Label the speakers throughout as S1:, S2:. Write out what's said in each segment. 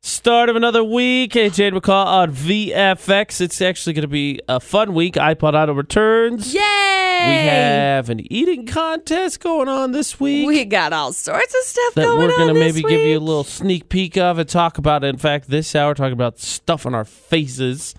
S1: start of another week. AJ and McCall on VFX. It's actually going to be a fun week. iPod Auto returns.
S2: Yay!
S1: We have an eating contest going on this week.
S2: We got all sorts of stuff
S1: that
S2: going
S1: we're
S2: on
S1: gonna
S2: this
S1: maybe give you a
S2: week.
S1: little sneak peek of and talk about. In fact, this hour talking about stuff on our faces.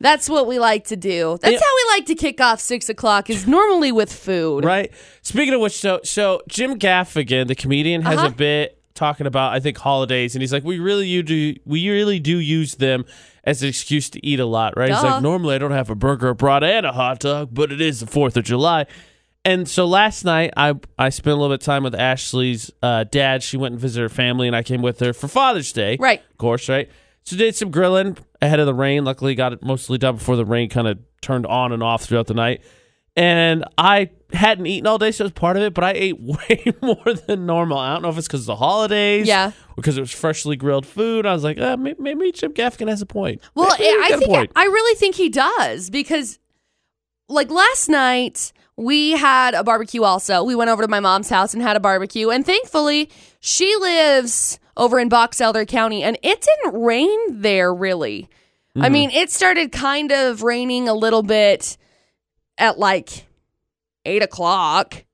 S2: That's what we like to do. That's
S1: Yeah.
S2: how we like to kick off six o'clock. Is normally with food.
S1: Right. Speaking of which, so so Jim Gaffigan, the comedian, has
S2: Uh-huh.
S1: a bit talking about I think holidays, and he's like, we really you do we really do use them as an excuse to eat a lot, right? He's
S2: Duh.
S1: like, normally I don't have a burger, a brat, and a hot dog, but it is the Fourth of July. And so last night I I spent a little bit of time with Ashley's uh, dad. She went and visited her family, and I came with her for Father's Day,
S2: Right.
S1: Of course, right. So did some grilling ahead of the rain. Luckily, got it mostly done before the rain kind of turned on and off throughout the night and I hadn't eaten all day, so it was part of it. But I ate way more than normal. I don't know if it's because of the holidays,
S2: Yeah.
S1: because it was freshly grilled food. I was like, uh, maybe, maybe Jim Gaffigan has a point.
S2: Well,
S1: Maybe he's
S2: I
S1: got a
S2: think
S1: point.
S2: I really think he does because, like last night, we had a barbecue. Also, we went over to my mom's house and had a barbecue, and thankfully, she lives over in Box Elder County, and it didn't rain there really. I mean, it started kind of raining a little bit at like eight o'clock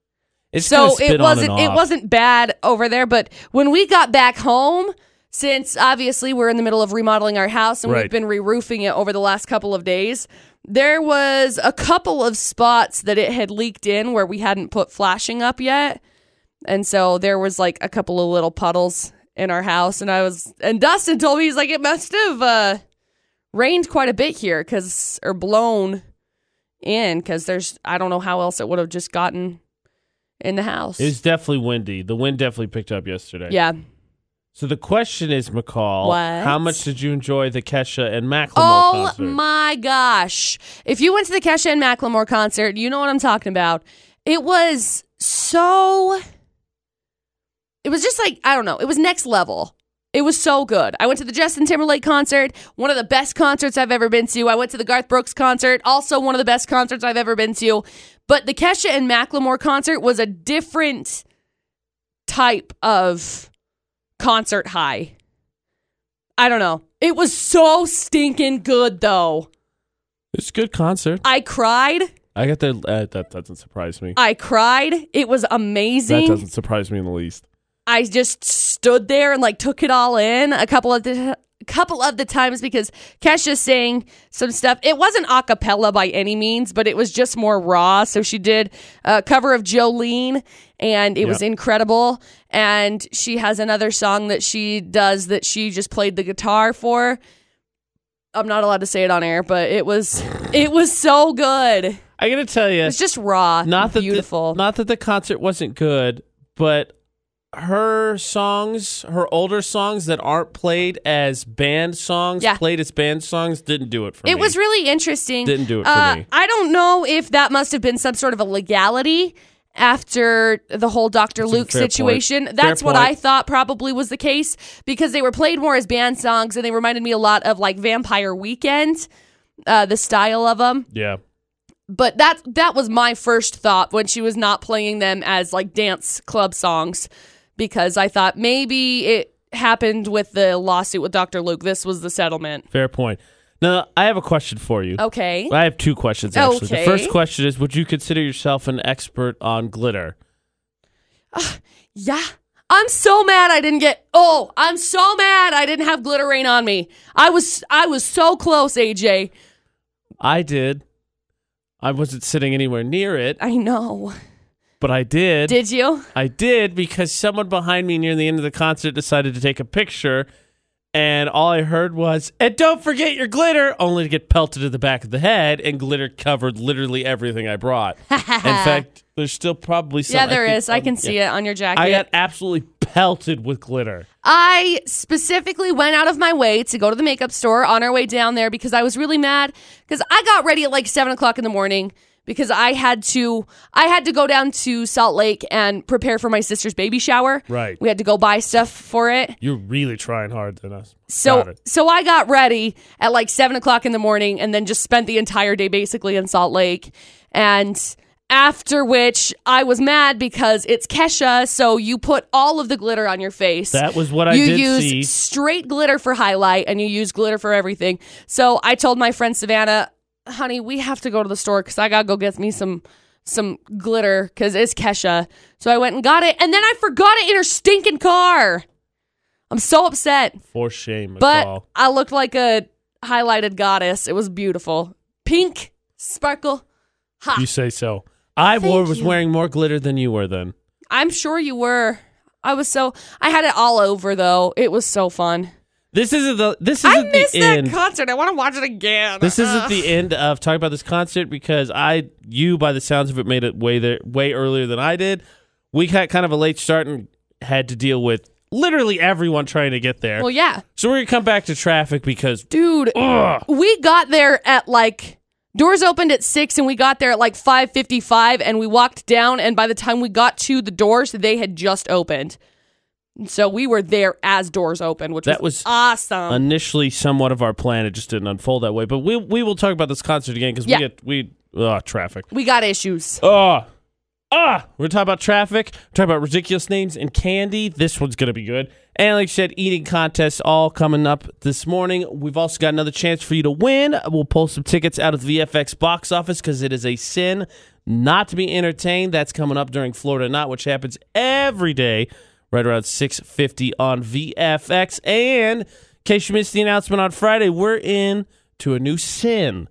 S1: It's
S2: so
S1: gonna spit
S2: it
S1: on
S2: wasn't
S1: and
S2: it
S1: off.
S2: wasn't bad over there but when we got back home since obviously we're in the middle of remodeling our house and
S1: Right.
S2: we've been re-roofing it over the last couple of days there was a couple of spots that it had leaked in where we hadn't put flashing up yet and so there was like a couple of little puddles in our house and i was and dustin told me he's like it must have uh rained quite a bit here because or blown in because there's i don't know how else it would have just gotten in the house
S1: It was definitely windy. The wind definitely picked up yesterday.
S2: yeah
S1: So the question is, McCall,
S2: What?
S1: how much did you enjoy the Kesha and Macklemore
S2: oh
S1: concert?
S2: my gosh if you went to the kesha and macklemore concert you know what i'm talking about it was so it was just like i don't know it was next level it was so good. I went to the Justin Timberlake concert, one of the best concerts I've ever been to. I went to the Garth Brooks concert, also one of the best concerts I've ever been to. But the Kesha and Macklemore concert was a different type of concert high. I don't know. It was so stinking good though.
S1: it's a good concert.
S2: I cried.
S1: I got the uh, that doesn't surprise me.
S2: I cried. It was
S1: That
S2: amazing.
S1: doesn't surprise me in the least.
S2: I just stood there and like took it all in a couple of the couple of the times because Kesha sang some stuff. It wasn't a cappella by any means, but it was just more raw. So she did a cover of Jolene and it was
S1: Yeah.
S2: incredible. And she has another song that she does that she just played the guitar for. I'm not allowed to say it on air, but it was it was so good.
S1: I gotta tell you,
S2: It's just raw,
S1: not
S2: not
S1: that
S2: beautiful.
S1: The, not that the concert wasn't good, but her songs, her older songs that aren't played as band songs,
S2: Yeah.
S1: played as band songs, didn't do it for me.
S2: It was really interesting.
S1: Didn't do it for
S2: uh,
S1: me.
S2: I don't know if that must have been some sort of a legality after the whole Dr.
S1: a
S2: Luke
S1: fair point.
S2: situation.
S1: Fair
S2: That's what
S1: point.
S2: I thought probably was the case because they were played more as band songs and they reminded me a lot of like Vampire Weekend, uh, the style of them.
S1: yeah.
S2: But that that was my first thought when she was not playing them as like dance club songs because I thought maybe it happened with the lawsuit with Dr. Luke. This was the settlement.
S1: Fair point. Now I have a question for you.
S2: Okay.
S1: I have two questions actually. The
S2: Okay.
S1: first question is: Would you consider yourself an expert on glitter?
S2: Yeah. I'm so mad I didn't get Oh, I'm so mad I didn't have glitter rain on me. I was I was so close, AJ.
S1: I did. I wasn't sitting anywhere near it,
S2: I know.
S1: but I did.
S2: Did you?
S1: I did because someone behind me near the end of the concert decided to take a picture, and all I heard was, "And don't forget your glitter," only to get pelted in the back of the head, and glitter covered literally everything I brought. in fact, there's still probably some.
S2: yeah, there is. I
S1: think-
S2: can
S1: um,
S2: see
S1: yeah.
S2: it on your jacket.
S1: I got absolutely pelted with glitter.
S2: I specifically went out of my way to go to the makeup store on our way down there because I was really mad because I got ready at like seven o'clock in the morning because I had to I had to go down to Salt Lake and prepare for my sister's baby shower.
S1: Right.
S2: We had to go buy stuff for it.
S1: You're really trying hard than us. Got
S2: So
S1: it.
S2: so I got ready at like seven o'clock in the morning and then just spent the entire day basically in Salt Lake. And After which I was mad because it's Kesha, so you put all of the glitter on your face.
S1: That was what I
S2: you
S1: did
S2: use
S1: see.
S2: straight glitter for highlight and you use glitter for everything. So I told my friend Savannah, honey, we have to go to the store because I gotta go get me some some glitter because it's Kesha. So I went and got it, and then I forgot it in her stinking car. I'm so upset.
S1: For shame,
S2: But
S1: McCall.
S2: I looked like a highlighted goddess. It was beautiful. Pink sparkle. Ha.
S1: You say so. I wore,
S2: Thank
S1: was
S2: you.
S1: wearing more glitter than you were then.
S2: I'm sure you were. I was so I had it all over though. It was so fun.
S1: This isn't the this
S2: I
S1: isn't
S2: missed
S1: the
S2: that
S1: end.
S2: concert. I want to watch it again.
S1: this isn't
S2: Ugh.
S1: the end of talking about this concert because I you by the sounds of it made it way there way earlier than I did. We had kind of a late start and had to deal with literally everyone trying to get there.
S2: Well, yeah.
S1: so we're gonna come back to traffic because
S2: Dude,
S1: ugh,
S2: we got there at like doors opened at 6 and we got there at like 5:55 and we walked down and by the time we got to the doors they had just opened. So we were there as doors opened, which
S1: That was
S2: was, awesome.
S1: initially somewhat of our plan it just didn't unfold that way. But we we will talk about this concert again because
S2: Yeah.
S1: we get we ugh, traffic.
S2: we got issues.
S1: Ah. Ah, we're talking about traffic, we're talking about ridiculous names and candy. This one's going to be good. And like I said, eating contests all coming up this morning. We've also got another chance for you to win. We'll pull some tickets out of the VFX box office because it is a sin not to be entertained. That's coming up during Florida Not, which happens every day right around 6.50 on VFX. And in case you missed the announcement on Friday, we're in to a new sin.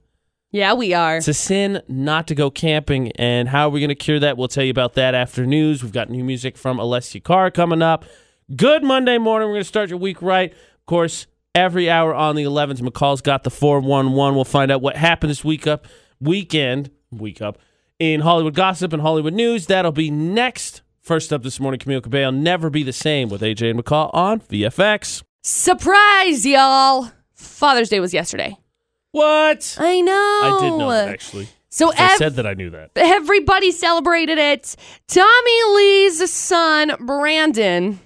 S2: Yeah, we are.
S1: It's a sin not to go camping, and how are we going to cure that? We'll tell you about that after news. We've got new music from Alessia Carr coming up. Good Monday morning. We're going to start your week right. Of course, every hour on the 11th, McCall's got the 411. We'll find out what happened this week up weekend, week up in Hollywood gossip and Hollywood news. That'll be next. First up this morning, Camille Cabello, Never Be the Same with AJ and McCall on VFX.
S2: Surprise, y'all. Father's Day was yesterday.
S1: What?
S2: I know.
S1: I did know that,
S2: Oh,
S1: actually.
S2: So
S1: I
S2: ev-
S1: said that I knew that.
S2: everybody celebrated it. Tommy Lee's son, Brandon,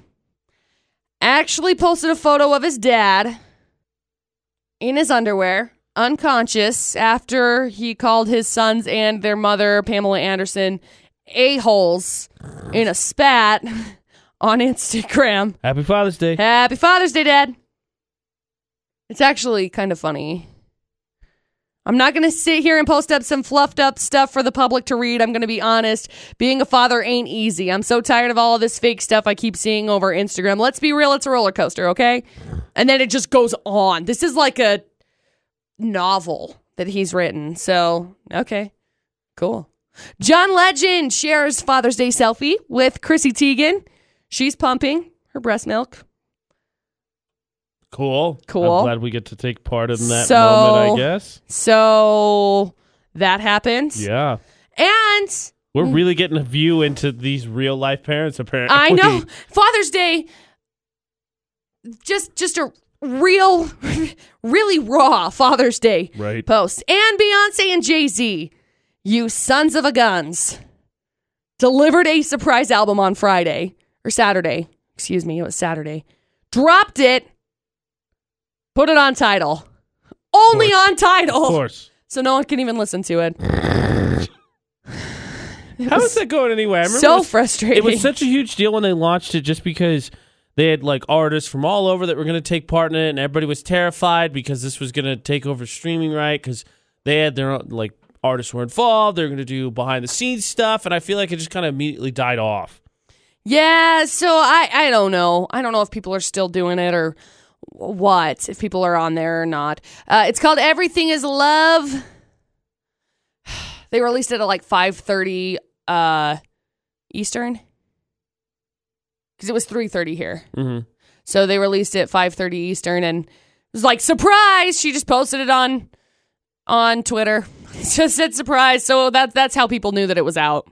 S2: actually posted a photo of his dad in his underwear, unconscious, after he called his sons and their mother, Pamela Anderson, a-holes in a spat on Instagram.
S1: Happy Father's Day.
S2: Happy Father's Day, Dad. It's actually kind of funny. I'm not going to sit here and post up some fluffed up stuff for the public to read. I'm going to be honest. Being a father ain't easy. I'm so tired of all of this fake stuff I keep seeing over Instagram. Let's be real, it's a roller coaster, okay? And then it just goes on. This is like a novel that he's written. So, okay, cool. John Legend shares Father's Day selfie with Chrissy Teigen. She's pumping her breast milk.
S1: Cool.
S2: Cool.
S1: I'm glad we get to take part in that
S2: So-
S1: moment, I guess.
S2: So that happened.
S1: Yeah.
S2: And
S1: We're really getting a view into these real life parents, apparently.
S2: Mm. I know Father's Day just just a real really raw Father's Day
S1: Right.
S2: post. And Beyonce and Jay-Z, you sons of a guns, delivered a surprise album on Friday or Saturday. Excuse me, it was Saturday. Dropped it. Put it on title. Only
S1: course.
S2: on title.
S1: Of course.
S2: So no one can even listen to it. It
S1: How
S2: was
S1: is that going anyway? I remember
S2: so
S1: it, was,
S2: frustrating.
S1: it was such a huge deal when they launched it just because they had like artists from all over that were going to take part in it and everybody was terrified because this was going to take over streaming, right? Because they had their own, like, artists were involved. they were going to do behind the scenes stuff. And I feel like it just kind of immediately died off.
S2: yeah, so I I don't know. I don't know if people are still doing it or what, if people are on there or not. Uh, it's called Everything is Love. They released it at like 5:30 uh Eastern. Cuz it was 3:30 here.
S1: Mm-hmm.
S2: So they released it 5:30 Eastern and it was like surprise. She just posted it on on Twitter. just said surprise. So that that's how people knew that it was out.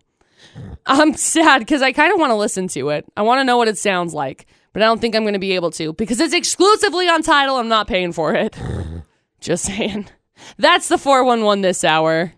S2: I'm sad cuz I kind of want to listen to it. I want to know what it sounds like, but I don't think I'm going to be able to because it's exclusively on title. I'm not paying for it. just saying. That's the 411 this hour.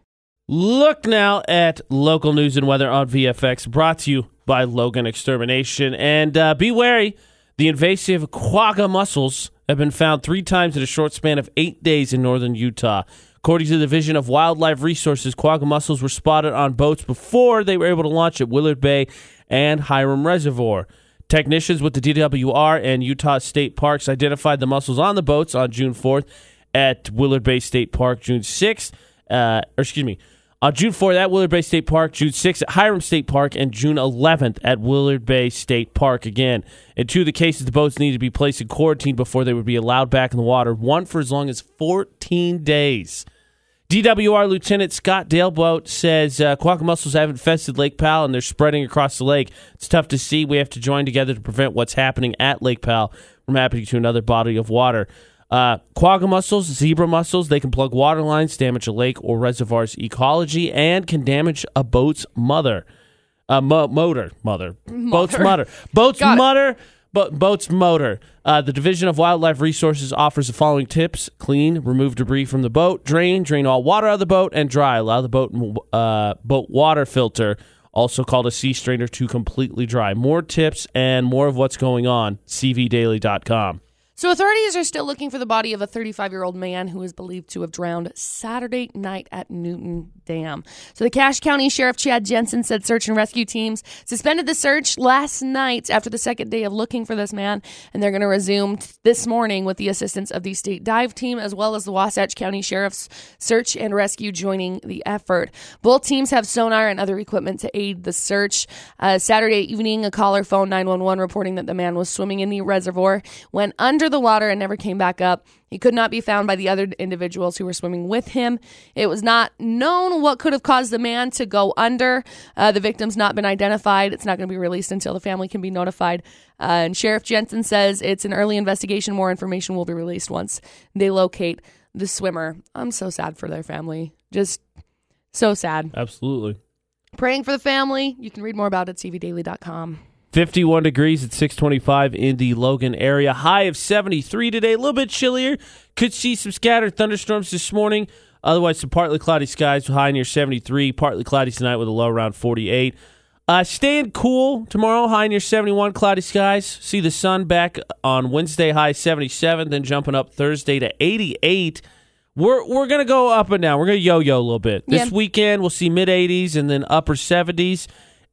S1: Look now at local news and weather on VFX, brought to you by Logan Extermination. And uh, be wary, the invasive quagga mussels have been found three times in a short span of eight days in northern Utah. According to the Division of Wildlife Resources, quagga mussels were spotted on boats before they were able to launch at Willard Bay and Hiram Reservoir. Technicians with the DWR and Utah State Parks identified the mussels on the boats on June 4th at Willard Bay State Park, June 6th, uh, or excuse me, on June 4th at Willard Bay State Park, June 6th at Hiram State Park, and June 11th at Willard Bay State Park again. In two of the cases, the boats needed to be placed in quarantine before they would be allowed back in the water, one for as long as 14 days. DWR Lieutenant Scott Daleboat says uh, quagga mussels have infested Lake Powell and they're spreading across the lake. It's tough to see. We have to join together to prevent what's happening at Lake Powell from happening to another body of water. Uh, quagga mussels, zebra mussels, they can plug water lines, damage a lake or reservoir's ecology, and can damage a boat's mother. Uh, mo- motor, mother. Boat's motor. Boat's
S2: Got it.
S1: motor. Bo- boat's motor. Uh, the Division of Wildlife Resources offers the following tips clean, remove debris from the boat, drain, drain all water out of the boat, and dry. Allow the boat, uh, boat water filter, also called a sea strainer, to completely dry. More tips and more of what's going on. CVDaily.com.
S2: So authorities are still looking for the body of a 35-year-old man who is believed to have drowned Saturday night at Newton Dam. So the Cache County Sheriff Chad Jensen said search and rescue teams suspended the search last night after the second day of looking for this man, and they're going to resume t- this morning with the assistance of the state dive team as well as the Wasatch County Sheriff's search and rescue joining the effort. Both teams have sonar and other equipment to aid the search. Uh, Saturday evening, a caller phoned 911 reporting that the man was swimming in the reservoir, went under the water, and never came back up. He could not be found by the other individuals who were swimming with him. It was not known what could have caused the man to go under. Uh, the victim's not been identified. It's not going to be released until the family can be notified. Uh, and Sheriff Jensen says it's an early investigation. More information will be released once they locate the swimmer. I'm so sad for their family. Just so sad.
S1: Absolutely.
S2: Praying for the family. You can read more about it at cvdaily.com.
S1: 51 degrees at 625 in the Logan area. High of 73 today. A little bit chillier. Could see some scattered thunderstorms this morning. Otherwise, some partly cloudy skies. High near 73. Partly cloudy tonight with a low around 48. Uh, staying cool tomorrow. High near 71. Cloudy skies. See the sun back on Wednesday. High 77. Then jumping up Thursday to 88. We're, we're going to go up and down. We're going to yo yo a little bit. This
S2: Yeah.
S1: weekend, we'll see mid 80s and then upper 70s.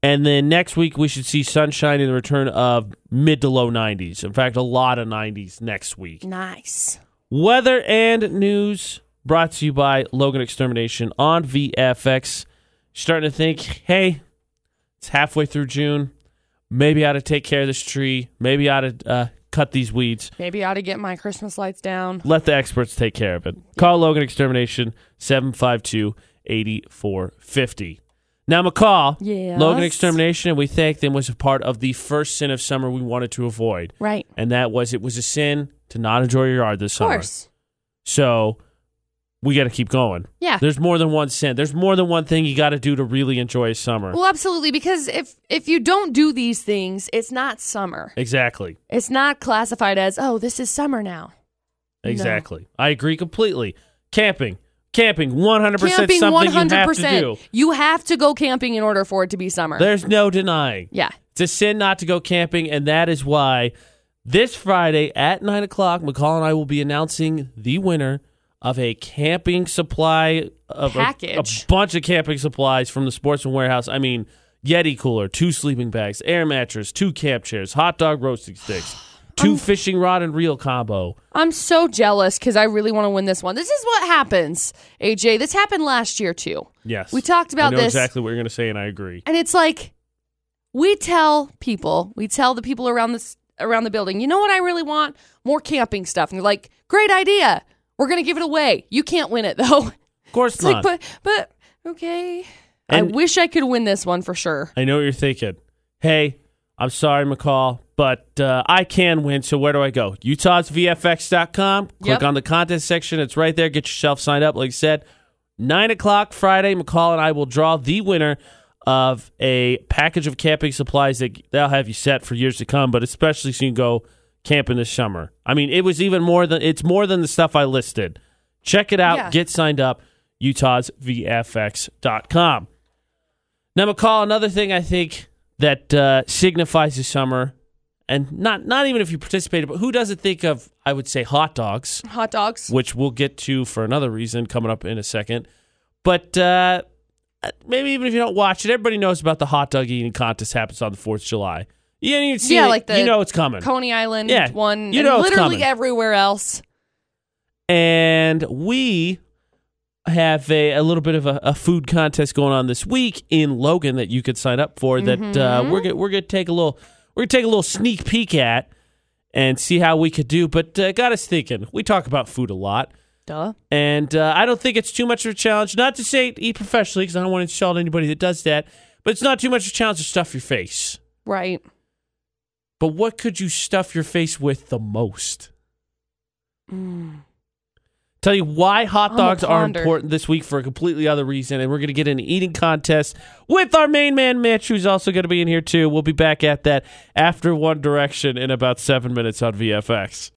S1: And then next week, we should see sunshine and the return of mid to low 90s. In fact, a lot of 90s next week.
S2: Nice.
S1: Weather and news brought to you by Logan Extermination on VFX. Starting to think, hey, it's halfway through June. Maybe I ought to take care of this tree. Maybe I ought to uh, cut these weeds.
S2: Maybe I ought to get my Christmas lights down.
S1: Let the experts take care of it. Call Logan Extermination 752 8450. Now, McCall,
S2: Yes.
S1: Logan Extermination, and we thank them, was a part of the first sin of summer we wanted to avoid.
S2: Right.
S1: And that was it was a sin to not enjoy your yard this
S2: Of
S1: summer.
S2: course.
S1: So we got to keep going.
S2: Yeah.
S1: There's more than one sin, there's more than one thing you got to do to really enjoy summer.
S2: Well, absolutely, because if if you don't do these things, it's not summer.
S1: exactly.
S2: It's not classified as oh, this is summer now. No.
S1: Exactly. I agree completely. Camping. Camping 100%
S2: Camping, one
S1: something you
S2: hundred
S1: have to do.
S2: percent. You have to go camping in order for it to be summer.
S1: There's no denying.
S2: yeah,
S1: It's a sin not to go camping, and that is why this Friday at nine o'clock, McCall and I will be announcing the winner of a camping supply of a-
S2: Package.
S1: a bunch of camping supplies from the Sportsman Warehouse. I mean, Yeti cooler, two sleeping bags, air mattress, two camp chairs, hot dog roasting sticks,
S2: Um,
S1: 2 fishing rod and reel combo.
S2: I'm so jealous because I really want to win this one. This is what happens, AJ. This happened last year too,
S1: Yes,
S2: We talked about
S1: I know
S2: this.
S1: exactly what you're going to say, and I agree.
S2: and it's like we tell people, we tell the people around this around the building. You know what I really want? More camping stuff, and they're like, great idea. We're gonna give it away. You can't win it though.
S1: Of course
S2: It's
S1: not.
S2: like, but, but okay.
S1: And-
S2: I wish I could win this one for sure.
S1: I know what you're thinking. Hey, I'm sorry, McCall, but uh, I can win. So where do I go? UtahsVFX.com. Click
S2: Yep.
S1: on the contest section. It's right there. Get yourself signed up. Like I said, nine o'clock Friday. McCall and I will draw the winner of a package of camping supplies that they'll have you set for years to come. But especially so you can go camping this summer. I mean, it was even more than it's more than the stuff I listed. Check it out.
S2: Yeah.
S1: Get signed up. UtahsVFX.com. Now, McCall, another thing I think that uh, signifies the summer, and not not even if you participated, but who doesn't think of I would say hot dogs,
S2: Hot dogs.
S1: which we'll get to for another reason coming up in a second. But uh, maybe even if you don't watch it, everybody knows about the hot dog eating contest happens on the Fourth of July. You didn't even see
S2: Yeah,
S1: it.
S2: like the
S1: you know it's coming.
S2: Coney Island
S1: Yeah,
S2: one.
S1: you
S2: and
S1: know it's
S2: literally
S1: coming.
S2: everywhere else.
S1: and we have a, a little bit of a, a food contest going on this week in Logan that you could sign up for. That uh, we're gonna, we're gonna take a little we're gonna take a little sneak peek at and see how we could do. But uh, got us thinking. We talk about food a lot,
S2: Duh.
S1: and uh, I don't think it's too much of a challenge. Not to say eat professionally, because I don't want to insult anybody that does that. But it's not too much of a challenge to stuff your face.
S2: Right.
S1: But what could you stuff your face with the most? Tell you why hot
S2: Mm. I'm a
S1: dogs are
S2: ponder.
S1: important this week for a completely other reason, and we're going to get an eating contest with our main man Mitch, who's also going to be in here too. We'll be back at that after One Direction in about seven minutes on VFX.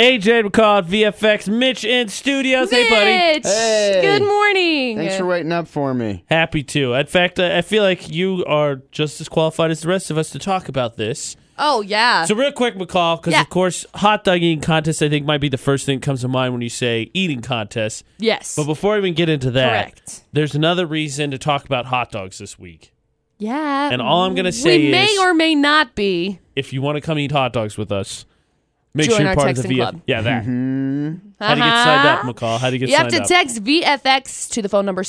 S1: AJ McCall at VFX, Mitch in studios. Hey, buddy.
S2: Mitch,
S3: Hey.
S2: Good morning.
S3: Thanks for waiting up for me.
S1: Happy to. In fact, I I feel like you are just as qualified as the rest of us to talk about this.
S2: oh yeah.
S1: So real quick, McCall, because
S2: Yeah.
S1: of course, hot dog eating contest I think might be the first thing that comes to mind when you say eating contest.
S2: yes.
S1: But before I even get into that,
S2: Correct.
S1: there's another reason to talk about hot dogs this week.
S2: Yeah.
S1: And all I'm gonna say
S2: Um, we may
S1: is-
S2: or may not be.
S1: If you want to come eat hot dogs with us, make
S2: Join
S1: sure you're
S2: our
S1: part of the
S2: texting
S1: VF.
S2: club. Mm-hmm.
S1: Yeah, that. How do you get signed
S2: Uh-huh.
S1: up, McCall? How do you get
S2: You have
S1: signed
S2: to
S1: up?
S2: text VFX to the phone number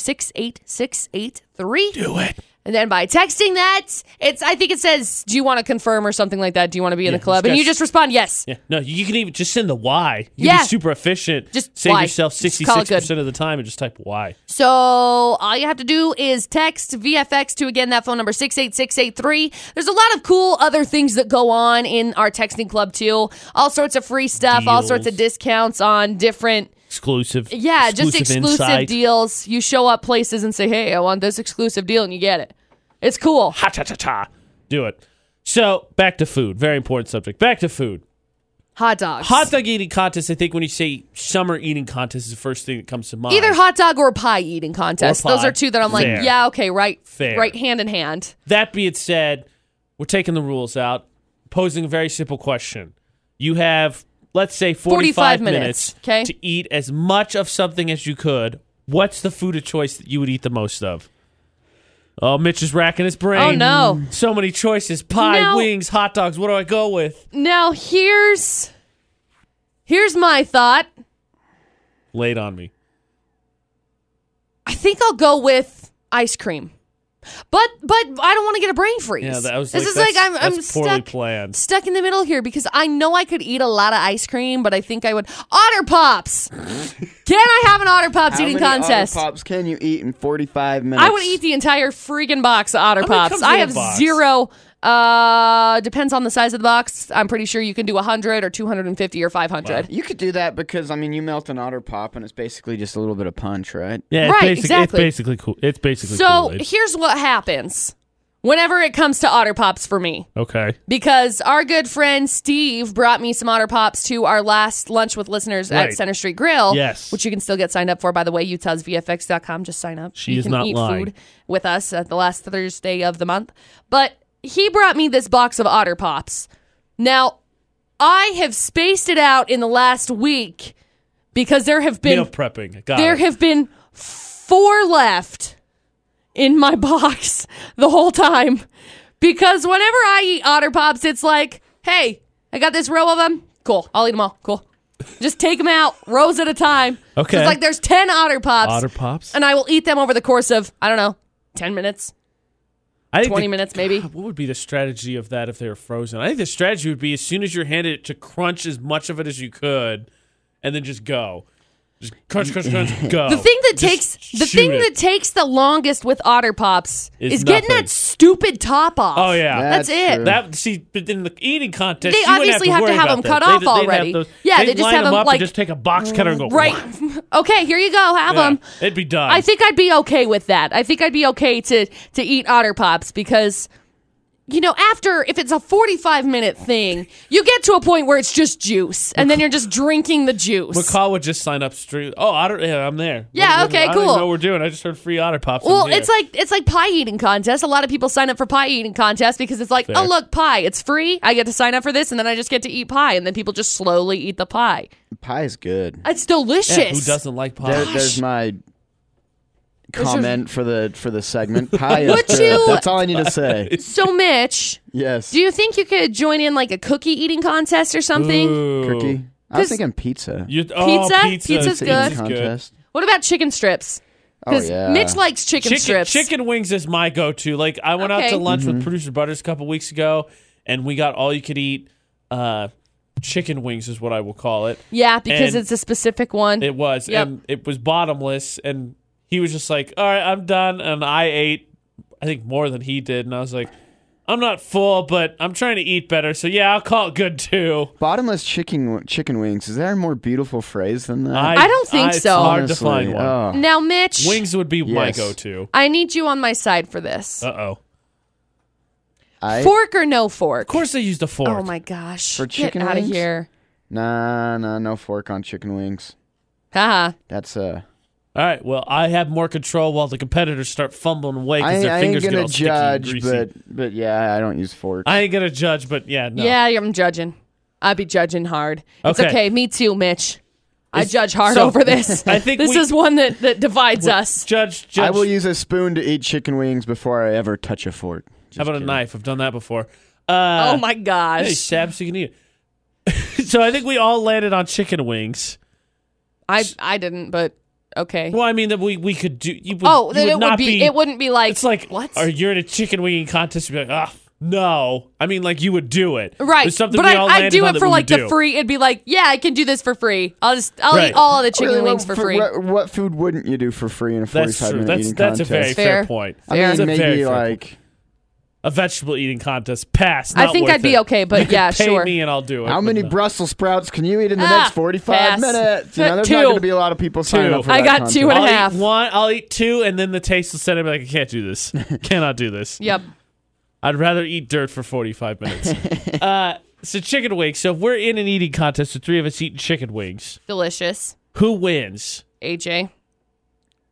S2: 68683.
S1: Do it.
S2: And then by texting that, it's I think it says, Do you want to confirm or something like that? Do you want to be in
S1: Yeah,
S2: the club?
S1: it's
S2: And you
S1: got-
S2: just respond yes.
S1: Yeah. No, you can even just send the why. You
S2: Yeah.
S1: can be super efficient.
S2: Just
S1: save
S2: why.
S1: yourself
S2: Just call it good.
S1: 66% of the time and just type why.
S2: So all you have to do is text VFX to again that phone number 68683. There's a lot of cool other things that go on in our texting club too. All sorts of free stuff, all sorts of
S1: Deals.
S2: discounts on different
S1: Exclusive.
S2: Yeah, just exclusive
S1: insight.
S2: deals. You show up places and say, "Hey, I want this exclusive deal," and you get it. It's cool.
S1: Ha ta ta ta. Do it. So back to food. Very important subject. Back to food.
S2: Hot dogs.
S1: Hot dog eating contest. I think when you say summer eating contest is the first thing that comes to mind.
S2: Either hot dog or pie eating contest.
S1: Or pie.
S2: Those are two that I'm like,
S1: Fair.
S2: yeah, okay, right,
S1: Fair.
S2: right, hand in hand.
S1: That being said, we're taking the rules out, posing a very simple question. You have, let's say, 45,
S2: 45 minutes, okay.
S1: to eat as much of something as you could. What's the food of choice that you would eat the most of? Oh, Mitch is racking his brain.
S2: Oh, no.
S1: So many choices pie,
S2: No.
S1: wings, hot dogs. What do I go with?
S2: Now here's here's my thought.
S1: Laid on me.
S2: I think I'll go with ice cream, but but I don't want to get a brain freeze.
S1: Yeah, that was
S2: this
S1: like,
S2: is like
S1: that's-
S2: I'm I'm
S1: that's poorly
S2: stuck.
S1: planned.
S2: Stuck in the middle here because I know I could eat a lot of ice cream, but I think I would. Otter Pops! Can I have an Otter Pops
S3: How
S2: eating
S3: many Otter
S2: contest?
S3: pops can you eat in 45 minutes?
S2: I would eat the entire freaking box of Otter
S1: How many
S2: Pops.
S1: comes
S2: I
S1: in a
S2: have
S1: box?
S2: zero. Uh, depends on the size of the box. I'm pretty sure you can do 100 or 250 or 500.
S3: You could do that because I mean, you melt an otter pop and it's basically just a little bit of punch, right?
S1: Yeah,
S2: it's Right, basic- it's exactly.
S1: It's basically cool. It's basically
S2: So here's what happens whenever it comes to Otter Pops for me.
S1: okay.
S2: because our good friend Steve brought me some Otter Pops to our last lunch with listeners
S1: Right.
S2: at Center Street Grill.
S1: Yes.
S2: Which you can still get signed up for, by the way, utahsvfx.com. Just sign up.
S1: She
S2: you
S1: is
S2: can
S1: not
S2: eat
S1: lying.
S2: food with us at the last Thursday of the month. But he brought me this box of Otter Pops. Now, I have spaced it out in the last week because there have been
S1: Meal prepping. Got
S2: there
S1: it.
S2: have been four left in my box the whole time because whenever I eat Otter Pops, it's like, hey, I got this row of them. Cool, I'll eat them all. Cool, just take them out rows at a time.
S1: Okay.
S2: it's like there's ten Otter Pops,
S1: Otter Pops.
S2: and I will eat them over the course of I don't know, ten minutes,
S1: I think
S2: twenty
S1: the-
S2: minutes maybe.
S1: What would be the strategy of that if they were frozen? I think the strategy would be as soon as you're handed it to crunch as much of it as you could, and then just go, just crunch, crunch, crunch, go.
S2: The thing that
S1: Just
S2: takes the
S1: shoot
S2: thing
S1: it.
S2: that takes the longest with Otter Pops
S1: Is
S2: is, getting
S1: nothing.
S2: that stupid top off.
S1: oh yeah,
S2: That's it.
S3: true.
S1: that see, but in the eating contest,
S2: They
S1: you wouldn't
S2: obviously have
S1: have
S2: to
S1: to, worry
S2: have
S1: about
S2: them
S1: that.
S2: cut
S1: They'd-
S2: off
S1: they'd have
S2: already.
S1: those-
S2: Yeah,
S1: they'd
S2: they just
S1: line
S2: have them,
S1: up
S2: like-
S1: and just take a box cutter and go
S2: Right. Okay, here you go. Have
S1: Yeah,
S2: them.
S1: it'd be done.
S2: I think I'd be okay with that. I think I'd be okay to to eat otter pops because you know, after if it's a 45 minute thing, you get to a point where it's just juice and then you're just drinking the juice.
S1: McCall would just sign up street. Oh, otter, yeah, I'm there.
S2: Yeah, okay,
S1: I don't even
S2: cool.
S1: know what we're doing. I just heard free otter pops. I'm
S2: well,
S1: there.
S2: it's like it's like pie eating contest. A lot of people sign up for pie eating contest because it's like,
S1: Fair.
S2: "Oh, look, pie. It's free. I get to sign up for this and then I just get to eat pie." And then people just slowly eat the pie.
S3: Pie is good.
S2: It's delicious.
S1: Yeah, who doesn't like pie?
S3: There, there's my comment for the for the segment. Pie is
S2: Would
S3: good.
S2: you-
S3: That's all I need to say.
S2: So Mitch,
S3: Yes.
S2: do you think you could join in like a cookie eating contest or something?
S1: Ooh.
S3: Cookie. I was
S2: 'Cause-
S3: thinking pizza.
S1: You, oh,
S2: Pizza?
S1: pizza.
S2: Pizza's
S3: Pizza eating
S2: good.
S3: contest.
S2: What about chicken strips? Because
S3: Oh, yeah.
S2: Mitch likes chicken,
S1: Chicken,
S2: strips.
S1: chicken wings is my go-to. Like I went out
S2: Okay.
S1: to lunch
S3: Mm-hmm.
S1: with producer Butters a couple weeks ago, and we got all you could eat uh, chicken wings is what I will call it.
S2: Yeah, because
S1: And-
S2: it's a specific one.
S1: It was,
S2: Yep.
S1: and it was bottomless. And he was just like, "All right, I'm done." And I ate, I think more than he did, and I was like, "I'm not full, but I'm trying to eat better." So yeah, I'll call it good too.
S3: Bottomless chicken chicken wings. Is there a more beautiful phrase than that?
S2: I don't think
S1: it's
S2: so.
S1: hard
S3: Honestly,
S1: to find one.
S3: oh.
S2: now, Mitch,
S1: Wings would be my
S3: Yes.
S1: go-to.
S2: I need you on my side for this.
S1: Uh oh. Of
S3: I,
S2: fork or no fork? Of
S1: course, they used a fork.
S2: Oh my gosh!
S3: For chicken
S2: Get out of
S3: wings?
S2: here!
S3: nah, nah, no fork on chicken wings.
S2: Haha.
S3: That's uh,
S1: All right. Well, I have more control while the competitors start fumbling away
S3: I,
S1: because their
S3: I ain't
S1: fingers get
S3: gonna
S1: all sticky and
S3: judge,
S1: greasy.
S3: but but yeah, I don't use fork.
S1: I ain't gonna judge, but yeah, no.
S2: Yeah, I'm judging. I'd be judging hard. It's
S1: Okay.
S2: okay. Me too, Mitch. I judge hard
S1: so-
S2: over this.
S1: I think
S2: this
S1: we-
S2: is one that, that divides us.
S1: Judge, judge.
S3: I will use a spoon to eat chicken wings before I ever touch a fork.
S1: How about a knife? I've done that before.
S2: oh
S1: Uh,
S2: my
S1: hey,
S2: gosh!
S1: Shabs, you can eat it. so I think we all landed on chicken wings.
S2: I I didn't, but okay.
S1: Well, I mean that we we could do. You would,
S2: oh,
S1: you
S2: then
S1: would
S2: it
S1: not
S2: would be, It wouldn't be like
S1: It's like
S2: what?
S1: Or you're in a chicken winging contest. You'd be like, ah, no. I mean, like you would do it.
S2: Right,
S1: It's something
S2: but
S1: we
S2: I,
S1: all
S2: I
S1: landed
S2: do
S1: on
S2: it
S1: that
S2: for
S1: we would
S2: like the
S1: do.
S2: free. It'd be like, yeah, I can do this for free. I'll just, I'll
S1: Right.
S2: eat all of the chicken
S3: Really, what-
S2: wings for free.
S3: What, what food wouldn't you do for free in a
S1: That's
S3: forty-five
S1: true.
S3: minute
S1: That's
S3: eating
S1: that's a
S3: contest?
S1: very fair,
S2: Fair.
S1: point.
S3: I
S2: fair.
S1: That's a
S3: mean,
S1: very
S3: maybe
S1: fair point.
S3: like
S1: a vegetable eating contest. Pass.
S2: I
S1: not
S2: think
S1: worth
S2: I'd be
S1: it.
S2: okay, but yeah,
S1: Pay
S2: sure.
S1: me and I'll do it.
S3: how
S1: but
S3: many
S1: no.
S3: Brussels sprouts can you eat in the
S2: Ah,
S3: next forty-five
S2: pass.
S3: minutes? You know, there's
S2: Two.
S3: not going to be a lot of people signing
S1: Two.
S3: up for
S2: I
S3: that
S2: got
S3: contest.
S2: two and a
S1: I'll
S2: half.
S1: eat one. I'll eat two, and then the taste will set in. Like I can't do this. Cannot do this.
S2: Yep.
S1: I'd rather eat dirt for forty-five minutes. uh, so chicken wings. So if we're in an eating contest, the three of us eating chicken wings.
S2: Delicious.
S1: Who wins?
S2: AJ.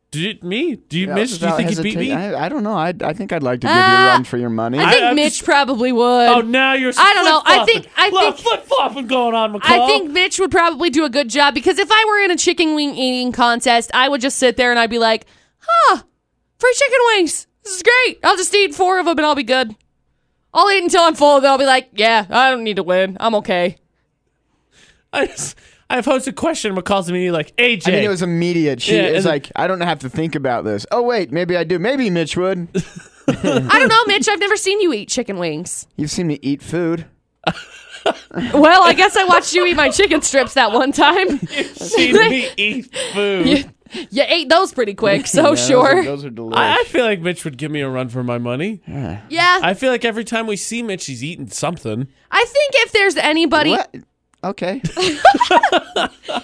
S1: Did me? Do you
S3: Yeah,
S1: miss? Do you
S3: without
S1: think you beat me?
S3: hesitation. I, I don't know. I, I think I'd like to give you
S2: Ah,
S3: a run for your money.
S2: I think
S1: I'm
S2: Mitch
S1: just-
S2: probably would.
S1: oh, now you're.
S2: I don't know. I think- I think-
S1: flip flopping going on, McCall.
S2: I think Mitch would probably do a good job because if I were in a chicken wing eating contest, I would just sit there and I'd be like, huh, free chicken wings. This is great. I'll just eat four of them and I'll be good. I'll eat until I'm full, then I'll be like, yeah, I don't need to win. I'm okay.
S1: I just, I posed a question. McCall's immediately like AJ.
S3: I mean, it was immediate. She
S1: Yeah,
S3: is
S1: and-
S3: like, I don't have to think about this. Oh wait, maybe I do. Maybe Mitch would.
S2: I don't know, Mitch. I've never seen you eat chicken wings.
S3: You've seen me eat food.
S2: Well, I guess I watched you eat my chicken strips that one time.
S1: Seen me eat food.
S2: you, you ate those pretty quick, so
S3: Yeah, those are-
S2: sure.
S3: Those are delicious.
S1: I, I feel like Mitch would give me a run for my money.
S2: yeah, I,
S1: I feel like every time we see Mitch, he's eating something.
S2: think if there's anybody,
S3: What? Okay.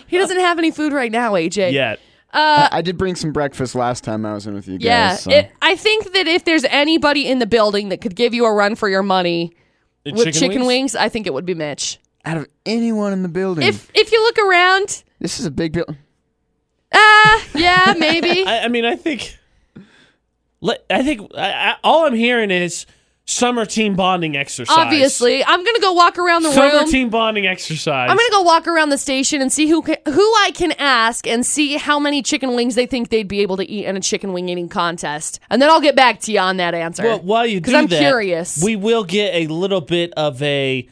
S2: he doesn't have any food right now, AJ.
S1: Yet.
S3: I did bring some breakfast last time I was in with you guys.
S2: Yeah,
S3: so.
S2: it, I think that if there's anybody in the building that could give you a run for your money with chicken, wings? Hmm. I think it would be Mitch.
S3: Out of anyone in the building,
S2: If if you look around,
S3: this is a big building.
S2: ah, yeah, maybe.
S1: I, I mean, I think. Let, I think I, I, all I'm hearing is summer team bonding exercise.
S2: Obviously, I'm gonna go walk around the
S1: Summer
S2: room.
S1: team bonding exercise.
S2: I'm gonna go walk around the station and see who can, who I can ask and see how many chicken wings they think they'd be able to eat in a chicken wing eating contest, and then I'll get back to you on that answer.
S1: Well, while you do
S2: 'Cause I'm
S1: that,
S2: curious.
S1: we will get a little bit of a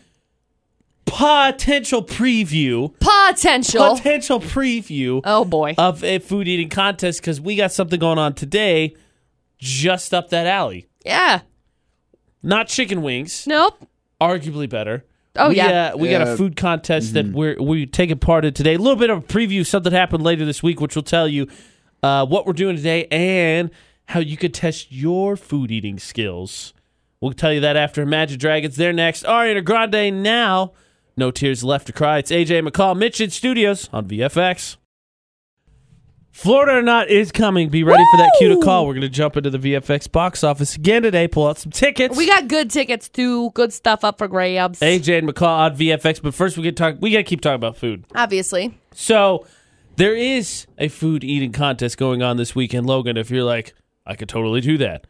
S1: potential preview,
S2: Potential.
S1: potential preview
S2: oh boy.
S1: of a food eating contest because we got something going on today, just up that alley.
S2: yeah.
S1: Not chicken wings,
S2: Nope.
S1: arguably better.
S2: Oh,
S1: we,
S2: yeah.
S1: uh, we got a
S3: Yeah.
S1: food contest that we're we taking part in today. A little bit of a preview of something happened later this week, which will tell you uh, what we're doing today and how you could test your food eating skills. We'll tell you that after Imagine Dragons. They're next. Ariana Grande now. No tears left to cry. It's AJ McCall, Mitch in studios on VFX. Florida or not is coming. Be ready for that cue to call. We're going to jump into the VFX box office again today. Pull out some tickets.
S2: We got good tickets too. Good stuff up for grabs.
S1: AJ and McCall on VFX, but first we get talk. We got to keep talking about food.
S2: Obviously.
S1: So there is a food eating contest going on this weekend, Logan. If you're like, I could totally do that.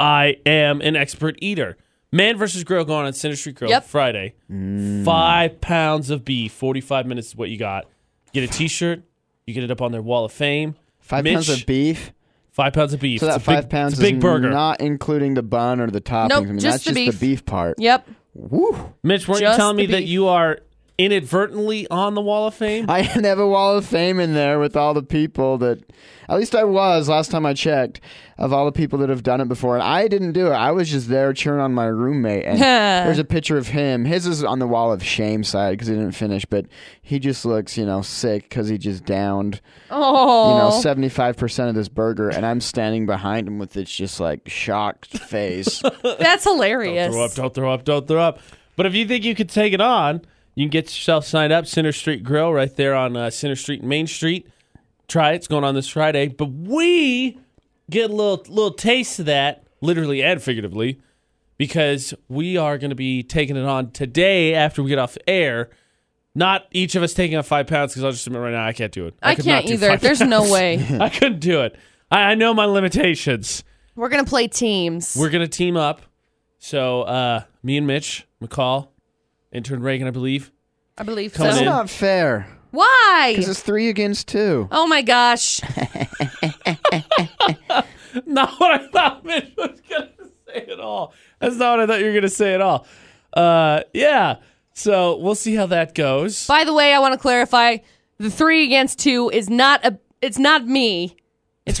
S1: I am an expert eater. Man versus grill going on Center Street Grill
S2: Yep.
S1: Friday.
S3: Mm.
S1: Five pounds of beef. Forty-five minutes is what you got. Get a T-shirt. You get it up on their wall of fame.
S3: Five
S1: Mitch,
S3: pounds of beef.
S1: Five pounds of beef.
S3: So that
S1: It's a
S3: five
S1: big,
S3: pounds
S1: It's a big
S3: is
S1: burger.
S3: not including the bun or the toppings. I mean,
S2: just
S3: that's
S2: the
S3: just
S2: beef.
S3: the beef part.
S2: Yep.
S3: Woo.
S1: Mitch, weren't you
S2: Just
S1: telling me
S2: the
S1: that
S2: beef.
S1: you are inadvertently on the Wall of Fame?
S3: I have a wall of fame in there with all the people that, at least I was last time I checked, of all the people that have done it before. And I didn't do it. I was just there cheering on my roommate. And there's a picture of him. His is on the wall of shame side because he didn't finish, but he just looks, you know, sick because he just downed, you
S2: Oh.
S3: know, 75% of this burger. And I'm standing behind him with this just like shocked face.
S2: That's hilarious.
S1: Throw up, don't throw up, don't throw up. But if you think you could take it on, you can get yourself signed up. Center Street Grill right there on uh, Center Street and Main Street. Try it. It's going on this Friday. But we get a little little taste of that, literally and figuratively, because we are going to be taking it on today after we get off air. Not each of us taking on five pounds because I'll just admit right now I can't do it.
S2: I
S1: could not
S2: can't
S1: do
S2: either.
S1: five
S2: There's no way.
S1: I couldn't do it. I, I know my limitations.
S2: We're gonna play teams.
S1: We're gonna team up. So uh, me and Mitch, McCall, intern Reagan, I believe.
S2: I believe
S1: Coming
S2: so.
S3: That's
S1: in.
S3: not fair
S2: Why?
S3: because it's three against two.
S2: Oh my gosh.
S1: Not what I thought Mitch was gonna say at all. That's not what I thought you were gonna say at all. Uh, yeah. So we'll see how that goes.
S2: By the way, I want to clarify: the three against two is not a. It's not me. It's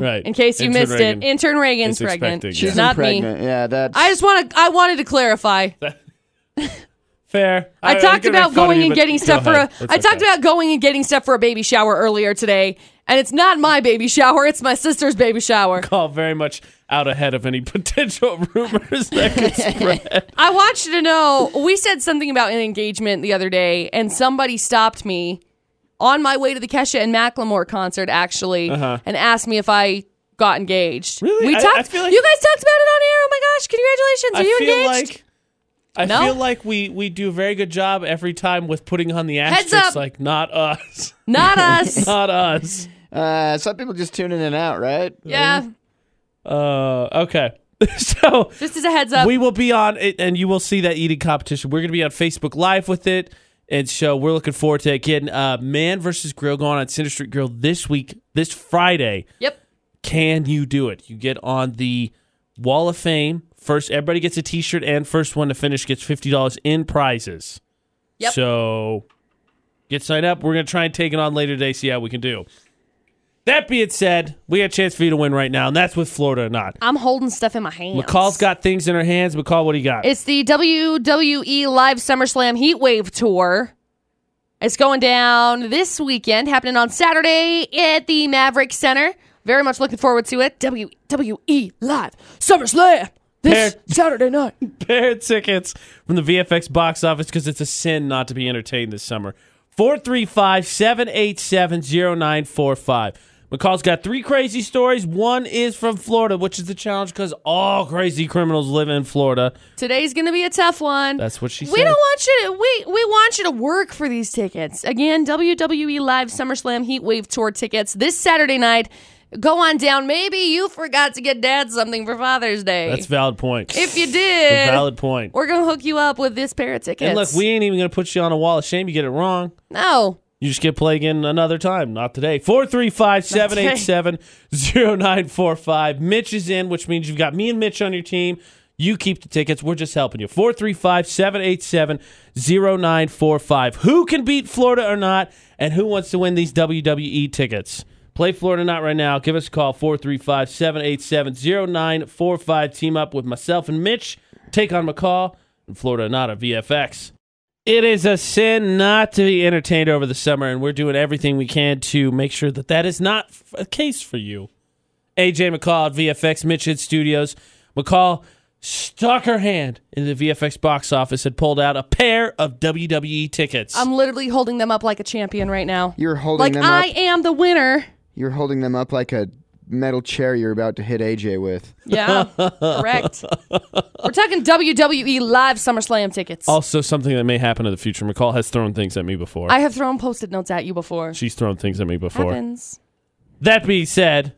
S1: Right.
S2: In case you
S1: Intern
S2: missed
S1: Reagan
S2: it, intern Reagan's
S1: is
S2: pregnant.
S1: expecting,
S2: She's
S1: yeah.
S2: not me.
S3: pregnant. Yeah, that's.
S2: I just want to. I wanted to clarify.
S1: Fair.
S2: I talked
S1: I'm gonna make
S2: about
S1: fun of
S2: going
S1: you,
S2: and
S1: but
S2: getting
S1: go
S2: stuff for a.
S1: ahead. It's
S2: I talked
S1: okay.
S2: about going and getting stuff for a baby shower earlier today, and it's not my baby shower. It's my sister's baby shower.
S1: call very much out ahead of any potential rumors that could spread.
S2: I want you to know we said something about an engagement the other day, and somebody stopped me on my way to the Kesha and Macklemore concert, actually, and asked me if I got engaged.
S1: Uh-huh. Really?
S2: We
S1: I- I
S2: talked.
S1: feel like-
S2: you guys talked about it on air. Oh my gosh! Congratulations! Are
S1: I
S2: you
S1: feel
S2: engaged?
S1: like I
S2: No?
S1: feel like we we do a very good job every time with putting on the
S2: Heads
S1: asterisks,
S2: up.
S1: like not us,
S2: Not us.
S1: not us.
S3: Uh, some people just tune in and out, right?
S2: yeah.
S1: Uh, okay. so
S2: Just uh, as a heads up.
S1: we will be on it, and you will see that eating competition. We're going to be on Facebook Live with it, and so we're looking forward to it. again. Uh, Man versus Grill going on Center Street Grill this week, this Friday.
S2: yep.
S1: Can you do it? You get on the Wall of Fame first. Everybody gets a T-shirt, and first one to finish gets fifty dollars in prizes.
S2: Yep.
S1: So get signed up. We're gonna try and take it on later today. See how we can do. That being said, we got a chance for you to win right now, and that's with Florida or not.
S2: I'm holding stuff in my hands.
S1: McCall's got things in her hands. McCall, what do you got?
S2: It's the WWE Live SummerSlam Heatwave Tour. It's going down this weekend, happening on Saturday at the Maverick Center. Very much looking forward to it. WWE Live SummerSlam this
S1: Paired-
S2: Saturday night.
S1: pair of tickets from the VFX box office because it's a sin not to be entertained this summer. 435 787 0945. McCall's got three crazy stories. One is from Florida, which is the challenge because all crazy criminals live in Florida.
S2: Today's going to be a tough one.
S1: That's what she
S2: we
S1: said.
S2: don't want you to we we want you to work for these tickets. Again, WWE Live SummerSlam Heatwave Tour tickets this Saturday night. Go on down. Maybe you forgot to get dad something for Father's Day.
S1: That's a valid point.
S2: If you
S1: a
S2: did,
S1: valid point.
S2: we're gonna hook you up with this pair of tickets.
S1: And look, we ain't even going to put you on a wall of shame. You get it wrong.
S2: no.
S1: You just get play again another time, not today. 435 787 0945. Mitch is in, which means you've got me and Mitch on your team. You keep the tickets. We're just helping you. 435 787 0945. Who can beat Florida or not? And who wants to win these WWE tickets? Play Florida or not right now. Give us a call 435 787 0945. Team up with myself and Mitch. Take on McCall and Florida or not at VFX. It is a sin not to be entertained over the summer, and we're doing everything we can to make sure that that is not f- a case for you. AJ McCall at VFX Mitchell Studios. McCall stuck her hand in the VFX box office and pulled out a pair of WWE tickets.
S2: Um, I'm literally holding them up like a champion right now.
S3: You're holding
S2: like
S3: them
S2: I
S3: up.
S2: am the winner.
S3: You're holding them up like a metal chair you're about to hit AJ with.
S2: Yeah, correct. We're talking WWE live SummerSlam tickets.
S1: Also, something that may happen in the future. McCall has thrown things at me before.
S2: I have thrown post-it notes at you before.
S1: She's thrown things at me before.
S2: Happens.
S1: That being said,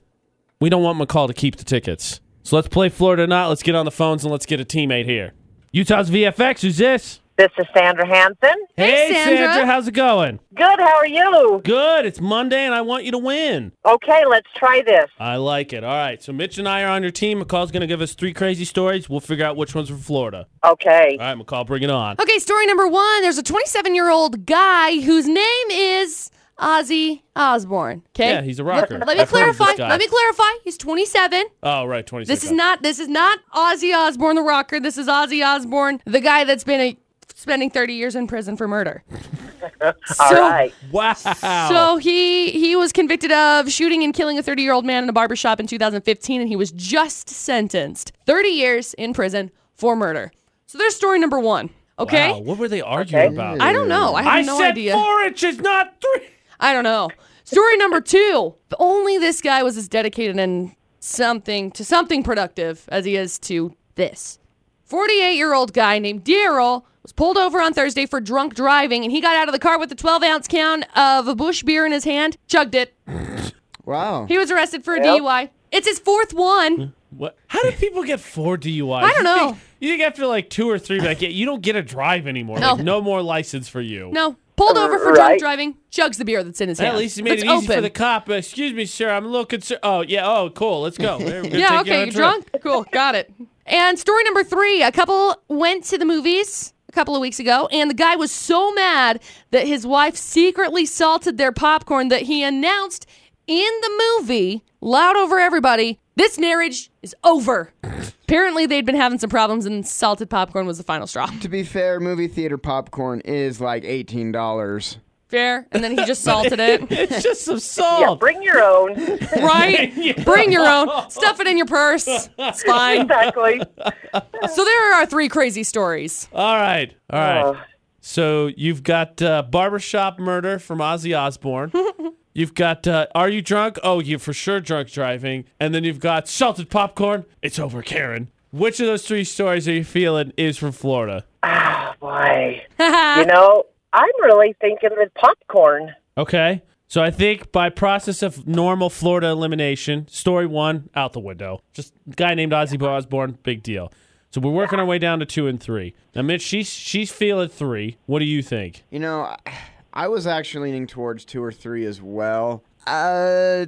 S1: we don't want McCall to keep the tickets. So let's play Florida or not. Let's get on the phones and let's get a teammate here. Utah's VFX. Who's this?
S4: This is Sandra Hansen.
S2: Hey, Sandra.
S1: How's it going?
S4: Good, how are you?
S1: Good. It's Monday and I want you to win.
S4: Okay, let's try this.
S1: I like it. All right. So Mitch and I are on your team. McCall's going to give us three crazy stories. We'll figure out which ones are from Florida.
S4: Okay.
S1: All right, McCall, bring it on.
S2: Okay, story number one. There's a 27 year old guy whose name is Ozzy Osbourne. Okay.
S1: Yeah, he's a rocker.
S2: Let me
S1: I've heard of this
S2: clarify.
S1: guy.
S2: Let me clarify. He's 27.
S1: Oh, right. 26.
S2: This is not. This is not Ozzy Osbourne the rocker. This is Ozzy Osbourne, the guy that's been a, spending 30 years in prison for murder.
S4: All right.
S1: Wow.
S2: So he he was convicted of shooting and killing a 30 year old man in a barbershop in 2015, and he was just sentenced 30 years in prison for murder. So there's story number one. Okay.
S1: Wow, What were they arguing
S4: Okay.
S1: about?
S2: I don't know. I have
S1: I
S2: no
S1: said
S2: idea.
S1: four inches, not three.
S2: I don't know. Story number two. Only this guy was as dedicated and something to something productive as he is to this. 48 year old guy named Daryl was pulled over on Thursday for drunk driving, and he got out of the car with a 12 ounce can of a Bush beer in his hand, chugged it.
S3: Wow.
S2: He was arrested for a
S4: Yep.
S2: DUI. It's his fourth one.
S1: What? How do people get four DUIs?
S2: I
S1: You
S2: don't
S1: think-
S2: know.
S1: You think after like two or three, like yeah, you don't get a drive anymore.
S2: No.
S1: Like, no more license for you.
S2: No, pulled over for drunk
S4: Right.
S2: driving, chugs the beer that's in his hand.
S1: At least you made
S2: That's
S1: it easy for
S2: open.
S1: the cop. Uh, excuse me, sir. I'm a little concerned. Oh yeah. Oh cool. Let's go. We're gonna take
S2: Yeah,
S1: you on
S2: okay.
S1: a
S2: You
S1: trip.
S2: drunk? Cool. Got it. And story number three a couple went to the movies a couple of weeks ago, and the guy was so mad that his wife secretly salted their popcorn that he announced in the movie, loud over everybody, this marriage is over. Apparently, they'd been having some problems, and salted popcorn was the final straw.
S3: To be fair, movie theater popcorn is like eighteen dollars.
S2: Fair. And then he just salted it.
S1: It's just some
S4: Yeah,
S1: salt.
S4: bring your own.
S2: Right? Bring your own. Stuff it in your purse. It's fine.
S4: exactly.
S2: So, there are our three crazy stories.
S1: All right. All right.
S4: Oh.
S1: So you've got uh, barbershop murder from Ozzy Osbourne. you've got uh, are you drunk? Oh, you for sure drunk driving. And then you've got salted popcorn. It's over, Karen. Which of those three stories are you feeling is from Florida?
S4: Boy. you know, I'm really thinking with popcorn.
S1: Okay. So I think by process of normal Florida elimination, story one out the window. Just guy named Ozzy Osbourne, big deal. So we're working our way down to two and three. Now, Mitch, she's she's feeling three. What do you think?
S3: You know, I- I was actually leaning towards two or three as well. Uh,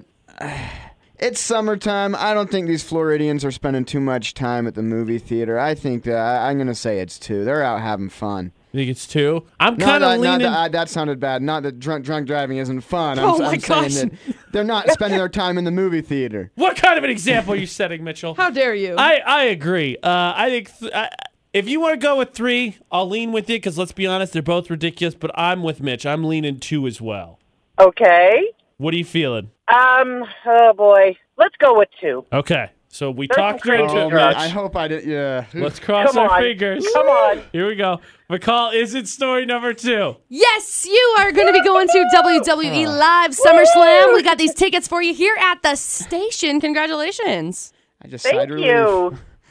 S3: it's summertime. I don't think these Floridians are spending too much time at the movie theater. I think that I, I'm gonna say it's two. They're out having fun.
S1: You think it's two? I'm
S3: Not
S1: kind of
S3: that, not
S1: leaning.
S3: that, uh, that sounded bad. Not that drunk drunk driving isn't fun. I'm,
S2: Oh
S3: s-
S2: my
S3: I'm
S2: gosh.
S3: saying that they're not spending their time in the movie theater.
S1: what kind of an example are you setting, Mitchell?
S2: How dare you?
S1: I I agree. Uh, I think th- I, if you want to go with three, I'll lean with you because let's be honest, they're both ridiculous. But I'm with Mitch. I'm leaning two as well.
S4: Okay.
S1: What are you feeling?
S4: Um, oh boy. Let's go with two.
S1: Okay, so we
S4: There's
S1: talked
S4: some
S1: her
S4: crazy
S1: into it,
S3: Oh,
S4: Too
S3: man,
S4: drugs.
S1: Mitch.
S3: I hope I did. Yeah.
S1: Let's cross
S4: Come
S1: our
S4: on.
S1: fingers.
S4: Come on.
S1: Here we go. McCall, is it story number two?
S2: Yes, you are going to be going to WWE Live SummerSlam. We got these tickets for you here at the station. Congratulations.
S3: I just
S4: Thank
S3: sighed relief.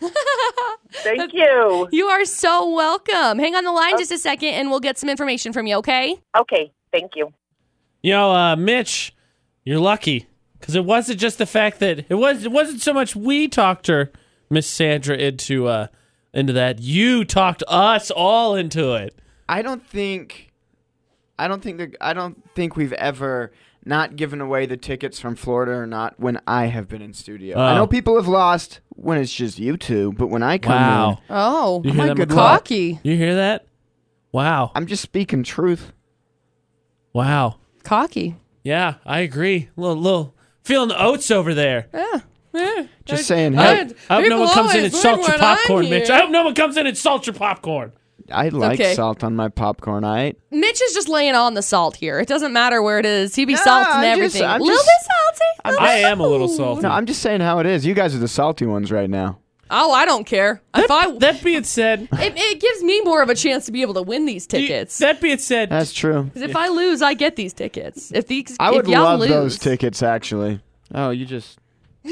S4: you. Thank you.
S2: You are so welcome. Hang on the line just a second and we'll get some information from you, okay?
S4: Okay, thank you.
S1: You know, uh, Mitch, you're lucky because it wasn't just the fact that it was it wasn't so much we talked her, Miss Sandra, into uh into that. You talked us all into it.
S3: I don't think I don't think that I don't think we've ever not given away the tickets from Florida or not when I have been in studio. I
S1: Oh.
S3: know people have lost when it's just you two, but when I come in,
S1: Wow.
S2: Oh,
S1: You hear that, McCall?
S2: cocky.
S1: You hear that? Wow.
S3: I'm just speaking truth.
S1: Wow.
S2: Cocky.
S1: Yeah, I agree. Little little feeling the oats over there.
S2: Yeah. yeah.
S3: Just saying,
S1: I,
S3: hey,
S2: Good.
S1: I hope no
S2: People
S1: one comes in
S2: always
S1: and salts
S2: win
S1: your
S2: when I'm
S1: popcorn, Mitch.
S2: here.
S1: I hope no one comes in and salts your popcorn.
S3: I like
S2: okay.
S3: salt on my popcorn. I
S2: Mitch is just laying on the salt here. It doesn't matter where it is. He be salting
S3: I'm just-
S2: everything.
S3: I'm
S2: little
S3: just-
S2: bit salty.
S1: I am a little salty.
S3: no, I'm just saying how it is. You guys are the salty ones right now.
S2: Oh, I don't care. If I,
S1: That being said,
S2: it, it gives me more of a chance to be able to win these tickets.
S1: that being said,
S3: That's true.
S2: 'Cause if I lose, I get these tickets. If these,
S3: I would
S2: if y'all
S3: love
S2: lose,
S3: those tickets, actually. Oh, you just.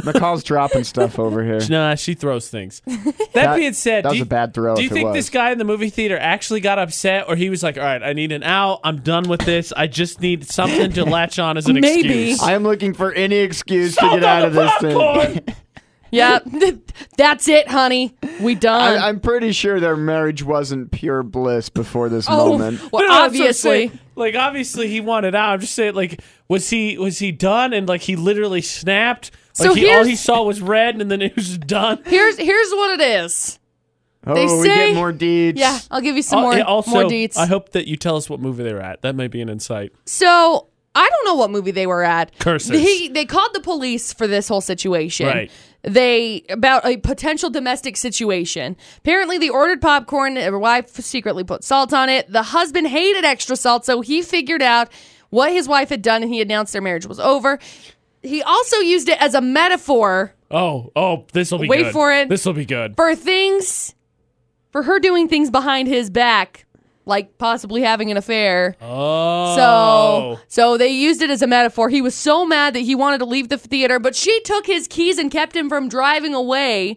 S3: McCall's dropping stuff over here.
S1: nah, she throws things. That,
S3: That-
S1: being said,
S3: that
S1: do
S3: was
S1: you-
S3: a bad throw
S1: Do you
S3: if it
S1: think
S3: was.
S1: this guy in the movie theater actually got upset, or he was like, "All right, I need an out. I'm done with this. I just need something to latch on as an
S2: Maybe.
S1: excuse."
S3: I am looking for any excuse to
S1: Salt
S3: get out
S1: on
S3: of
S1: the
S3: this
S1: popcorn!
S3: thing.
S2: yeah, that's it, honey. We
S3: I,
S2: done.
S3: I'm pretty sure their marriage wasn't pure bliss before this
S2: oh,
S3: moment.
S2: well,
S1: But I'm also
S2: obviously.
S1: saying, like obviously he wanted out. I'm just saying, like, was he was he done? And like he literally snapped. Like
S2: So
S1: he, all
S2: here's-
S1: he saw was red, and then it was done.
S2: Here's here's what it is.
S3: Oh,
S2: They
S3: we
S2: say-
S3: get more deeds.
S2: Yeah, I'll give you some
S1: Al-
S2: more
S1: yeah, Uh, also,
S2: more deets.
S1: I hope that you tell us what movie they were at. That might be an insight.
S2: So I don't know what movie they were at.
S1: Curses.
S2: They, they called the police for this whole situation.
S1: Right.
S2: They about a potential domestic situation. Apparently, they ordered popcorn. Their wife secretly put salt on it. The husband hated extra salt, so he figured out what his wife had done, and he announced their marriage was over. He also used it as a metaphor
S1: Oh, oh, this will be
S2: Wait
S1: good.
S2: for it.
S1: This will be good.
S2: for things, for her doing things behind his back, like possibly having an affair.
S1: Oh,
S2: So, so they used it as a metaphor. He was so mad that he wanted to leave the theater, but she took his keys and kept him from driving away.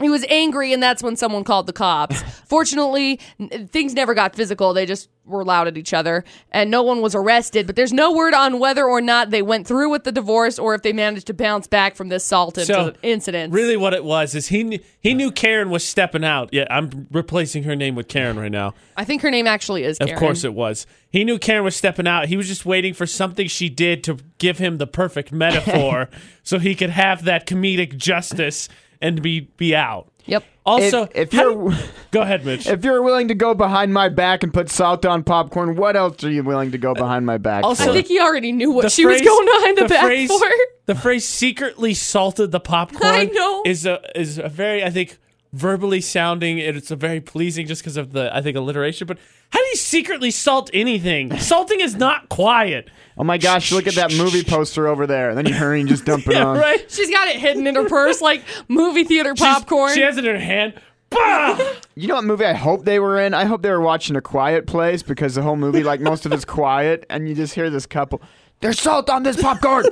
S2: He was angry, and that's when someone called the cops. Fortunately, n- things never got physical. They just were loud at each other, and no one was arrested. But there's no word on whether or not they went through with the divorce or if they managed to bounce back from this assault
S1: So,
S2: incident.
S1: Really, what it was is he kn- he knew Karen was stepping out. Yeah, I'm replacing her name with Karen right now.
S2: I think her name actually is Karen.
S1: Of course, it was. He knew Karen was stepping out. He was just waiting for something she did to give him the perfect metaphor, so he could have that comedic justice and be be out.
S2: Yep.
S3: If,
S1: Also,
S3: if
S1: how
S3: you're
S1: do- go ahead, Mitch.
S3: if you're willing to go behind my back and put salt on popcorn, what else are you willing to go behind my back?
S1: also-
S3: for?
S2: I think he already knew what
S1: The
S2: she was
S1: phrase-
S2: going behind the, back
S1: phrase,
S2: for.
S1: The phrase secretly salted the popcorn
S2: I know.
S1: is a is a very I think verbally sounding and it's a very pleasing just because of the I think alliteration, but how do you secretly salt anything? Salting is not quiet.
S3: oh my gosh, look at that movie poster over there. And then you hurry and just dump it on.
S1: Right?
S2: She's got it hidden in her purse, like movie theater
S1: She's-
S2: popcorn.
S1: She has it in her hand. Bah!
S3: You know what movie I hope they were in? I hope they were watching A Quiet Place because the whole movie, like most of it's quiet, and you just hear this couple, there's salt on this popcorn!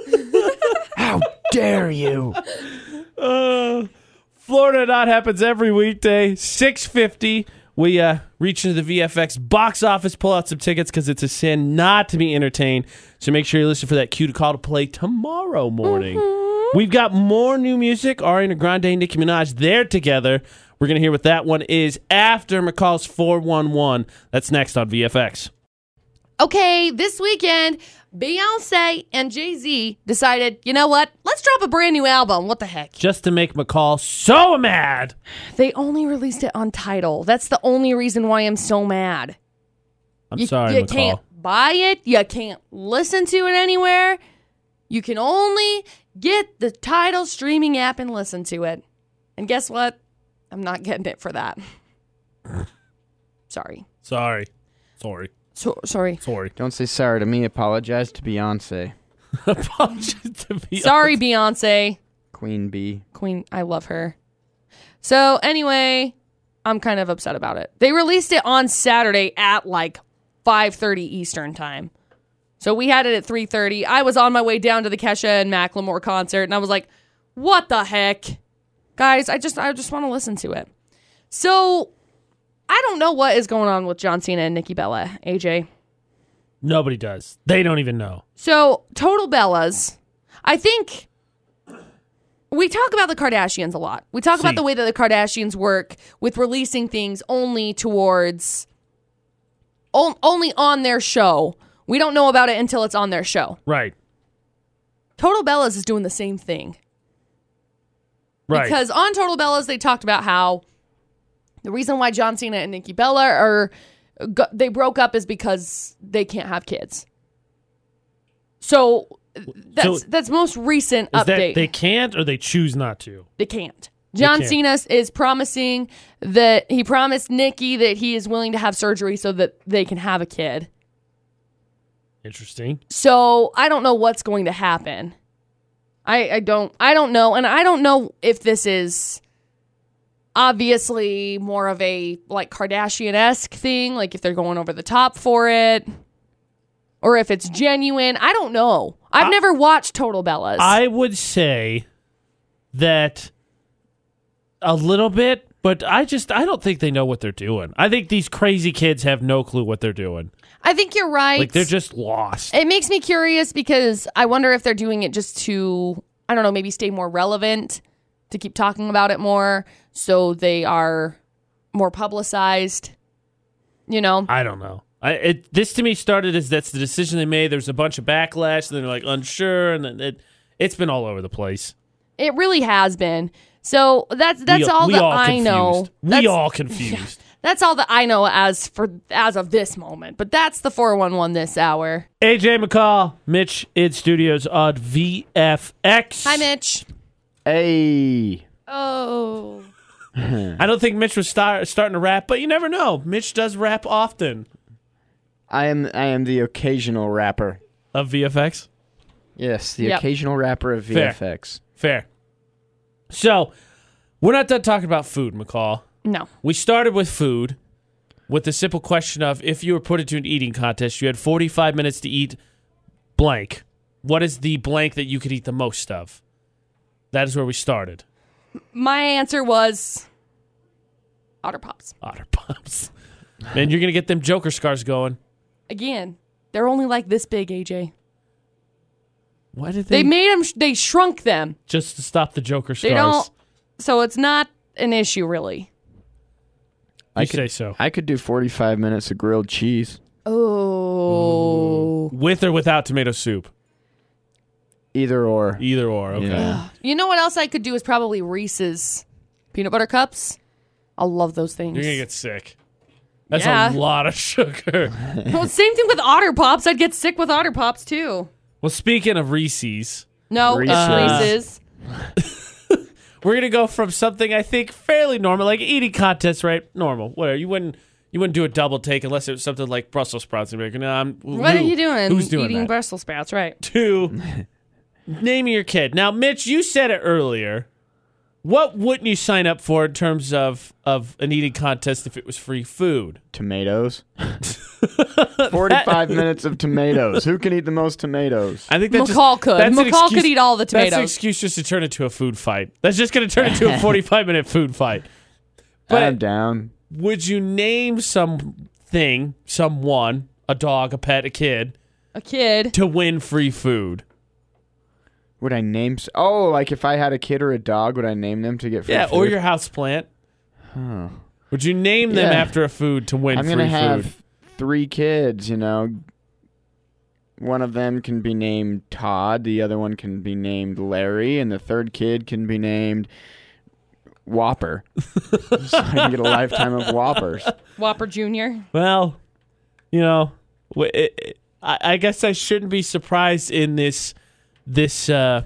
S3: How dare you!
S1: Uh, Florida Not happens every weekday, 650. We uh, reach into the VFX box office, pull out some tickets because it's a sin not to be entertained. So make sure you listen for that cue to call to play tomorrow morning.
S2: Mm-hmm.
S1: We've got more new music. Ariana Grande, Nicki Minaj, they're together. We're going to hear what that one is after McCall's 411. That's next on VFX.
S2: okay, this weekend, Beyonce and Jay Z decided, you know what? Let's drop a brand new album. What the heck?
S1: Just to make McCall so mad.
S2: They only released it on title. That's the only reason why I'm so mad.
S1: I'm sorry,
S2: you
S1: McCall.
S2: can't buy it. You can't listen to it anywhere. You can only get the title streaming app and listen to it. And guess what? I'm not getting it for that. sorry.
S1: Sorry. Sorry.
S2: So, sorry.
S1: Sorry.
S3: Don't say sorry to me, apologize to Beyonce,
S1: Apologies to be
S2: Sorry, Beyonce.
S3: Queen Bee.
S2: Queen, I love her. So anyway, I'm kind of upset about it. They released it on Saturday at like 5:30 Eastern time. So we had it at 3:30. I was on my way down to the Kesha and Macklemore concert and I was like, "What the heck? Guys, I just I just want to listen to it." So I don't know what is going on with John Cena and Nikki Bella, AJ.
S1: Nobody does. They don't even know.
S2: So, total Bellas. I think we talk about the Kardashians a lot. We talk
S1: See.
S2: about the way that the Kardashians work with releasing things only towards on, only on their show. We don't know about it until it's on their show.
S1: Right.
S2: Total Bellas is doing the same thing.
S1: Right.
S2: Because on Total Bellas, they talked about how the reason why John Cena and Nikki Bella are go- they broke up is because they can't have kids. So that's that's most recent
S1: Is that
S2: update.
S1: they can't or they choose not to.
S2: they can't. John
S1: can't.
S2: Cena is promising that he promised Nikki that he is willing to have surgery so that they can have a kid.
S1: Interesting.
S2: So I don't know what's going to happen. I, I don't I don't know, and I don't know if this is obviously more of a like Kardashian esque thing, like if they're going over the top for it, or if it's genuine. I don't know. I've never watched Total Bellas.
S1: I would say that a little bit, but I just I don't think they know what they're doing. I think these crazy kids have no clue what they're doing.
S2: I think you're right.
S1: Like they're just lost.
S2: it makes me curious because I wonder if they're doing it just to, I don't know, maybe stay more relevant, to keep talking about it more, so they are more publicized. You know,
S1: I don't know. I, it, this to me started as that's the decision they made. There's a bunch of backlash, and then they're like unsure, and then it it's been all over the place.
S2: it really has been. So that's that's
S1: we,
S2: all
S1: we
S2: that
S1: all
S2: I
S1: confused.
S2: know.
S1: We
S2: That's-
S1: all confused.
S2: That's all that I know as for as of this moment. But that's the 411 this hour.
S1: AJ McCall, Mitch in studios on VFX.
S2: Hi Mitch.
S3: Hey.
S2: Oh.
S1: I don't think Mitch was star- starting to rap, but you never know. Mitch does rap often
S3: I am I am the occasional rapper.
S1: of VFX.
S3: Yes, the
S2: Yep.
S3: occasional rapper of
S1: Fair.
S3: VFX.
S1: Fair. So we're not done talking about food, McCall.
S2: No.
S1: We started with food with the simple question of if you were put into an eating contest, you had 45 minutes to eat blank. What is the blank that you could eat the most of? That is where we started.
S2: My answer was Otter Pops.
S1: Otter Pops. Man, you're going to get them Joker scars going.
S2: Again, they're only like this big, AJ.
S1: Why did they,
S2: They made them they shrunk them.
S1: just to stop the Joker scars?
S2: They don't So it's not an issue really.
S1: I
S3: I
S1: say
S3: could,
S1: so.
S3: I could do 45 minutes of grilled cheese,
S2: Oh.
S1: With or without tomato soup?
S3: either or.
S1: Either or. Okay.
S2: Mm.
S3: Yeah.
S2: You know what else I could do is probably Reese's peanut butter cups. I love those things.
S1: You're going to get sick. That's
S2: Yeah.
S1: a lot of sugar.
S2: Well, same thing with Otter Pops. I'd get sick with Otter Pops too.
S1: well, speaking of Reese's,
S2: No, Reese's.
S3: Reese's.
S2: Reese's.
S1: we're gonna go from something I think fairly normal, like eating contests, right? Normal. Whatever. You wouldn't you wouldn't do a double take unless it was something like Brussels sprouts and be like, no, I'm
S2: What
S1: who-
S2: are you doing?
S1: Who's doing
S2: Eating
S1: that?
S2: Brussels sprouts, right?
S1: to naming your kid. Now, Mitch, you said it earlier. What wouldn't you sign up for in terms of of an eating contest if it was free food?
S3: Tomatoes. 45 minutes of tomatoes. Who can eat the most tomatoes?
S1: I think that
S2: McCall
S1: just,
S2: could.
S1: That's an
S2: McCall
S1: excuse-
S2: could eat all the tomatoes.
S1: That's an excuse just to turn into a food fight. That's just going to turn into a forty-five minute food fight. But
S3: I'm down.
S1: would you name something, someone, a dog, a pet, a kid,
S2: A kid.
S1: to win free food?
S3: Would I name? s- Oh, like if I had a kid or a dog, would I name them to get free
S1: Yeah, or
S3: food?
S1: your house plant. Would you name them
S3: Yeah.
S1: after a food to win
S3: I'm
S1: free
S3: gonna have
S1: food?
S3: three kids. You know, one of them can be named Todd, the other one can be named Larry, and the third kid can be named Whopper. so I can get a lifetime of Whoppers.
S2: Whopper Jr.
S1: Well, you know, w- it, it, I, I guess I shouldn't be surprised in this this uh,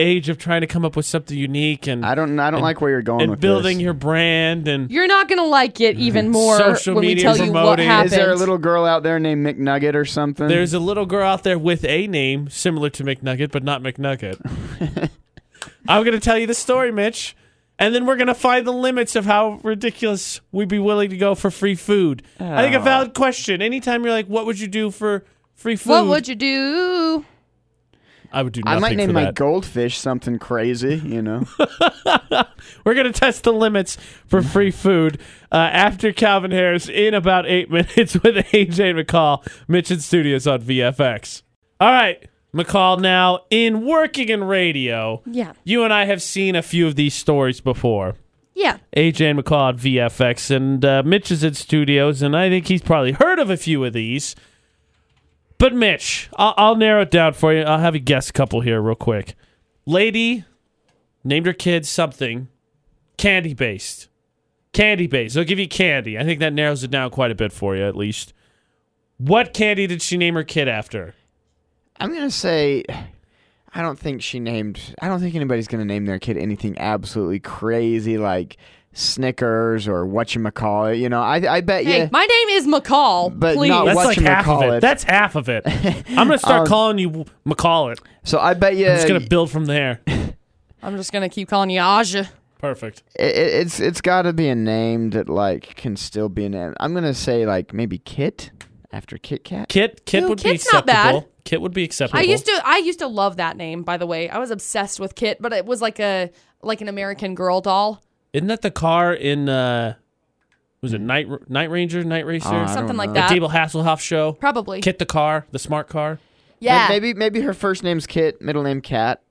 S1: age of trying to come up with something unique and
S3: I don't. I don't like where you're going
S1: and
S3: with
S1: building
S3: this.
S1: your brand and
S2: You're not going to like it even more
S1: Mm. Social
S2: when we
S1: media
S2: tell you what
S1: promoting. Is
S2: happened.
S3: Is there a little girl out there named McNugget or something?
S1: There's a little girl out there with a name similar to McNugget, but not McNugget. I'm going to tell you the story, Mitch, and then we're going to find the limits of how ridiculous we'd be willing to go for free food. I think a
S3: Ah.
S1: valid question. Anytime you're like, "What would you do for free food?"
S2: what would you do?
S1: I would do.
S3: I
S1: Nothing
S3: might name
S1: for
S3: my
S1: that.
S3: goldfish something crazy. You know.
S1: We're going to test the limits for free food uh, after Calvin Harris in about eight minutes with AJ McCall, Mitch and Studios on VFX. All right, McCall now in working in radio.
S2: Yeah.
S1: You and I have seen a few of these stories before.
S2: Yeah.
S1: AJ and McCall at VFX, and uh, Mitch is at studios, and I think he's probably heard of a few of these. But Mitch, I'll, I'll narrow it down for you. I'll have a guess couple here real quick. Lady named her kid something candy based. Candy based. They'll give you candy. I think that narrows it down quite a bit for you, at least. What candy did she name her kid after?
S3: I'm gonna say, I don't think she named. I don't think anybody's gonna name their kid anything absolutely crazy like Snickers or what you call it. You know, I I bet
S2: Hey,
S3: you.
S2: my name is McCall.
S3: But
S2: please.
S3: not
S1: That's
S3: What
S1: like
S3: you
S1: half of
S3: call
S1: it.
S3: it.
S1: That's half of it. I'm gonna start calling you McCall it.
S3: so I bet you. uh,
S1: It's gonna build from there.
S2: I'm just going to keep calling you Aja.
S1: Perfect.
S3: It, it- it's it's got to be a name that like can still be a name. I'm gonna say like maybe Kit after Kit Kat.
S1: Kit Kit
S2: Ew,
S1: would be
S2: Kit's not
S1: acceptable.
S2: bad.
S1: Kit would be acceptable.
S2: I used to I used to love that name, by the way. I was obsessed with Kit, but it was like a like an American girl doll.
S1: Isn't that the car in uh was it Night R- Night Ranger, Night Racer?
S3: Uh, I don't
S2: Something like
S3: know.
S1: the
S2: that.
S1: Dable Hasselhoff show.
S2: Probably.
S1: Kit the car, the smart car.
S2: Yeah.
S3: Maybe maybe her first name's Kit, middle name Kat.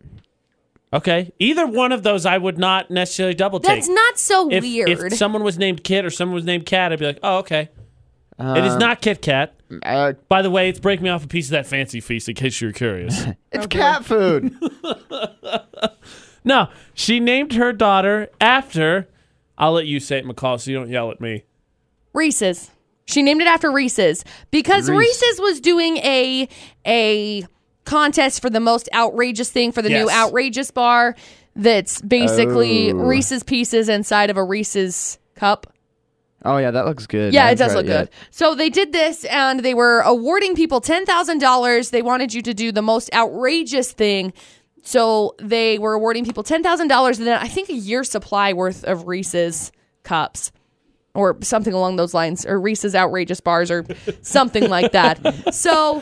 S1: Okay. Either one of those I would not necessarily double take.
S2: That's not so
S1: if,
S2: weird.
S1: if someone was named Kit or someone was named Kat, I'd be like, oh, okay. it is
S3: Um,
S1: not Kit Kat.
S3: Uh,
S1: By the way, it's break me off a piece of that fancy feast in case you were curious.
S3: it's cat food.
S1: no, she named her daughter after. I'll let you say it, McCall, so you don't yell at me.
S2: Reese's. She named it after Reese's because
S3: Reese.
S2: Reese's was doing a a contest for the most outrageous thing for the new
S1: Yes.
S2: outrageous bar that's basically
S3: Oh.
S2: Reese's pieces inside of a Reese's cup.
S3: oh yeah, that looks good.
S2: Yeah,
S3: I
S2: it does look
S3: haven't tried
S2: good. So they did this and they were awarding people $10,000. They wanted you to do the most outrageous thing. So they were awarding people $10,000 and then I think a year's supply worth of Reese's cups or something along those lines or Reese's outrageous bars or something like that. So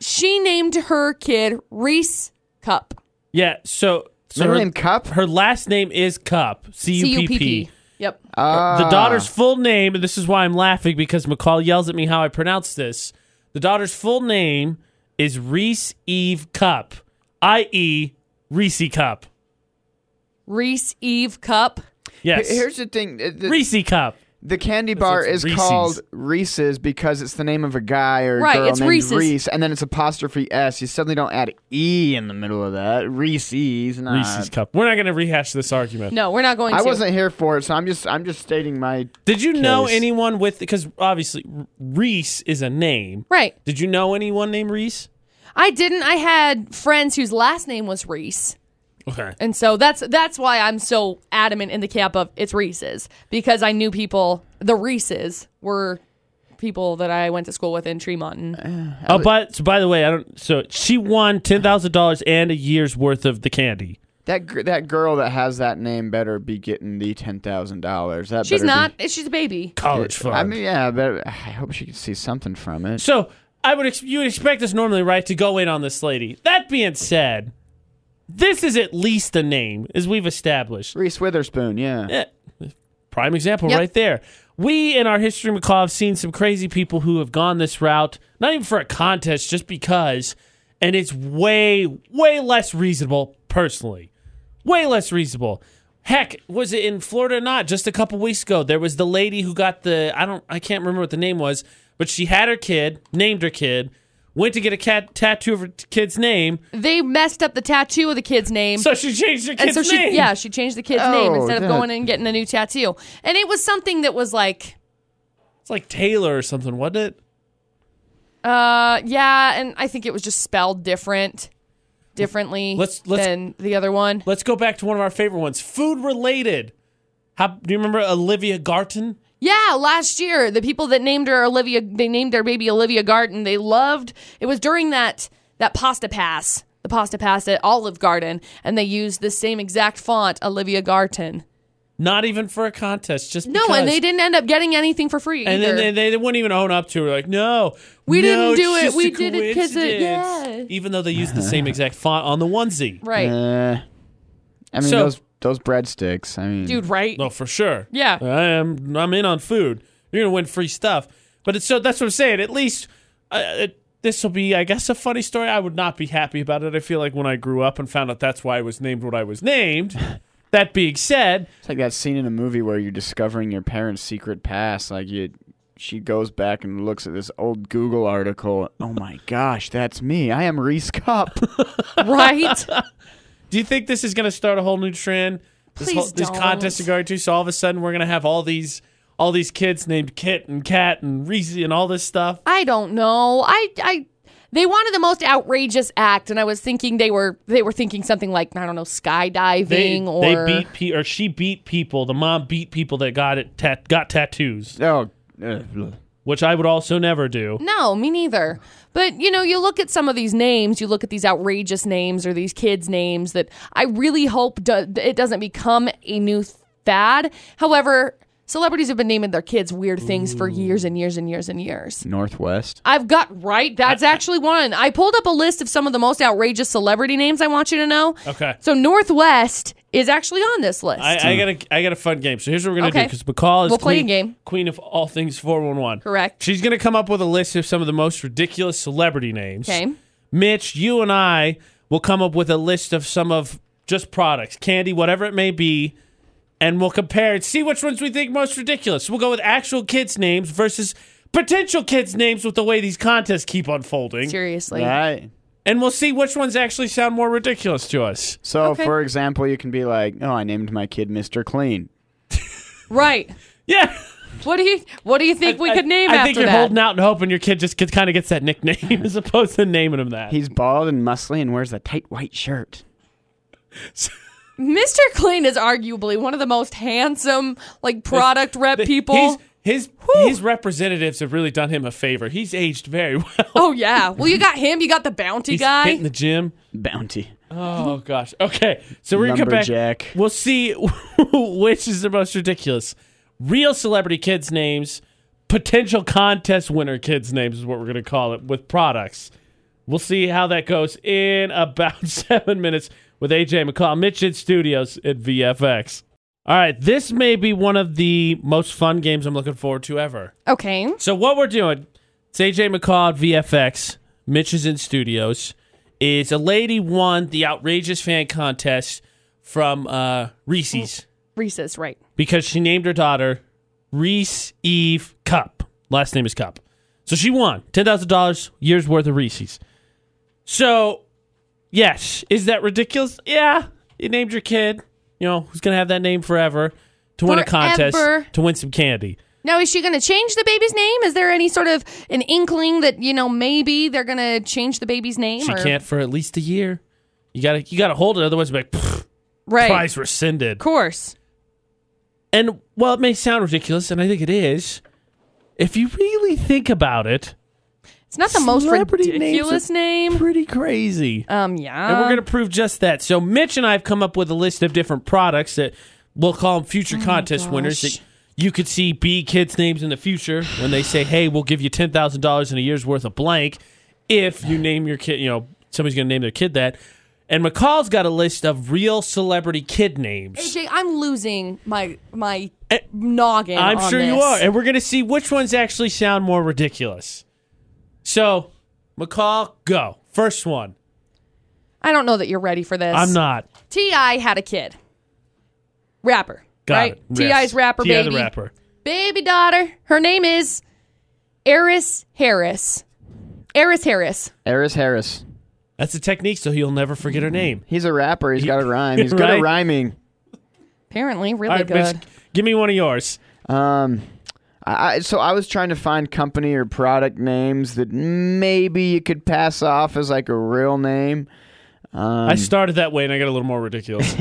S2: she named her kid Reese Cup.
S1: Yeah, so. so
S3: Yet. Middle
S1: her-
S3: name Cup.
S1: Her last name is Cup. C E U P P.
S2: Yep.
S3: Ah.
S1: The daughter's full name, and this is why I'm laughing because McCall yells at me how I pronounce this. The daughter's full name is Reese Eve Cup, i.e., Reese Cup.
S2: Reese Eve Cup.
S3: Here-
S1: Yes.
S3: Here's the thing. uh, The,
S1: Reese Cup.
S3: the candy bar
S1: it's
S3: is
S1: Reese's.
S3: called Reese's because it's the name of a guy or a
S2: Right,
S3: girl
S2: it's
S3: named
S2: Reese's.
S3: Reese, and then it's apostrophe S. You suddenly don't add E in the middle of that. Reese's. Nah.
S1: Reese's Cup. We're not going to rehash this argument.
S2: No, we're not going
S3: I
S2: to.
S3: wasn't here for it, so I'm just I'm just stating my.
S1: Did you know
S3: Case.
S1: anyone with, because obviously R- Reese is a name.
S2: Right.
S1: Did you know anyone named Reese?
S2: I didn't. I had friends whose last name was Reese.
S1: Okay.
S2: And so that's that's why I'm so adamant in the camp of it's Reese's because I knew people the Reese's were people that I went to school with in Tremont. And
S1: Oh, but so by the way, I don't. So she won ten thousand dollars and a year's worth of the candy.
S3: That gr- that girl that has that name better be getting the ten thousand dollars. That
S2: she's
S3: better be-
S2: not. She's a baby.
S1: College fund.
S3: I mean, yeah, but I hope she can see something from it.
S1: So I would ex- you would expect us normally, right, to go in on this lady. That being said, this is at least a name, as we've established.
S3: Reese Witherspoon, yeah.
S1: Eh, prime example
S2: Yep.
S1: right there. We in our history, McCall, have seen some crazy people who have gone this route, not even for a contest, just because, and it's way, way less reasonable, personally. Way less reasonable. Heck, was it in Florida or not? Just a couple weeks ago, there was the lady who got the I don't I can't remember what the name was, but she had her kid, named her kid, went to get a cat tattoo of her t- kid's name,
S2: They messed up the tattoo of the kid's name.
S1: so she changed her
S2: Mm. and
S1: kid's
S2: so she
S1: name.
S2: yeah, she changed the kid's name
S3: Oh,
S2: instead of
S3: that-
S2: going and getting a new tattoo. And it was something that was like
S1: it's like Taylor or something, wasn't it?
S2: uh yeah, and I think it was just spelled different differently
S1: Let's- let's-
S2: than the other one.
S1: Let's go back to one of our favorite ones, food related. How do you remember Olivia Garten?
S2: Yeah, last year the people that named her Olivia, they named their baby Olivia Garden. They loved it was during that that pasta pass, the pasta pass at Olive Garden, and they used the same exact font, Olivia Garten.
S1: Not even for a contest, just
S2: No,
S1: because.
S2: and they didn't end up getting anything for free.
S1: And
S2: either.
S1: then they, they, wouldn't even own up to it. Like, no,
S2: We
S1: no,
S2: didn't do
S1: it's
S2: it.
S1: just
S2: We
S1: a
S2: did it 'cause it-
S1: coincidence.
S2: yeah.
S1: Even though they used the same exact font on the onesie.
S2: right,
S3: Uh, I mean
S1: So-
S3: those those breadsticks. I mean,
S2: dude, right?
S1: No, Oh, for sure.
S2: Yeah.
S1: I am. I'm in on food. You're gonna win free stuff. But it's so that's what I'm saying. At least uh, it, this will be, I guess, a funny story. I would not be happy about it. I feel like when I grew up and found out that's why I was named what I was named. that being said,
S3: it's like that scene in a movie where you're discovering your parents' secret past. Like you, she goes back and looks at this old Google article. Oh my gosh, that's me. I am Reese Cup.
S2: Right?
S1: Do you think this is going to start a whole new trend? This
S2: Please
S1: whole, These
S2: don't.
S1: contests are going to. So all of a sudden, we're going to have all these all these kids named Kit and Kat and Reese and all this stuff.
S2: I don't know. I I they wanted the most outrageous act, and I was thinking they were they were thinking something like I don't know skydiving
S1: They,
S2: or
S1: they beat pe- or she beat people. The mom beat people that got it tat- got tattoos.
S3: oh, uh,
S1: which I would also never do.
S2: No, me neither. But you know, you look at some of these names, you look at these outrageous names or these kids' names that I really hope do- it doesn't become a new fad. However, celebrities have been naming their kids weird things for years and years and years and years.
S3: Northwest.
S2: I've got right. That's actually one. I pulled up a list of some of the most outrageous celebrity names I want you to know.
S1: Okay.
S2: So Northwest is actually on this list.
S1: I, I got a I got a fun game. So here's what we're gonna do
S2: Okay.
S1: because McCall is
S2: We'll play a
S1: queen,
S2: game.
S1: queen of all things four one one.
S2: Correct.
S1: She's gonna come up with a list of some of the most ridiculous celebrity names.
S2: Okay.
S1: Mitch, you and I will come up with a list of some of just products, candy, whatever it may be, and we'll compare and see which ones we think most ridiculous. We'll go with actual kids' names versus potential kids' names with the way these contests keep unfolding.
S2: Seriously.
S3: All right.
S1: And we'll see which ones actually sound more ridiculous to us.
S3: So,
S2: Okay.
S3: for example, you can be like, "Oh, I named my kid Mr. Clean."
S2: Right.
S1: Yeah.
S2: What do you What do you think we could name
S1: I, I
S2: after
S1: think you're
S2: that?
S1: holding out and hoping your kid just kind of gets that nickname as opposed to naming him that.
S3: He's bald and muscly and wears a tight white shirt.
S2: Mr. Clean is arguably one of the most handsome, like product rep
S1: But
S2: people.
S1: He's, his his representatives have really done him a favor. He's aged very well.
S2: oh yeah. Well, you got him. You got the bounty
S1: He's
S2: guy.
S1: hitting the gym.
S3: Bounty.
S1: Oh gosh. Okay, so we're gonna come back.
S3: Lumberjack.
S1: We'll see which is the most ridiculous. Real celebrity kids' names, potential contest winner kids' names is what we're gonna call it with products. We'll see how that goes in about seven minutes with AJ McCall, Mitch in Studios at VFX. All right, this may be one of the most fun games I'm looking forward to ever.
S2: okay.
S1: So what we're doing, it's AJ McCall at VFX, Mitch is in studios, is a lady won the outrageous fan contest from uh, Reese's
S2: Reese's right.
S1: because she named her daughter Reese Eve Cup. Last name is Cup. So she won $10,000 years worth of Reese's. So, yes, is that ridiculous? Yeah, you named your kid, you know, who's going to have that name forever to win a
S2: Forever.
S1: contest, to win some candy.
S2: Now, is she going to change the baby's name? Is there any sort of an inkling that you know maybe they're going to change the baby's name?
S1: She
S2: or-
S1: can't for at least a year. You gotta you gotta hold it, otherwise it'll be like "Pfft,
S2: Right.
S1: prize rescinded.
S2: Of course.
S1: And while it may sound ridiculous, and I think it is, if you really think about it,
S2: It's not the most
S1: Celebrity names
S2: ridiculous
S1: are
S2: name.
S1: pretty crazy.
S2: Um. Yeah.
S1: and we're gonna prove just that. So Mitch and I have come up with a list of different products that we'll call them future
S2: Oh
S1: contest winners that you could see be kids' names in the future when they say, Hey, we'll give you ten thousand dollars in a year's worth of blank if you name your kid you know, somebody's gonna name their kid that. And McCall's got a list of real celebrity kid names.
S2: AJ, I'm losing my my noggin.
S1: Eh, I'm
S2: on
S1: sure you
S2: this.
S1: are. And we're going to see which ones actually sound more ridiculous. So, McCall, go. First one.
S2: I don't know that you're ready for this.
S1: I'm not.
S2: Ti had a kid. Rapper.
S1: Got
S2: right.
S1: it.
S2: Ti's rapper
S1: T.I.
S2: baby.
S1: the rapper.
S2: Baby daughter. Her name is Eris Harris. Eris Harris.
S3: Eris Harris.
S1: That's a technique, so he'll never forget her name.
S2: Oh
S3: He's a rapper. He's got a rhyme. He's good
S1: Right.
S3: at rhyming.
S2: Apparently, really
S1: All right,
S2: good.
S1: Mitch, give me one of yours.
S3: Um, I, I- so I was trying to find company or product names that maybe you could pass off as like a real name.
S1: I started that way and I got a little more ridiculous.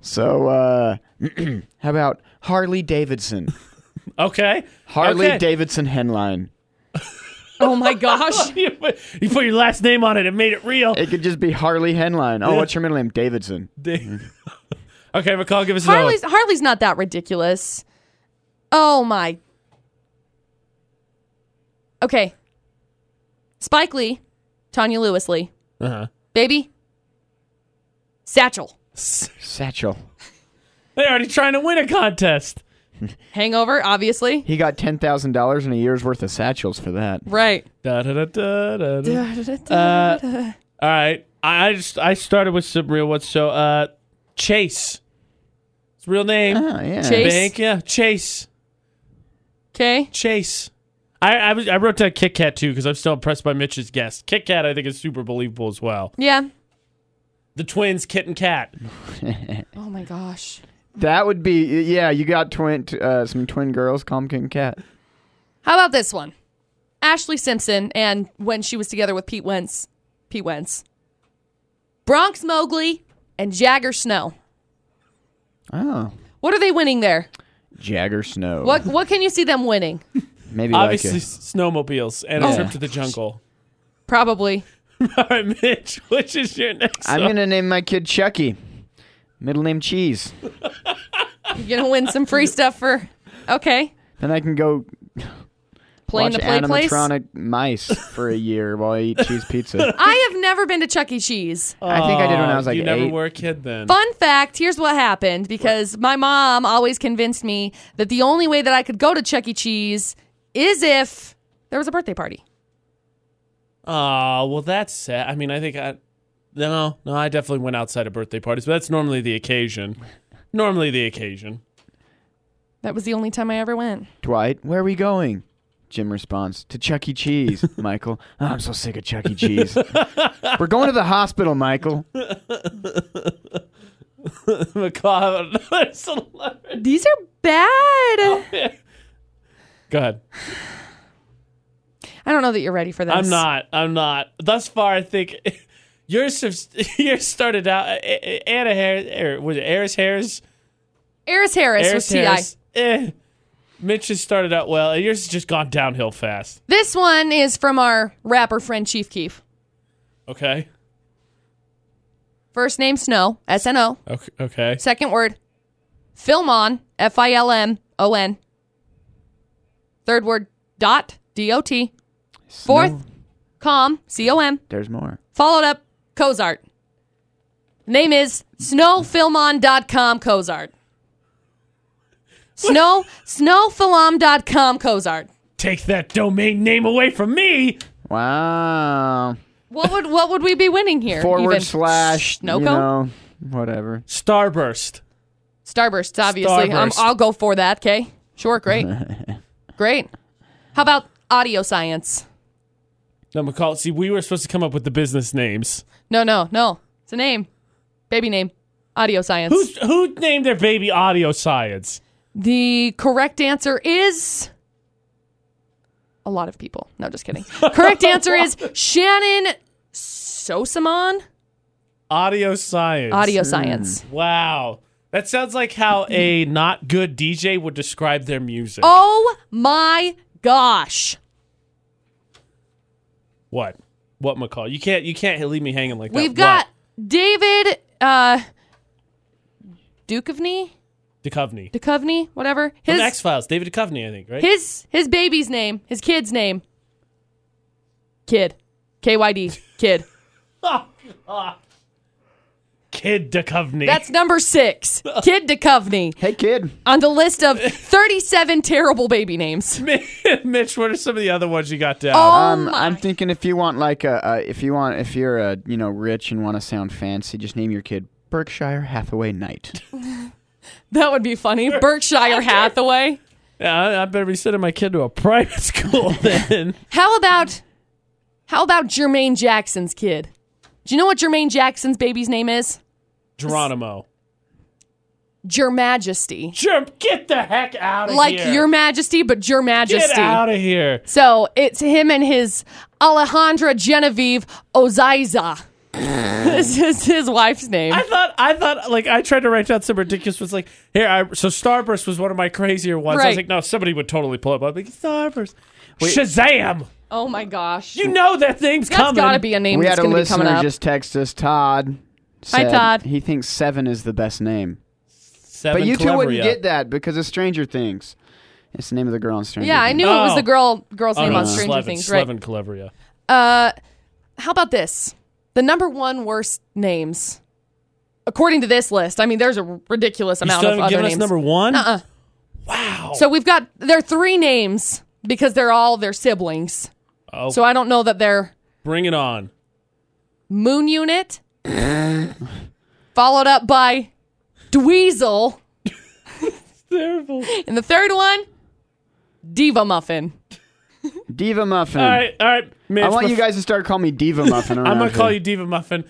S3: So uh, how about Harley Davidson?
S1: Okay.
S3: Harley
S1: okay.
S3: Davidson Henline.
S2: Oh my gosh.
S1: You put, you put your last name on it and made it real.
S3: It could just be Harley Henline. Oh,
S1: Yeah.
S3: what's your middle name? Davidson.
S1: okay, McCall, give us another one.
S2: Harley's Harley's not that ridiculous. Oh my. Okay. Spike Lee, Tanya Lewis Lee,
S1: Uh-huh.
S2: baby. Satchel,
S3: Satchel.
S1: They're already trying to win a contest.
S2: Hangover, obviously.
S3: He got ten thousand dollars and a year's worth of satchels for that.
S2: Right.
S1: Da, da, da, da, da, da. All right. I I just I started with some real ones. So uh Chase. It's real name.
S3: Oh yeah.
S2: Uh, Chase.
S1: Bank, yeah. Chase.
S2: Okay.
S1: Chase. I, I was I wrote down Kit Kat too because I'm still impressed by Mitch's guess. Kit Kat I think is super believable as well.
S2: Yeah.
S1: The twins, Kit and Kat.
S2: Oh my gosh.
S3: That would be yeah. You got twin uh, some twin girls. Calm King Cat.
S2: How about this one? Ashley Simpson and when she was together with Pete Wentz. Pete Wentz. Bronx Mowgli and Jagger Snow.
S3: Oh,
S2: What are they winning there?
S3: Jagger Snow.
S2: What what can you see them winning?
S3: Maybe
S1: Obviously,
S3: like it.
S1: s- snowmobiles and a
S3: Yeah.
S1: trip to the jungle.
S2: Probably.
S1: All right, Mitch, which is your next
S3: I'm
S1: song?
S3: gonna name my kid Chucky. Middle name Cheese.
S2: You're gonna win some free stuff for. Okay.
S3: Then I can go
S2: Playing
S3: watch
S2: the play place.
S3: animatronic mice for a year while I eat cheese pizza.
S2: I have never been to Chuck E. Cheese.
S3: I think I did when I
S1: Aw,
S3: was like
S1: You never
S3: eight.
S1: were a kid then.
S2: Fun fact here's what happened because my mom always convinced me that the only way that I could go to Chuck E. Cheese is if there was a birthday party.
S1: Aw, well, that's sad. I mean, I think I. No, no, I definitely went outside of birthday parties, but that's normally the occasion. Normally the occasion.
S2: That was the only time I ever went.
S3: Dwight, where are we going? Jim responds to Chuck E. Cheese. Michael, "Oh, I'm so sick of Chuck E. Cheese. We're going to the hospital, Michael.
S1: McCall, another celebrity.
S2: These are
S1: Oh.
S2: bad.
S1: Go ahead.
S2: I don't know that you're ready for this.
S1: I'm not. I'm not. Thus far, I think yours have, yours started out. A- A- Anna Harris, or was it Harris Harris?
S2: Eris Harris
S1: Harris
S2: was T.I.
S1: Eh. Mitch has started out well, and yours has just gone downhill fast.
S2: This one is from our rapper friend Chief Keef.
S1: Okay.
S2: First name Snow, S N O.
S1: Okay. Okay.
S2: Second word, Filmon, F I L M O N. Third word, dot, D O T. Fourth,
S3: Snow-
S2: com, C O M.
S3: There's more.
S2: Followed up, Cozart. Name is snowfilmon.com Cozart. Snow, snowfilm.com Cozart.
S1: Take that domain name away from me.
S3: Wow.
S2: What would what would we be winning here?
S3: Forward
S2: even?
S3: slash.
S2: Snow
S3: you
S2: cone?
S3: know, whatever.
S1: Starburst.
S2: Starburst, obviously. Um,
S1: Starburst.
S2: I'll go for that. Okay. Sure. Great. great. How about audio science?
S1: No, McCall. See, we were supposed to come up with the business names.
S2: No, no, no. It's a name. Baby name. Audio science.
S1: Who's who named their baby Audio Science?
S2: the correct answer is a lot of people. No, just kidding. Correct answer is Shannon Sosamon.
S1: Audio Science.
S2: Audio science.
S1: Wow. That sounds like how a not good DJ would describe their music.
S2: Oh my gosh.
S1: What? What McCall? You can't you can't leave me hanging like that.
S2: We've got David uh Duchovny,
S1: what? Duchovny.
S2: Duchovny, whatever. His
S1: From X Files, David Duchovny, I think, right?
S2: his his baby's name, his kid's name. Kid. KYD. Kid.
S1: Kid Duchovny.
S2: That's number 6. Kid Duchovny
S3: Hey, kid.
S2: on the list of 37 terrible baby names.
S1: Mitch. What are some of the other ones you got down?
S2: Oh
S3: Um,
S2: my.
S3: I'm thinking if you want like a, a if you want if you're a you know rich and want to sound fancy, just name your kid Berkshire Hathaway Knight.
S2: that would be funny. Berkshire Hathaway.
S1: Yeah, I, I better be sending my kid to a private school then.
S2: How about How about Jermaine Jackson's kid? Do you know what Jermaine Jackson's baby's name is?
S1: Geronimo.
S2: Your Majesty.
S1: Jump! Get the heck out of
S2: like
S1: here!
S2: Your Majesty, but Your Majesty.
S1: Get out of here!
S2: So it's him and his Alejandra Genevieve Ozaiza. this is his wife's name.
S1: I thought I thought like I tried to write down some ridiculous ones like here I so Starburst was one of my crazier ones. I was
S2: Right.
S1: like, no, somebody would totally pull up. I'm like, Starburst. Shazam!
S2: oh my gosh.
S1: You know that thing's
S2: That's
S1: coming.
S2: gotta be a name
S3: we
S2: that's
S3: had a
S2: gonna be coming
S3: listener
S2: up.
S3: just text us Todd.
S2: Hi,
S3: said
S2: Todd.
S3: He thinks seven is the best name,
S1: Seven
S3: but you two
S1: Cleveria.
S3: wouldn't get that because of Stranger Things. It's the name of the girl on Stranger.
S2: yeah, I
S3: Things.
S2: knew it was
S1: Oh.
S2: the girl girl's
S1: Oh,
S2: name
S1: no,
S2: on
S1: no,
S2: Stranger
S1: Slevin,
S2: Things, right?
S1: Slevin Calabria.
S2: Uh, how about this? The number one worst names, according to this list. I mean, there's a ridiculous
S1: You
S2: amount
S1: still
S2: of
S1: haven't
S2: other
S1: given
S2: names.
S1: us number one?
S2: Uh-uh.
S1: Wow.
S2: So we've got there are three names because they're all their siblings.
S1: Oh.
S2: So I don't know that they're
S1: Bring it on.
S2: Moon Unit, followed up by Dweezil,
S1: Terrible.
S2: and the third one, Diva Muffin.
S3: Diva Muffin.
S1: All right, all right, Mitch.
S3: I want you
S1: bef-
S3: guys to start calling me Diva Muffin.
S1: I'm
S3: around
S1: gonna call
S3: here.
S1: you Diva Muffin.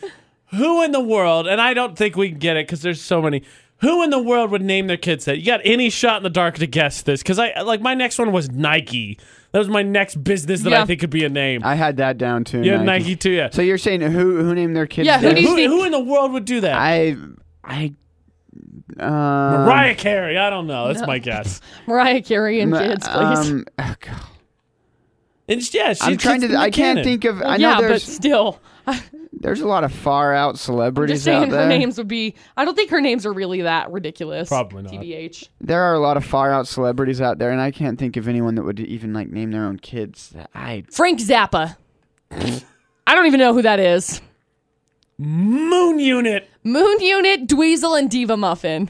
S1: Who in the world? And I don't think we can get it because there's so many. Who in the world would name their kids that? You got any shot in the dark to guess this? Because I like my next one was Nike. That was my next business that I
S2: Yeah.
S1: think could be a name.
S3: I had that down too.
S1: yeah, Nike. too. Yeah.
S3: So you're saying who who named their kids?
S2: Yeah, who
S3: this?
S2: do you
S1: who,
S2: think-
S1: who in the world would do that?
S3: I um, I uh,
S1: Mariah Carey. I don't know. That's my guess.
S2: Mariah Carey and
S3: M-
S2: kids, please.
S3: Um, oh, God.
S1: And she- yeah, she,
S3: I'm trying to. I can't think of. I know
S2: yeah, but
S3: there's
S2: still,
S3: there's a lot of far out
S2: just
S3: celebrities out
S2: saying
S3: there.
S2: her names would be. I don't think her names are really that ridiculous.
S1: Probably not.
S2: Tbh.
S3: There are a lot of far out celebrities out there, and I can't think of anyone that would even like name their own kids. That I
S2: Frank Zappa. I don't even know who that is.
S1: Moon Unit.
S2: Moon Unit, Dweezil, and Diva Muffin.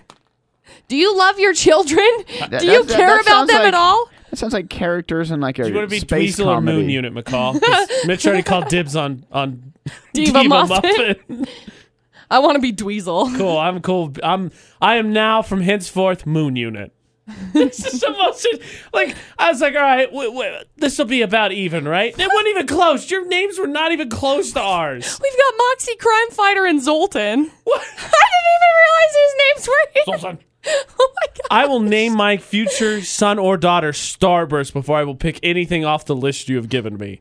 S2: Do you love your children?
S3: that-
S2: Do you
S3: that- that
S2: care about
S3: sounds
S2: them
S3: like-
S2: at all?
S3: that sounds like characters in like a
S1: You want to be
S3: space
S1: Dweezil or
S3: comedy.
S1: Moon Unit, McCall? 'Cause Mitch already called dibs on on
S2: Diva Muffin.
S1: Muffin.
S2: I want to be Dweezil.
S1: Cool. I'm cool. I'm I am now from henceforth Moon Unit. this is the most like I was like, all right, w- w- this will be about even, right? They weren't even close. Your names were not even close to ours.
S2: We've got Moxie, Crime Fighter, and Zoltan.
S1: What?
S2: I didn't even realize these names were here.
S1: Zoltan.
S2: Oh my god.
S1: I will name my future son or daughter Starburst before I will pick anything off the list you have given me.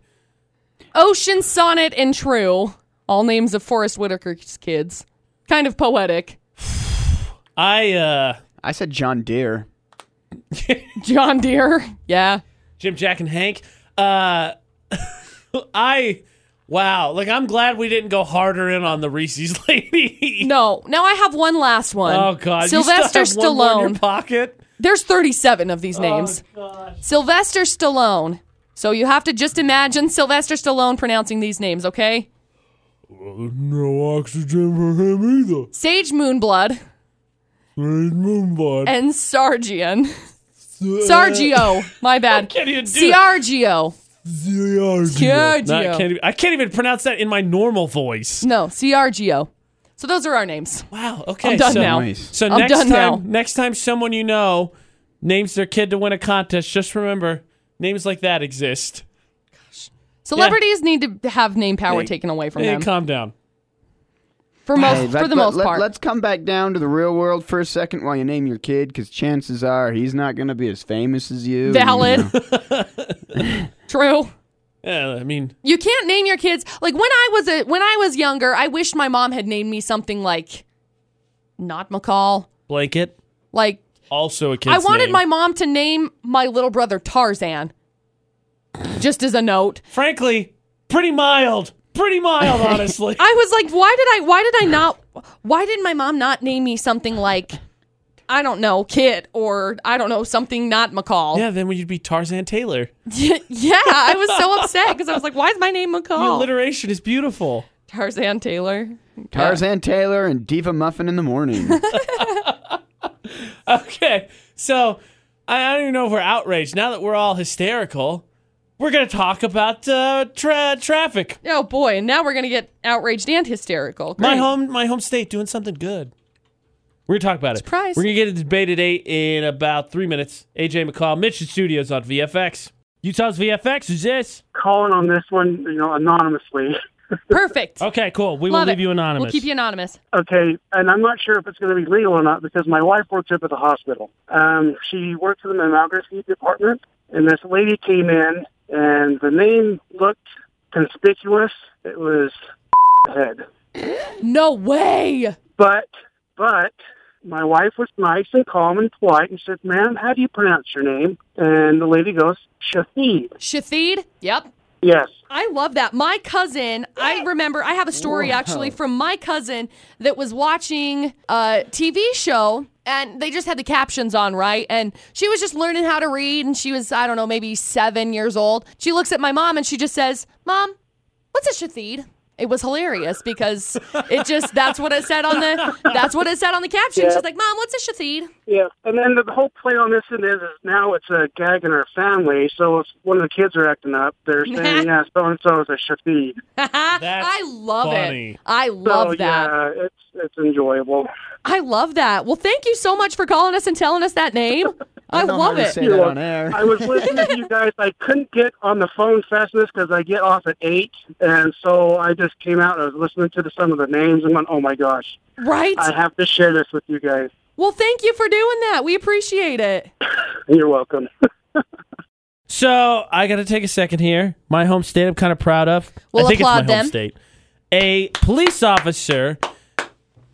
S2: Ocean, Sonnet, and True. All names of Forrest Whitaker's kids. Kind of poetic.
S1: I uh
S3: I said John Deere.
S2: John Deere. Yeah.
S1: Jim, Jack, and Hank. Uh, I wow, like I'm glad we didn't go harder in on the Reese's lady.
S2: No. Now I have one last one.
S1: Oh God,
S2: Sylvester
S1: you still have one more in
S2: Stallone.
S1: your pocket.
S2: There's 37 of these
S1: Oh.
S2: names. Sylvester Stallone. So you have to just imagine Sylvester Stallone pronouncing these names, okay?
S1: No oxygen for him either.
S2: Sage Moonblood
S1: Moonblood.
S2: and Sargian. Sargio. My bad.
S1: Can't even do it.
S2: Sargio.
S1: Not-
S2: Sergio.
S1: can't even- I can't even pronounce that in my normal voice.
S2: No, Sargio. So those are our names.
S1: Wow. Okay.
S2: I'm done
S1: so,
S2: now.
S3: Nice.
S1: So
S2: I'm
S1: next
S2: done
S1: time,
S2: now.
S1: next time someone you know names their kid to win a contest, just remember names like that exist.
S2: Celebrities need to have name power
S1: Hey,
S2: taken away from
S1: Hey,
S2: them
S1: calm down.
S2: for most
S3: Hey,
S2: for
S3: let-
S2: the
S3: let-
S2: most
S3: let-
S2: part.
S3: Let's come back down to the real world for a second while you name your kid, because chances are he's not going to be as famous as you.
S2: Valid. True.
S1: Yeah, I mean,
S2: You can't name your kids like when I was a when I was younger. I wish my mom had named me something like not McCall.
S1: blanket.
S2: Like
S1: Also a kid's
S2: I wanted
S1: name.
S2: my mom to name my little brother Tarzan. Just as a note,
S1: Frankly, pretty mild. Pretty mild, honestly.
S2: I was like, why did I why did I not why did my mom not name me something like I don't know, Kit or I don't know, something not McCall.
S1: yeah, then you'd be Tarzan Taylor.
S2: yeah, I was so upset because I was like, why is my name
S1: The
S2: McCall?
S1: alliteration is beautiful.
S2: Tarzan Taylor.
S3: Tarzan Taylor and Diva Muffin in the morning.
S1: Okay, so I I don't even know if we're outraged. Now that we're all hysterical, we're going to talk about uh, tra- traffic.
S2: Oh boy, and now we're gonna get outraged and hysterical.
S1: My
S2: Great.
S1: home, my home state, doing something good. We're gonna talk about it.
S2: Surprise.
S1: We're gonna get a debate at eight in about three minutes. AJ McCall, Mitch at Studios on VFX. Utah's VFX is this?
S5: calling on this one, you know, anonymously.
S2: Perfect.
S1: Okay, cool. We
S2: Love
S1: will leave
S2: it.
S1: you anonymous.
S2: We'll keep you anonymous.
S5: Okay, and I'm not sure if it's going to be legal or not because my wife works up at the hospital. Um, she works in the mammography department, and this lady came in, and the name looked conspicuous. It was head,
S2: No way.
S5: but but my wife was nice and calm and polite and said, "Ma'am, how do you pronounce your name?" And the lady goes, "Shahid."
S2: Shafid. Yep.
S5: Yes.
S2: I love that. My cousin, I remember, I have a story actually from my cousin that was watching a TV show and they just had the captions on, right? And she was just learning how to read and she was, I don't know, maybe seven years old. She looks at my mom and she just says, Mom, what's a shathid? It was hilarious because it just, that's what it said on the, that's what it said on the caption. She's like, Mom, what's a shathid?
S5: Yeah, and then the whole play on this end is, is now it's a gag in our family. So if one of the kids are acting up, they're saying, "Yeah, so and so is a Shafid."
S2: I love
S1: funny.
S2: it. I
S5: So
S2: love that.
S5: yeah, it's it's enjoyable.
S2: I love that. Well, thank you so much for calling us and telling us that name. I,
S3: don't know
S2: love
S3: how to
S2: it.
S3: Say that
S5: You're
S3: on air.
S5: I was listening to you guys. I couldn't get on the phone fast enough because I get off at eight, and so I just came out. I was listening to the, some of the names and went, "Oh my gosh,
S2: Right?
S5: I have to share this with you guys."
S2: well, thank you for doing that. We appreciate it.
S5: You're welcome.
S1: So I got to take a second here. My home state, I'm kind of proud of.
S2: We'll
S1: I think
S2: applaud
S1: it's my
S2: them.
S1: home state. A police officer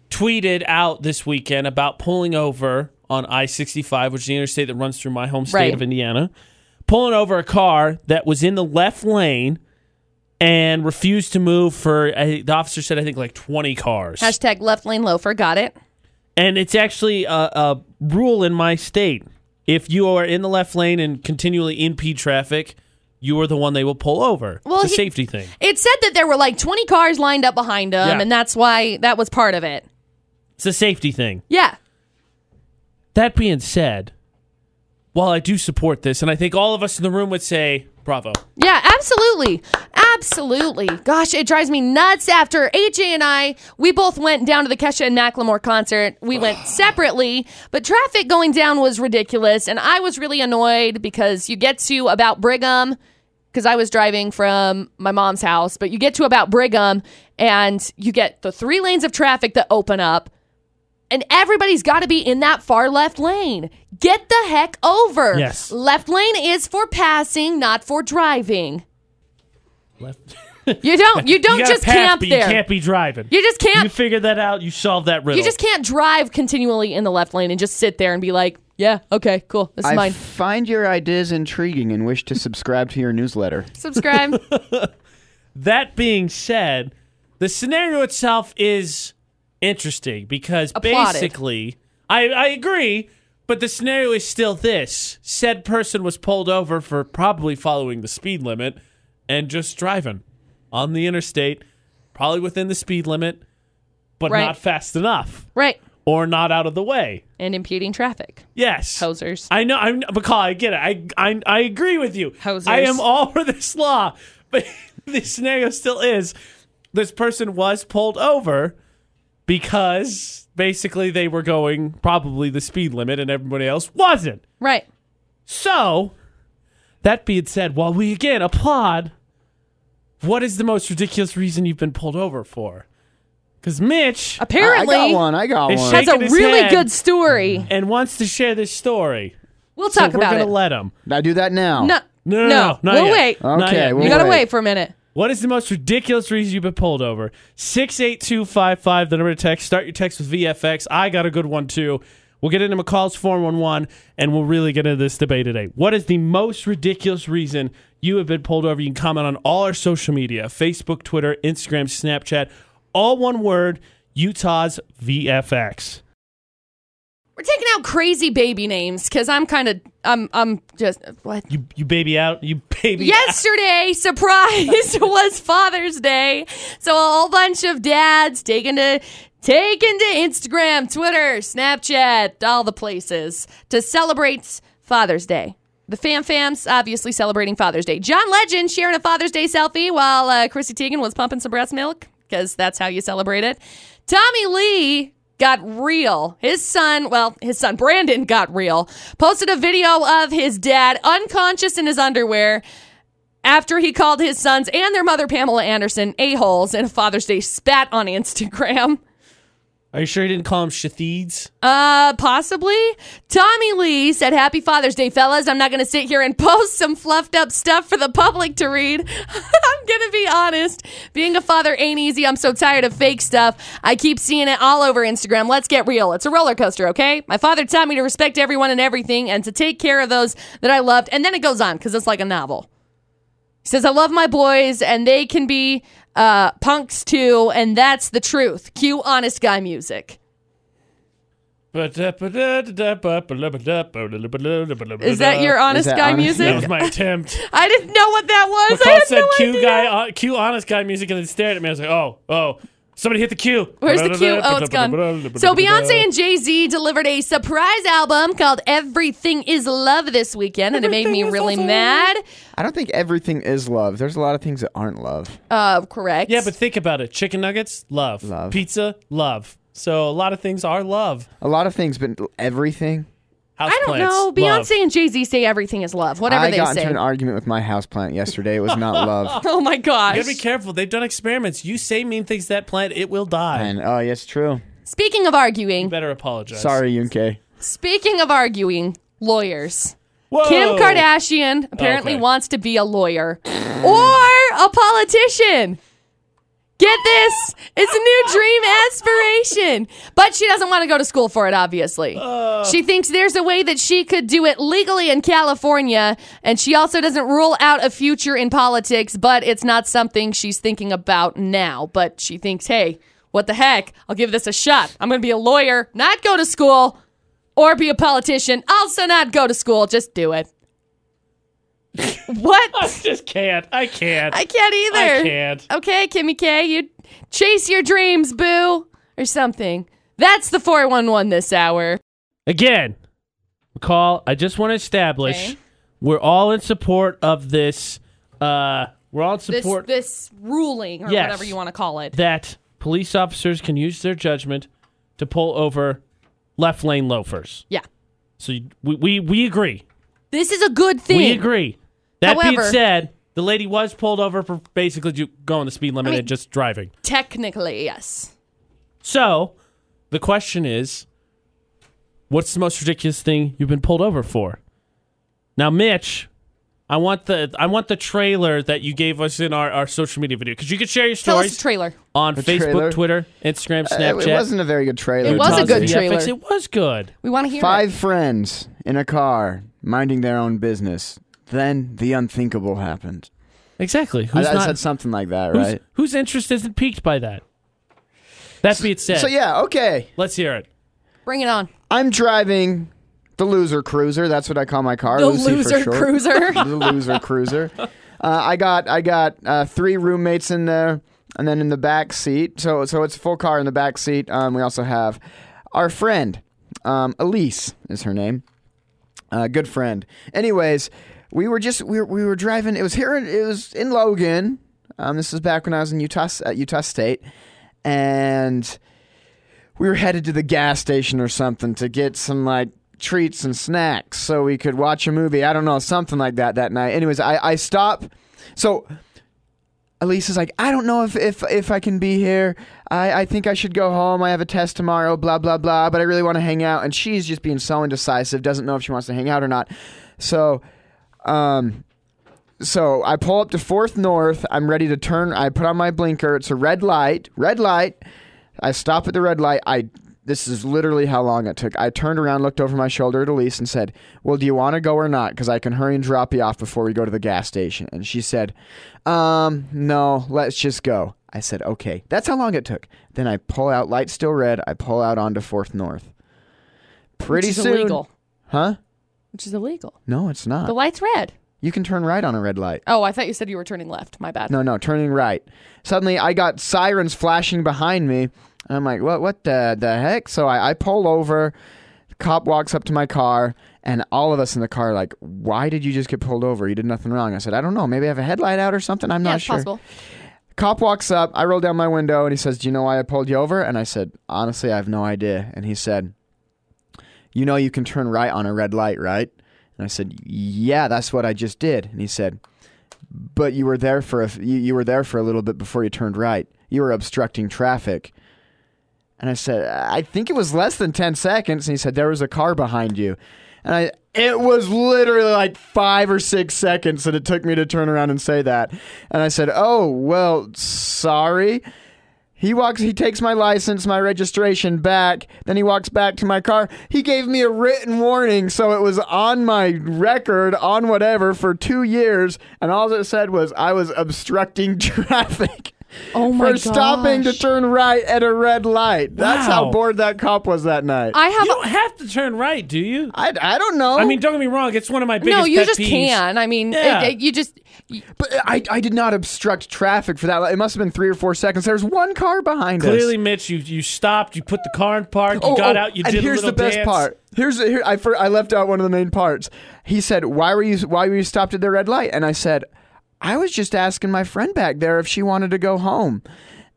S1: tweeted out this weekend about pulling over on I-65, which is the interstate that runs through my home state
S2: Right.
S1: of Indiana. pulling over a car that was in the left lane and refused to move for I, the officer said I think like 20 cars.
S2: Hashtag left lane loafer. Got it.
S1: and it's actually a, a rule in my state. If you are in the left lane and continually impede traffic, you are the one they will pull over.
S2: Well,
S1: it's a
S2: he-
S1: safety thing.
S2: It said that there were like 20 cars lined up behind him,
S1: Yeah.
S2: and that's why that was part of it.
S1: It's a safety thing.
S2: Yeah.
S1: That being said, while I do support this, and I think all of us in the room would say, bravo.
S2: Yeah, absolutely. Absolutely. Gosh, it drives me nuts after AJ and I, we both went down to the Kesha and Macklemore concert. We went separately, but traffic going down was ridiculous. And I was really annoyed because you get to about Brigham, because I was driving from my mom's house, but you get to about Brigham and you get the three lanes of traffic that open up. And everybody's got to be in that far left lane. Get the heck over.
S1: Yes.
S2: Left lane is for passing, not for driving.
S1: Left.
S2: You don't. You don't
S1: you gotta
S2: just
S1: pass,
S2: camp
S1: but
S2: there.
S1: You can't be driving.
S2: You just can't.
S1: You
S2: You,
S1: figured that out. You solved that riddle.
S2: just can't drive continually in the left lane and just sit there and be like, "Yeah, okay, cool. This is
S3: I
S2: mine.
S3: find your ideas intriguing and wish to subscribe to your newsletter.
S2: Subscribe."
S1: That being said, the scenario itself is interesting because
S2: Applauded.
S1: basically, I, I agree, but the scenario is still this said person was pulled over for probably following the speed limit and just driving on the interstate, probably within the speed limit, but
S2: Right.
S1: not fast enough
S2: right.
S1: or not out of the way.
S2: And impeding traffic.
S1: Yes.
S2: Posers.
S1: I know. I'm McCall. I get it. I I, I agree with you.
S2: Hosers.
S1: I am all for this law, but the scenario still is this person was pulled over because basically they were going probably the speed limit and everybody else wasn't.
S2: Right.
S1: So that being said, while we again applaud, what is the most ridiculous reason you've been pulled over for? Because Mitch
S2: Apparently,
S3: I I got one. I got
S1: They
S3: one.
S2: has a
S1: Shaking his
S2: really
S1: head.
S2: good story.
S1: and wants to share this story.
S2: We'll talk
S1: Mm. so we're
S2: about
S1: gonna
S2: it.
S1: let him.
S3: I do that now.
S2: no,
S1: No, no, no, not
S2: we'll
S1: yet.
S2: wait.
S1: Not
S3: Okay,
S1: yet.
S3: we'll
S2: you gotta wait.
S3: wait.
S2: for a minute.
S1: What is the most ridiculous reason you've been pulled over? 68255, the number to text. Start your text with VFX. I got a good one too. We'll get into McCall's 411 and we'll really get into this debate today. What is the most ridiculous reason you have been pulled over? You can comment on all our social media Facebook, Twitter, Instagram, Snapchat. All one word Utah's VFX.
S2: We're taking out crazy baby names because I'm kind of I'm I'm just what
S1: You, you baby out. You baby out.
S2: Yesterday, surprise, was Father's Day. So a whole bunch of dads taken to taken to Instagram, Twitter, Snapchat, all the places to celebrate Father's Day. The fam fams obviously celebrating Father's Day. John Legend sharing a Father's Day selfie while uh, Chrissy Teigen was pumping some breast milk because that's how you celebrate it. Tommy Lee got real. His son, well, his son Brandon got real. Posted a video of his dad unconscious in his underwear after he called his sons and their mother Pamela Anderson a-holes in a Father's Day spat on Instagram.
S1: Are you sure you didn't call him Shatheeds?
S2: Uh, possibly. Tommy Lee said, Happy Father's Day, fellas. I'm not going to sit here and post some fluffed up stuff for the public to read. I'm going to be honest. Being a father ain't easy. I'm so tired of fake stuff. I keep seeing it all over Instagram. Let's get real. It's a roller coaster, okay? My father taught me to respect everyone and everything and to take care of those that I loved. And then it goes on because it's like a novel. He says, I love my boys and they can be uh, punks too. And that's the truth. Cue honest guy music.
S1: Is
S2: Is that
S1: that
S2: your honest
S3: that
S2: guy
S3: honest-
S2: music?
S1: That was my attempt.
S2: I didn't know what that was. I
S1: McCall
S2: had
S1: said
S2: no
S1: Q
S2: idea.
S1: guy, uh, Q honest guy music, and then stared at me. I was like, oh, oh, somebody hit the Q.
S2: Where's the cue? Oh, it's gone. So Beyonce and Jay Z delivered a surprise album called "Everything Is Love" this weekend, and it made me
S1: Everything is
S2: really
S1: also-
S2: mad.
S3: I don't think everything is love. There's a lot of things that aren't love.
S2: Uh, correct.
S1: yeah, but think about it: chicken nuggets, love.
S3: Love.
S1: pizza, love. So a lot of things are love.
S3: A lot of things, but everything.
S1: House
S2: I don't know. Beyonce and Jay Z say everything is love. Whatever
S3: I
S2: they
S3: got
S2: say.
S3: into an argument with my houseplant yesterday. It was not love.
S2: oh my
S1: You
S2: gosh.
S1: gotta be careful. They've done experiments. You say mean things to that plant, it will die.
S3: And oh, yes, true.
S2: Speaking of
S1: You
S2: arguing,
S1: better apologize.
S3: Sorry, Yunke. Uh,
S2: speaking of arguing, lawyers.
S1: Whoa.
S2: Kim Kardashian apparently
S1: Okay.
S2: wants to be a lawyer or a politician. Get this. It's a new dream aspiration. But she doesn't want to go to school for it, obviously. she thinks there's a way that she could do it legally in California. And she also doesn't rule out a future in politics, but it's not something she's thinking about now. But she thinks, hey, what the heck? I'll give this a shot. I'm going to be a lawyer, not go to school, or be a politician, also not go to school. Just do it.
S1: I
S2: what?
S1: just can't. I can't.
S2: I can't either.
S1: I can't.
S2: Okay, Kimmy K, you chase your dreams, boo, or something. That's the 411 this hour.
S1: Again, McCall, I just want to establish
S2: Okay.
S1: we're all in support of this. Uh, we're all in
S2: This
S1: support
S2: this ruling or
S1: Yes.
S2: whatever you want to call it.
S1: that police officers can use their judgment to pull over left lane loafers.
S2: yeah.
S1: So you- we, we, we agree.
S2: This is a good thing.
S1: We agree. That being
S2: However-
S1: said, the lady was pulled over for basically ju- going the speed limit
S2: mean-
S1: and just driving.
S2: Technically, yes.
S1: So the question is, what's the most ridiculous thing you've been pulled over for? Now, Mitch, I want the I want the trailer that you gave us in our, our social media video because you can share your
S2: Tell us
S1: stories
S2: the trailer.
S1: on
S3: The
S1: Facebook,
S3: trailer? Uh,
S1: Twitter, Instagram,
S3: It-
S1: Snapchat.
S3: It wasn't a very good trailer.
S2: It was a
S1: Tons
S2: good
S1: of
S3: Thomas.
S1: the
S2: trailer.
S1: FX. It was good.
S2: We want to hear
S3: Five
S2: it.
S3: friends in a car minding their own business. Then the unthinkable happened.
S1: Exactly.
S3: I,
S1: Who's
S3: I
S1: not?
S3: said something like that,
S1: who's,
S3: right?
S1: whose interest isn't piqued by that? That being said,
S3: So yeah, okay.
S1: let's hear it.
S2: Bring it on.
S3: I'm driving the loser cruiser. That's what I call my car.
S2: The
S3: Lucy for
S2: loser
S3: short.
S2: cruiser.
S3: the loser cruiser. Uh, I got I got uh, three roommates in there, and then in the back seat. So so it's a full car in the back seat. Um, we also have our friend, um, Elise is her name, uh, good friend. Anyways, we were just we were, we were driving. It was here. In, it was in Logan. Um, this was back when I was in Utah s- at Utah State, and we were headed to the gas station or something to get some like treats and snacks so we could watch a movie. I don't know, something like that that night. Anyways, I, I stop. So Elise is like, I don't know if, if, if I can be here. I, I think I should go home. I have a test tomorrow, blah, blah, blah, but I really want to hang out. And she's just being so indecisive, doesn't know if she wants to hang out or not. So, um, so I pull up to Fourth North. I'm ready to turn. I put on my blinker. It's a red light. Red light. I stop at the red light. I this is literally how long it took. I turned around, looked over my shoulder at Elise, and said, "Well, do you want to go or not? Because I can hurry and drop you off before we go to the gas station." And she said, "Um, no, let's just go." I said, "Okay." That's how long it took. Then I pull out, light still red. I pull out onto Fourth North. Pretty
S2: which is
S3: soon,
S2: illegal.
S3: huh?
S2: Which is illegal.
S3: No, it's
S2: The
S3: not.
S2: light's red.
S3: You can turn right on a red light.
S2: Oh, I thought you said you were turning left. My bad.
S3: No, no, turning right. Suddenly, I got sirens flashing behind me, and I'm like, "What? What the the heck?" So I, I pull over. The cop walks up to my car, and all of us in the car are like, "Why did you just get pulled over? You did nothing wrong." I said, "I don't know. Maybe I have a headlight out or something. I'm
S2: yeah,
S3: not
S2: it's
S3: sure."
S2: possible.
S3: Cop walks up. I roll down my window, and he says, "Do you know why I pulled you over?" And I said, "Honestly, I have no idea." And he said, "You know you can turn right on a red light, right?" And I said, "Yeah, that's what I just did." And he said, but you were there for a f- you, you were there for a little bit before you turned right. You were obstructing traffic. And I said, I think it was less than 10 seconds. And he said, there was a car behind you. And I, it was literally like five or six seconds that it took me to turn around and say that. And I said, oh, well, sorry. He walks, he takes my license, my registration back. Then he walks back to my car. He gave me a written warning, so it was on my record, on whatever, for two years. And all it said was I was obstructing traffic.
S2: Oh my
S3: for stopping to
S2: gosh.
S3: turn right at a red light. That's
S1: Wow.
S3: how bored that cop was that night. I,
S2: I have
S1: You don't have to turn right, do you?
S3: I, don't know.
S1: I mean, don't get me wrong. It's one of my biggest.
S2: Oh. No, you
S1: pet
S2: just
S1: peeves.
S2: can. I mean, it-
S1: Yeah.
S2: it- you just
S3: but I, I did not obstruct traffic for that. It must have been three or four seconds. There was one car behind us.
S1: Clearly, Mitch, you, you stopped. You put the car in park. You got out. You
S3: oh, and
S1: did
S3: here's
S1: a little
S3: the best
S1: dance.
S3: part. Here's here, I fir- I left out one of the main parts. He said, "Why were you Why were you stopped at the red light?" And I said, "I was just asking my friend back there if she wanted to go home."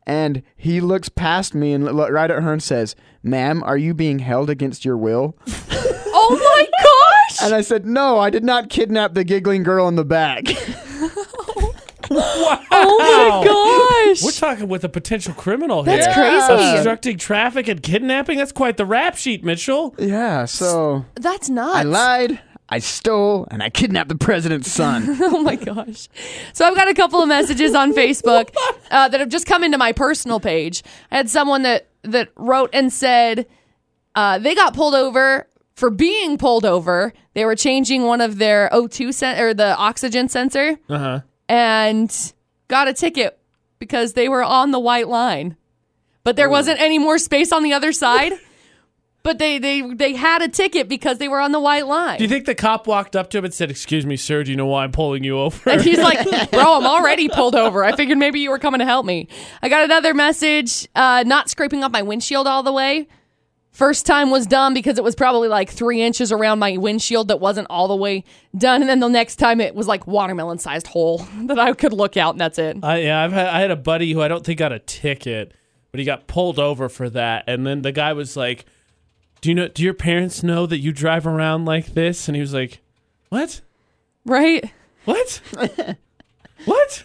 S3: And he looks past me and look right at her and says, "Ma'am, are you being held against your will?"
S2: Oh my gosh!
S3: And I said, "No, I did not kidnap the giggling girl in the back."
S1: Wow.
S2: Oh my
S1: We're
S2: gosh!
S1: talking with a potential criminal
S2: That's
S1: here.
S2: crazy.
S1: Obstructing traffic and kidnapping. That's quite the rap sheet, Mitchell.
S3: yeah, so
S2: That's nuts.
S3: I lied. I stole and I kidnapped the president's son.
S2: oh my gosh. So I've got a couple of messages on Facebook uh, that have just come into my personal page. I had someone that that wrote and said uh, they got pulled over for being pulled over. They were changing one of their O2 sen- or the oxygen sensor
S1: Uh-huh.
S2: and got a ticket because they were on the white line. But there wasn't any more space on the other side. But they, they they had a ticket because they were on the white line.
S1: Do you think the cop walked up to him and said, "Excuse me, sir, do you know why I'm pulling you over?"
S2: And he's like, bro, I'm already pulled over. I figured maybe you were coming to help me. I got another message, uh, not scraping up my windshield all the way. First time was done because it was probably like three inches around my windshield that wasn't all the way done. And then the next time it was like watermelon sized hole that I could look out and that's it.
S1: I, yeah, I've had, I had a buddy who I don't think got a ticket, but he got pulled over for that. And then the guy was like, "Do you know? Do your parents know that you drive around like this?" And he was like, "What?
S2: Right?
S1: What? what?"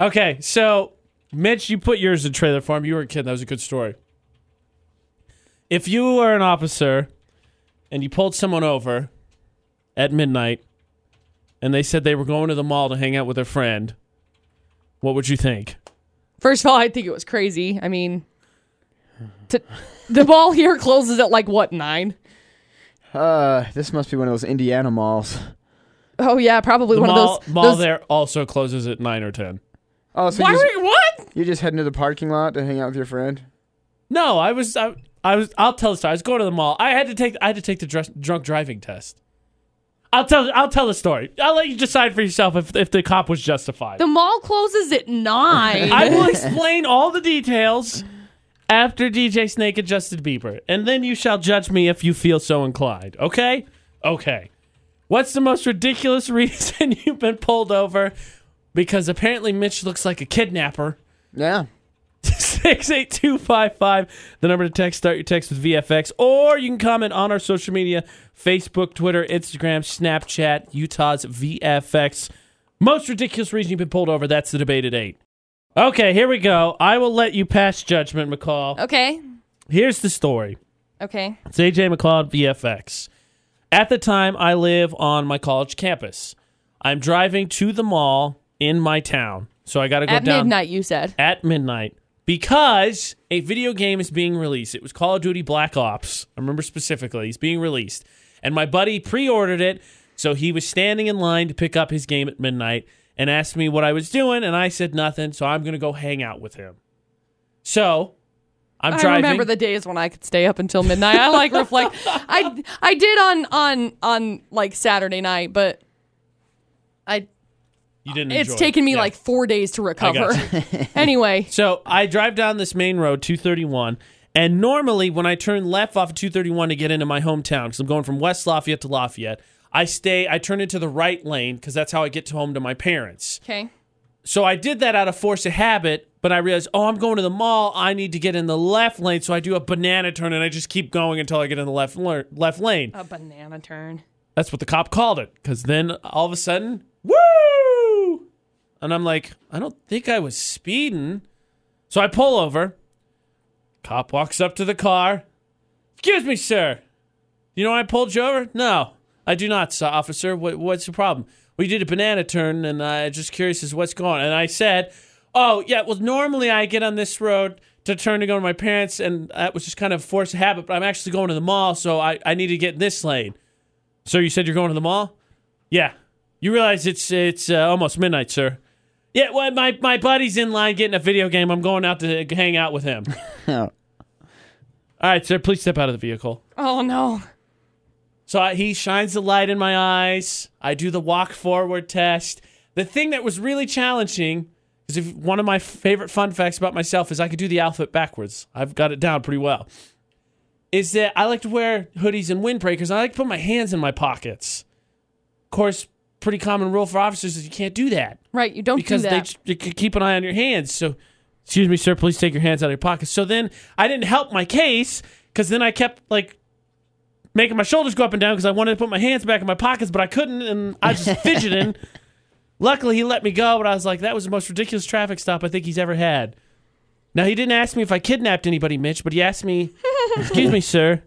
S1: Okay, so Mitch, you put yours in trailer form. You were a kid. That was a good story. If you were an officer and you pulled someone over at midnight, and they said they were going to the mall to hang out with a friend, what would you think?
S2: First of all, I think it was crazy. I mean, to, the ball here closes at like what, nine?
S3: Uh, this must be one of those Indiana malls.
S2: Oh, yeah, probably
S1: The
S2: one
S1: mall,
S2: of those.
S1: mall
S2: those-
S1: there also closes at 9 or 10.
S3: Oh, so
S2: Why
S3: you just,
S2: were you, what?
S3: you just heading to the parking lot to hang out with your friend?
S1: No, I was I, I was I'll tell the story. I was going to the mall. I had to take I had to take the dress, drunk driving test. I'll tell I'll tell the story. I'll let you decide for yourself if if the cop was justified.
S2: The mall closes at nine.
S1: I will explain all the details after DJ Snake and Justin Bieber, and then you shall judge me if you feel so inclined. Okay? Okay. What's the most ridiculous reason you've been pulled over? Because apparently Mitch looks like a kidnapper.
S3: Yeah.
S1: 68255, the number to text. Start your text with VFX, or you can comment on our social media Facebook, Twitter, Instagram, Snapchat, Utah's VFX. Most ridiculous reason you've been pulled over. That's the debate at 8. Okay, here we go. I will let you pass judgment, McCall.
S2: Okay.
S1: Here's the story.
S2: Okay.
S1: It's AJ McCloud VFX. At the time, I live on my college campus. I'm driving to the mall in my town, so I got to go
S2: At
S1: down
S2: midnight, you said.
S1: at midnight because a video game is being released. It was Call of Duty Black Ops. I remember specifically. It's being released. And my buddy pre ordered it. So he was standing in line to pick up his game at midnight and asked me what I was doing. And I said nothing. So I'm going to go hang out with him. So I'm
S2: I
S1: driving.
S2: remember the days when I could stay up until midnight. I like reflect. I I did on on on like Saturday night, but I
S1: you didn't
S2: it's
S1: enjoy it.
S2: taken me
S1: Yeah.
S2: like four days to
S1: I got
S2: recover. anyway,
S1: So I drive down this main road, 231. And normally, when I turn left off of 231 to get into my hometown, because I'm going from West Lafayette to Lafayette, I stay, I turn into the right lane because that's how I get to home to my parents.
S2: okay.
S1: So I did that out of force of habit, but I realized, oh, I'm going to the mall. I need to get in the left lane. So I do a banana turn and I just keep going until I get in the left, lear- left lane.
S2: A banana turn.
S1: That's what the cop called it. Because then all of a sudden, woo! And I'm like, I don't think I was speeding. So I pull over. Cop walks up to the car. Excuse me, sir. You know why I pulled you over? No, I do not, sir, officer. What, what's the problem? We did a banana turn, and i just curious as to what's going on. And I said, Oh, yeah, well, normally I get on this road to turn to go to my parents, and that was just kind of a force of habit, but I'm actually going to the mall, so I, I need to get in this lane. So you said you're going to the mall? Yeah. You realize it's it's uh, almost midnight, sir. Yeah, well, my, my buddy's in line getting a video game. I'm going out to hang out with him.
S3: Oh.
S1: All right, sir, please step out of the vehicle.
S2: Oh no.
S1: So I, he shines the light in my eyes. I do the walk forward test. The thing that was really challenging is if one of my favorite fun facts about myself is I could do the outfit backwards. I've got it down pretty well. Is that I like to wear hoodies and windbreakers. I like to put my hands in my pockets. Of course, pretty common rule for officers is you can't do that
S2: Right, you don't
S1: because
S2: do
S1: they,
S2: that.
S1: j- they could keep an eye on your hands. So, excuse me, sir, please take your hands out of your pockets. So then I didn't help my case because then I kept like making my shoulders go up and down because I wanted to put my hands back in my pockets, but I couldn't, and I was just fidgeting. Luckily, he let me go, but I was like, that was the most ridiculous traffic stop I think he's ever had. Now, he didn't ask me if I kidnapped anybody, Mitch, but he asked me, excuse me, sir,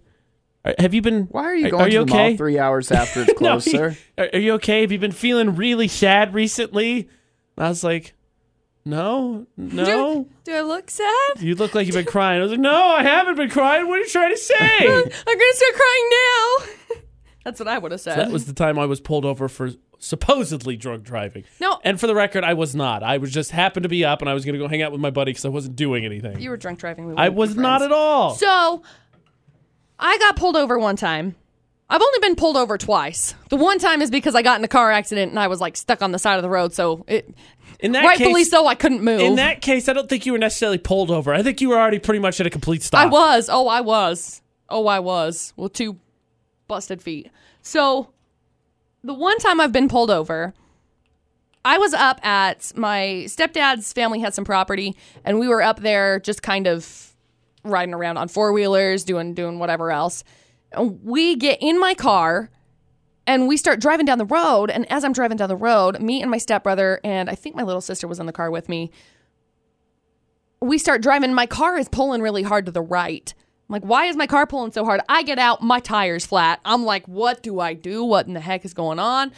S1: Are- Have you been?
S3: Why are you going to
S1: you
S3: the
S1: okay?
S3: mall three hours after it's
S2: Oh,
S1: No,
S3: closed,
S1: he-
S3: sir?
S1: Are, are you okay? Have you been feeling really sad recently? And I was like, no, no.
S2: Do, do I look sad?
S1: you look like you've been crying. I was like, no, I haven't been crying. What are you trying to say?
S2: I'm gonna start crying now. That's what I would have said.
S1: that was the time I was pulled over for supposedly drunk driving.
S2: No.
S1: And for the record, I was not. I was just happened to be up and I was going to go hang out with my buddy because I wasn't doing anything.
S2: you were drunk driving. We
S1: I was not at all.
S2: So, I got pulled over one time. I've only been pulled over twice. The one time is because I got in a car accident and I was like stuck on the side of the road, so it
S1: in that
S2: rightfully
S1: case,
S2: so I couldn't move.
S1: In that case, I don't think you were necessarily pulled over. I think you were already pretty much at a complete stop.
S2: I was. Oh, I was. Oh, I was. Well, two busted feet. So, the one time I've been pulled over, I was up at my stepdad's family had some property, and we were up there just kind of riding around on four wheelers, doing doing whatever else. And we get in my car and we start driving down the road. And as I'm driving down the road, me and my stepbrother and I think my little sister was in the car with me. We start driving. My car is pulling really hard to the right. I'm like, why is my car pulling so hard? I get out, my tire's flat. I'm like, what do I do? What in the heck is going on?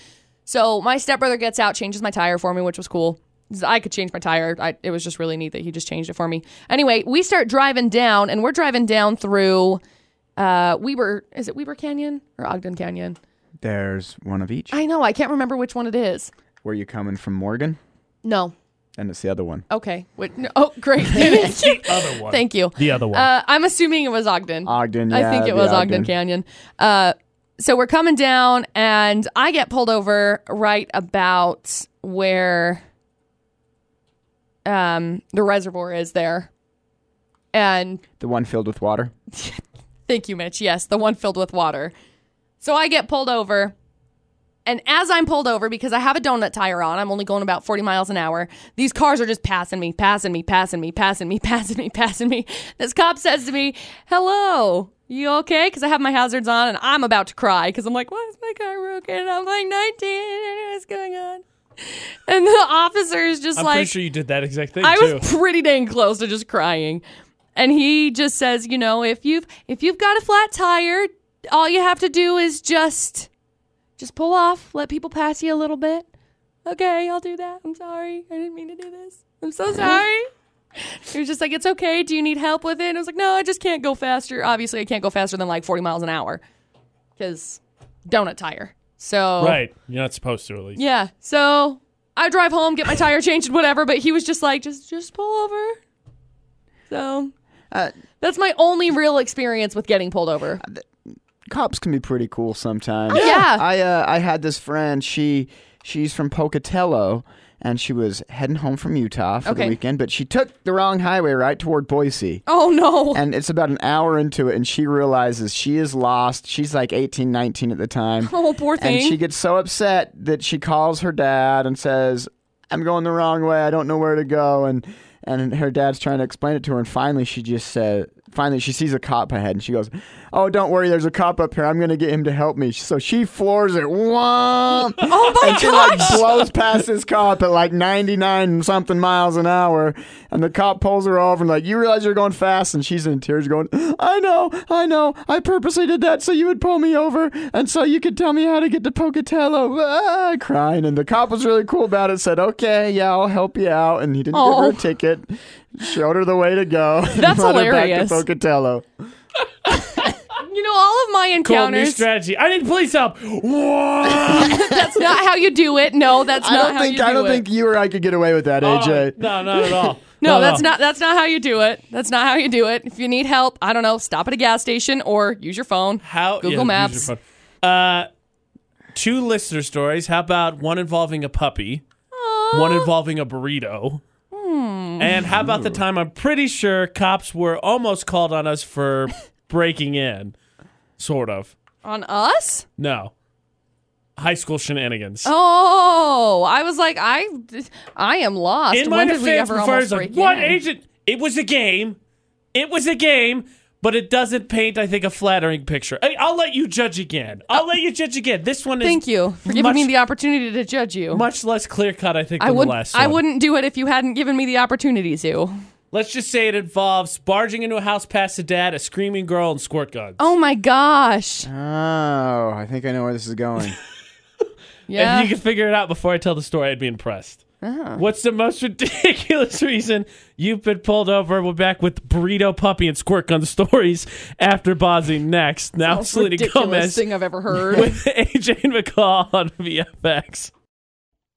S2: So my stepbrother gets out, changes my tire for me, which was cool. 'Cause I could change my tire. I, it was just really neat that he just changed it for me. Anyway, we start driving down, and we're driving down through uh, Weber. Is it Weber Canyon or Ogden Canyon?
S3: There's one of each.
S2: I know. I can't remember which one it is.
S3: Where you coming from, Morgan?
S2: No.
S3: And it's the other one.
S2: Okay. Wait, no- Oh, great. Thank you.
S1: other one.
S2: Thank you.
S1: the other one.
S2: Uh, I'm assuming it was Ogden.
S3: Ogden.
S2: I
S3: yeah,
S2: think it
S3: the
S2: was Ogden, Canyon. Uh, so we're coming down, and I get pulled over right about where um, the reservoir is there. And
S3: The one filled with water.
S2: Thank you, Mitch. Yes, the one filled with water. So I get pulled over. And as I'm pulled over, because I have a donut tire on, I'm only going about 40 miles an hour. These cars are just passing me, passing me, passing me, passing me, passing me, passing me. This cop says to me, Hello, you okay? Because I have my hazards on and I'm about to cry because I'm like, Why is my car broken? And I'm like 19. I don't know what's going on. And the officer is just
S1: I'm
S2: like,
S1: pretty sure you did that exact thing
S2: I
S1: too.
S2: was pretty dang close to just crying. And he just says, you know, if you've if you've got a flat tire, all you have to do is just just pull off, let people pass you a little bit. Okay, I'll do that. I'm sorry. I didn't mean to do this. I'm
S1: Uh-huh.
S2: so sorry. He was just like, it's okay. Do you need help with it? And I was like, no, I just can't go faster. Obviously, I can't go faster than like 40 miles an hour because donut tire. So
S1: right. You're not supposed to at least.
S2: yeah. So I drive home, get my tire changed, and whatever. But he was just like, just just pull over. So
S3: Uh,
S2: that's my only real experience with getting pulled over.
S3: cops can be pretty cool sometimes.
S2: Oh, yeah.
S3: I uh, I had this friend. She she's from Pocatello, and she was heading home from Utah for
S2: Okay.
S3: the weekend, but she took the wrong highway right toward Boise.
S2: Oh no.
S3: And it's about an hour into it, and she realizes she is lost. She's like 18, 19 at the time.
S2: oh poor thing.
S3: And she gets so upset that she calls her dad and says, I'm going the wrong way. I don't know where to go. And and her dad's trying to explain it to her. And finally, she just said, finally, she sees a cop ahead and she goes, Oh, don't worry. There's a cop up here. I'm going to get him to help me. So she floors it. Womp.
S2: oh my
S3: And she like blows past this cop at like 99 something miles an hour. And the cop pulls her over and like, you realize you're going fast. And she's in tears going, I know, I know. I purposely did that so you would pull me over and so you could tell me how to get to Pocatello. Ah, crying. And the cop was really cool about it. Said, okay, yeah, I'll help you out. And he didn't give her
S2: Oh.
S3: a ticket. Showed her the way to go. and
S2: That's
S3: brought her
S2: hilarious.
S3: Back to Pocatello.
S2: you know, all of my
S1: Cool new
S2: encounters.
S1: strategy. I need police help. Whoa.
S2: that's not how you do it. No, that's
S3: I
S2: not
S3: don't
S2: how
S3: think
S2: you do
S3: I don't
S2: it. Oh,
S3: think you or I could get away with that, AJ.
S1: Oh, no, not at all.
S2: no, that's not that's not how you do it. That's not how you do it. If you need help, I don't know, stop at a gas station or use your phone.
S1: How
S2: Google
S1: yeah, use your
S2: Maps.
S1: phone. Uh, two listener stories. How about one involving a puppy, one involving a burrito,
S2: Hmm.
S1: and how about the time I'm pretty sure cops were almost called on us for breaking in, sort of.
S2: On us?
S1: No, high school shenanigans.
S2: Oh, I was like, I, I am lost.
S1: in my
S2: when did
S1: defense,
S2: we ever
S1: before I
S2: almost
S1: was like,
S2: break
S1: what
S2: in?
S1: agent? It was a game. It was a game, but it doesn't paint, I think, a flattering picture. I, I'll let you judge again. I'll let you judge again. This one is
S2: Thank you for giving
S1: much-
S2: me the opportunity to judge you.
S1: much less clear cut, I think, than
S2: I would,
S1: the last
S2: I
S1: one.
S2: wouldn't do it if you hadn't given me the opportunity to.
S1: Let's just say it involves barging into a house past a dad, a screaming girl, and squirt guns.
S2: Oh my gosh.
S3: Oh, I think I know where this is going.
S2: Yeah. Uh-huh.
S1: If you can figure it out before I tell the story, I'd be impressed. What's the most ridiculous reason you've been pulled over? We're back with burrito puppy and squirt gun stories after Bozzy next. Now
S2: Most
S1: Selena
S2: ridiculous
S1: Gomez
S2: thing I've ever heard.
S1: with AJ McCall on VFX.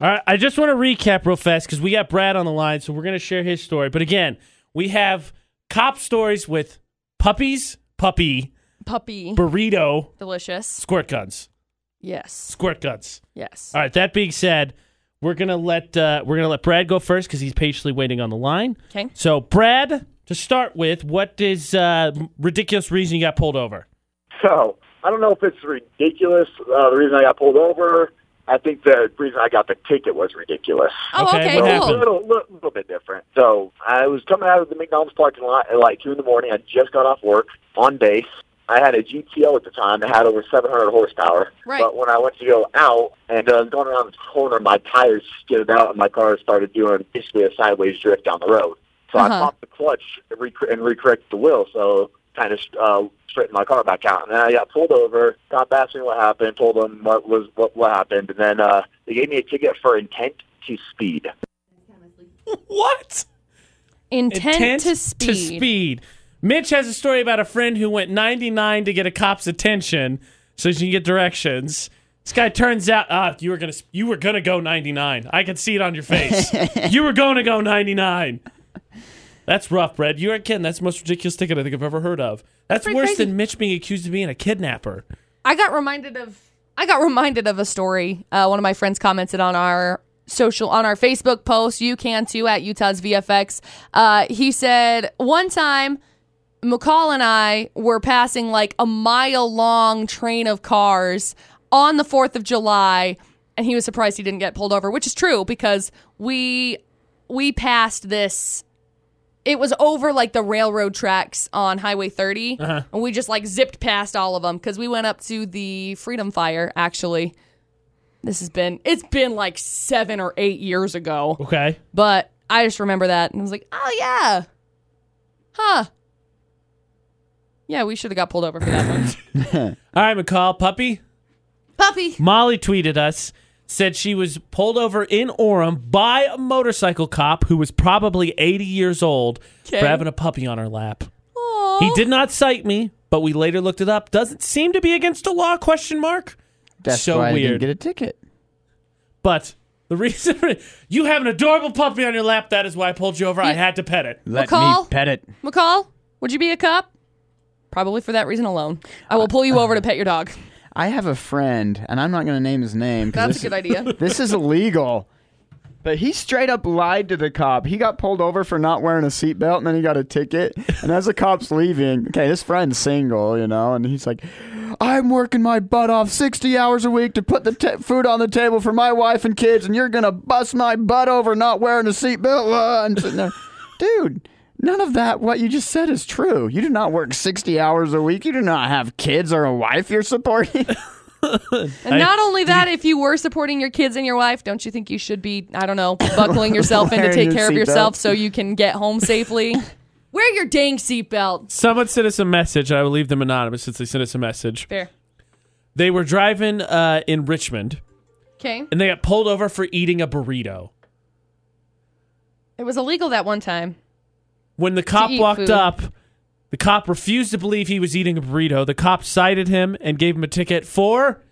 S1: All right, I just want to recap real fast because we got Brad on the line, so we're going to share his story. But again, we have cop stories with puppies, puppy,
S2: Puppy.
S1: burrito,
S2: Delicious.
S1: squirt guns,
S2: Yes.
S1: squirt guns.
S2: Yes.
S1: All right. That being said, we're gonna let uh, we're gonna let Brad go first because he's patiently waiting on the line.
S2: Okay.
S1: So, Brad, to start with, what is uh, ridiculous reason you got pulled over?
S6: So I don't know if it's ridiculous. Uh, the reason I got pulled over, I think the reason I got the ticket was ridiculous.
S2: Oh,
S1: Okay,
S2: okay,
S1: what
S6: So
S2: cool.
S6: A little, little, little bit different. So I was coming out of the McDonald's parking lot at like two in the morning. I just got off work on base. I had a GTO at the time that had over 700 horsepower.
S2: Right.
S6: But when I went to go out and uh, going around the corner, my tires skidded out and my car started doing basically a sideways drift down the road. So I
S2: Uh-huh.
S6: popped the clutch and, rec- and recorrected the wheel. So kind of uh, straightened my car back out. And then I got pulled over. Cop asked me what happened. Told them what was what, what happened. And then uh, they gave me a ticket for intent to speed.
S1: What
S2: Intent, to speed.
S1: To speed. Mitch has a story about a friend who went 99 to get a cop's attention so she can get directions. This guy turns out ah, you were gonna you were gonna go 99. I could see it on your face. you were gonna go 99. That's rough, Brad. You're a kid. That's the most ridiculous ticket I think I've ever heard of. That's
S2: pretty
S1: worse
S2: crazy.
S1: than Mitch being accused of being a kidnapper.
S2: I got reminded of I got reminded of a story. Uh, one of my friends commented on our social on our Facebook post. You can too at Utah's VFX. Uh, he said one time. McCall and I were passing like a mile long train of cars on the 4th of July and he was surprised he didn't get pulled over which is true because we we passed this it was over like the railroad tracks on Highway 30, and we just like zipped past all of them because we went up to the Freedom Fire. Actually, this has been it's been like seven or eight years ago,
S1: Okay.
S2: but I just remember that and I was like, oh yeah, huh, yeah, we should have got pulled over for that one,
S1: All right, McCall, puppy.
S2: puppy.
S1: Molly tweeted us, said she was pulled over in Orem by a motorcycle cop who was probably 80 years old
S2: Okay. Oh.
S1: for having a puppy on her lap.
S2: Aw.
S1: He did not cite me, but we later looked it up. Doesn't seem to be against the law? Question mark.
S3: That's
S1: So
S3: why I
S1: weird.
S3: didn't get a ticket.
S1: But the reason you have an adorable puppy on your lap, that is why I pulled you over. I had to pet it.
S3: Let
S2: McCall?
S3: me pet it.
S2: McCall, would you be a cop? Probably for that reason alone. I will pull you over to pet your dog.
S3: I have a friend, and I'm not going to name his name. 'cause
S2: That's a
S3: this
S2: good
S3: is-
S2: idea.
S3: This is illegal. But he straight up lied to the cop. He got pulled over for not wearing a seatbelt, and then he got a ticket. And as the cop's leaving, okay, this friend's single, you know, and he's like, "I'm working my butt off, 60 hours a week, to put the t- food on the table for my wife and kids, and you're gonna bust my butt over not wearing a seatbelt." Uh, I'm sitting there, dude. None of that what you just said is true. You do not work 60 hours a week. You do not have kids or a wife you're supporting.
S2: And not only that, if you were supporting your kids and your wife, don't you think you should be, I don't know, buckling yourself in to
S3: Wearing
S2: take
S3: your
S2: care of
S3: seatbelt.
S2: yourself so you can get home safely? Wear your dang seatbelt.
S1: Someone sent us a message, and I will leave them anonymous since they sent us a message.
S2: Fair.
S1: They were driving uh, in Richmond,
S2: Okay.
S1: and they got pulled over for eating a burrito.
S2: It was illegal that one time.
S1: When the cop
S2: eat
S1: walked
S2: food.
S1: up, the cop refused to believe he was eating a burrito. The cop cited him and gave him a ticket for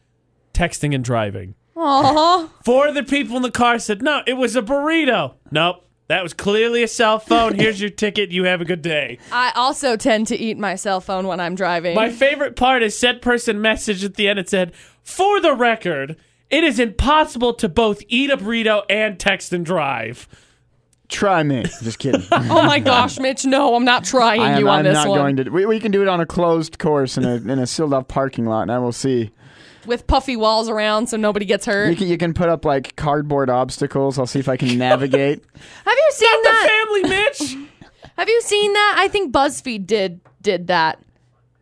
S1: texting and driving.
S2: Aw.
S1: Four other people in the car said, No, it was a burrito. Nope. That was clearly a cell phone. Here's your ticket. You have a good day.
S2: I also tend to eat my cell phone when I'm driving.
S1: My favorite part is said person messaged at the end and said, For the record, it is impossible to both eat a burrito and text and drive.
S3: Try me. Just kidding.
S2: oh my gosh, Mitch, no, I'm not trying
S3: I am,
S2: you on
S3: I'm
S2: this
S3: not
S2: one.
S3: going to. We, we can do it on a closed course in a, in a sealed off parking lot, and I will see.
S2: With puffy walls around so nobody gets hurt.
S3: You can, you can put up like cardboard obstacles. I'll see if I can navigate.
S2: Have you
S1: Not
S2: seen that?
S1: the family, Mitch.
S2: Have you seen that? I think BuzzFeed did did that.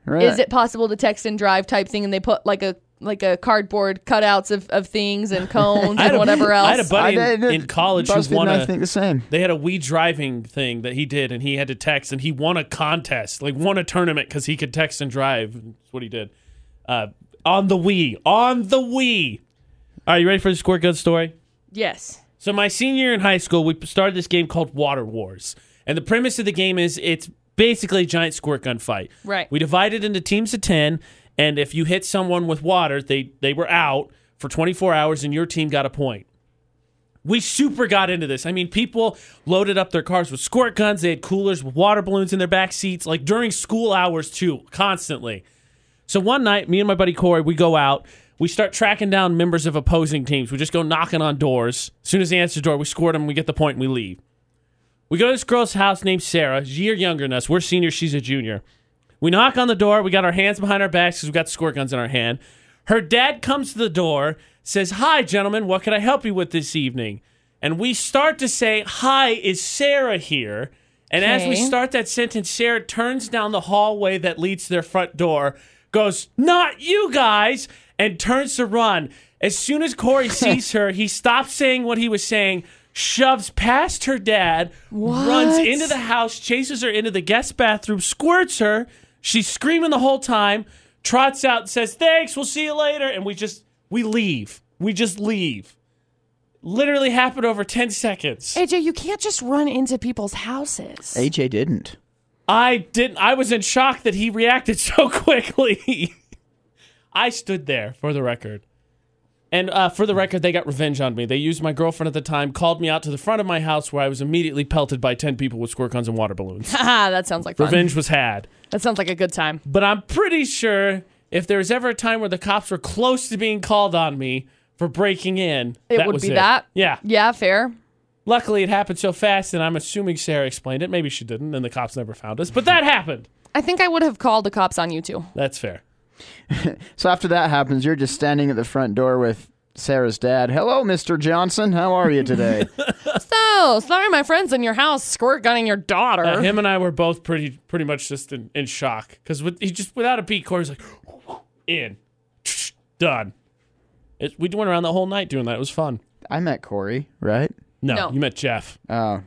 S3: Right.
S2: Is it possible to text and drive type thing and they put like a like a cardboard cutouts of, of things and cones
S1: I had
S2: and
S1: a-
S2: whatever else.
S1: I had a buddy
S3: I
S1: in,
S3: did-
S1: in college who
S3: BuzzFeed
S1: won
S3: and I
S1: a.
S3: think the same.
S1: They had a Wii driving thing that he did, and he had to text, and he won a contest, like won a tournament because he could text and drive. That's what he did uh, on the Wii. On the Wii. All right, you ready for the squirt gun story?
S2: yes.
S1: So my senior year in high school, we started this game called Water Wars, and the premise of the game is it's basically a giant squirt gun fight.
S2: Right.
S1: We divided into teams of ten, and if you hit someone with water, they they were out for 24 hours, and your team got a point. We super got into this. I mean, people loaded up their cars with squirt guns. They had coolers with water balloons in their back seats, like during school hours too, constantly. So one night, me and my buddy Corey, we go out. We start tracking down members of opposing teams. We just go knocking on doors. As soon as they answer the door, we squirt them. We get the point, and we leave. We go to this girl's house named Sarah. She's a year younger than us. We're seniors. She's a junior. We knock on the door. We got our hands behind our backs because we got squirt guns in our hand. Her dad comes to the door, says, Hi, gentlemen. What can I help you with this evening? And we start to say, Hi, is Sarah here? And as we
S2: Okay.
S1: start that sentence, Sarah turns down the hallway that leads to their front door, goes, Not you guys, and turns to run. As soon as Corey sees her, he stops saying what he was saying, shoves past her dad, runs
S2: What?
S1: into the house, chases her into the guest bathroom, squirts her. She's screaming the whole time, trots out and says, Thanks, we'll see you later. And we just, we leave. We just leave. Literally happened over 10 seconds.
S2: AJ, you can't just run into people's houses.
S3: AJ didn't.
S1: I didn't, I was in shock that he reacted so quickly. I stood there for the record. And uh, for the record, they got revenge on me. They used my girlfriend at the time, called me out to the front of my house where I was immediately pelted by 10 people with squirt guns and water balloons.
S2: Ah, that sounds like fun.
S1: Revenge was had.
S2: That sounds like a good time.
S1: But I'm pretty sure if there was ever a time where the cops were close to being called on me for breaking in,
S2: It
S1: that
S2: would
S1: was
S2: be that.
S1: Yeah.
S2: Yeah, fair.
S1: Luckily, it happened so fast, and I'm assuming Sarah explained it. Maybe she didn't, and the cops never found us. But that happened.
S2: I think I would have called the cops on you too.
S1: That's fair.
S3: So after that happens, you're just standing at the front door with Sarah's dad. Hello, Mr. Johnson. How are you today?
S2: So, sorry, my friend's in your house squirt gunning your daughter.
S1: Uh, him and I were both pretty pretty much just in, in shock because with, he just without a beat, Corey's like, in, done. It, we went around the whole night doing that. It was fun.
S3: I met Corey, right?
S1: No,
S2: No.
S1: you met Jeff.
S3: Oh,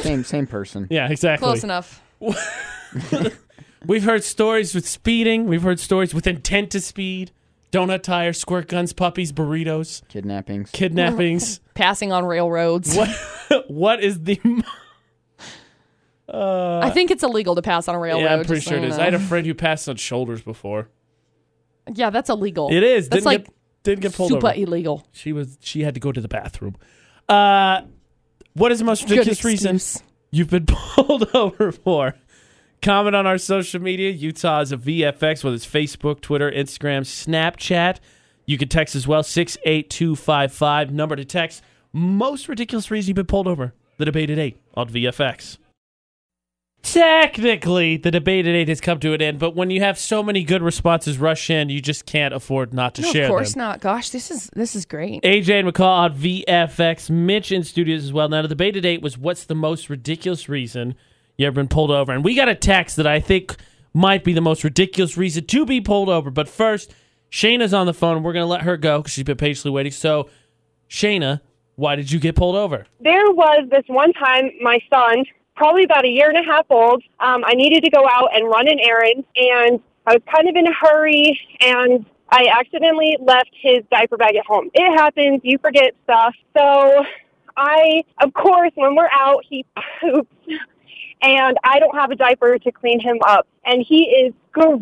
S3: same same person.
S1: Yeah, exactly.
S2: Close enough.
S1: We've heard stories with speeding. We've heard stories with intent to speed. Donut tire, squirt guns, puppies, burritos,
S3: Kidnappings.
S1: kidnappings.
S2: Passing on railroads.
S1: what? What is the?
S2: I think it's illegal to pass on a railroad.
S1: yeah, I'm pretty
S2: just so
S1: sure it
S2: you
S1: is.
S2: know.
S1: I had a friend who passed on shoulders before.
S2: yeah, that's illegal.
S1: It is.
S2: That's
S1: didn't
S2: like
S1: get, didn't get pulled
S2: super e-
S1: over.
S2: illegal.
S1: She was. She had to go to the bathroom. Uh, what is the most ridiculous
S2: Good
S1: reason
S2: excuse.
S1: you've been pulled over for? Comment on our social media. Utah is a VFX, whether it's Facebook, Twitter, Instagram, Snapchat. You can text as well, 68255, number to text. Most ridiculous reason you've been pulled over. The debate at 8 on VFX. Technically, the debate at 8 has come to an end, but when you have so many good responses rush in, you just can't afford not to
S2: No,
S1: share
S2: of
S1: them.
S2: course not. Gosh, this is this is great.
S1: AJ and McCall on VFX, Mitch in studios as well. Now, the debate today was what's the most ridiculous reason you ever been pulled over? And we got a text that I think might be the most ridiculous reason to be pulled over. But first, Shayna's on the phone. We're going to let her go because she's been patiently waiting. So, Shayna, why did you get pulled over?
S7: there was this one time my son, probably about a year and a half old, um, I needed to go out and run an errand, and I was kind of in a hurry, and I accidentally left his diaper bag at home. It happens, you forget stuff. So I, of course, when we're out, he poops and I don't have a diaper to clean him up. And he is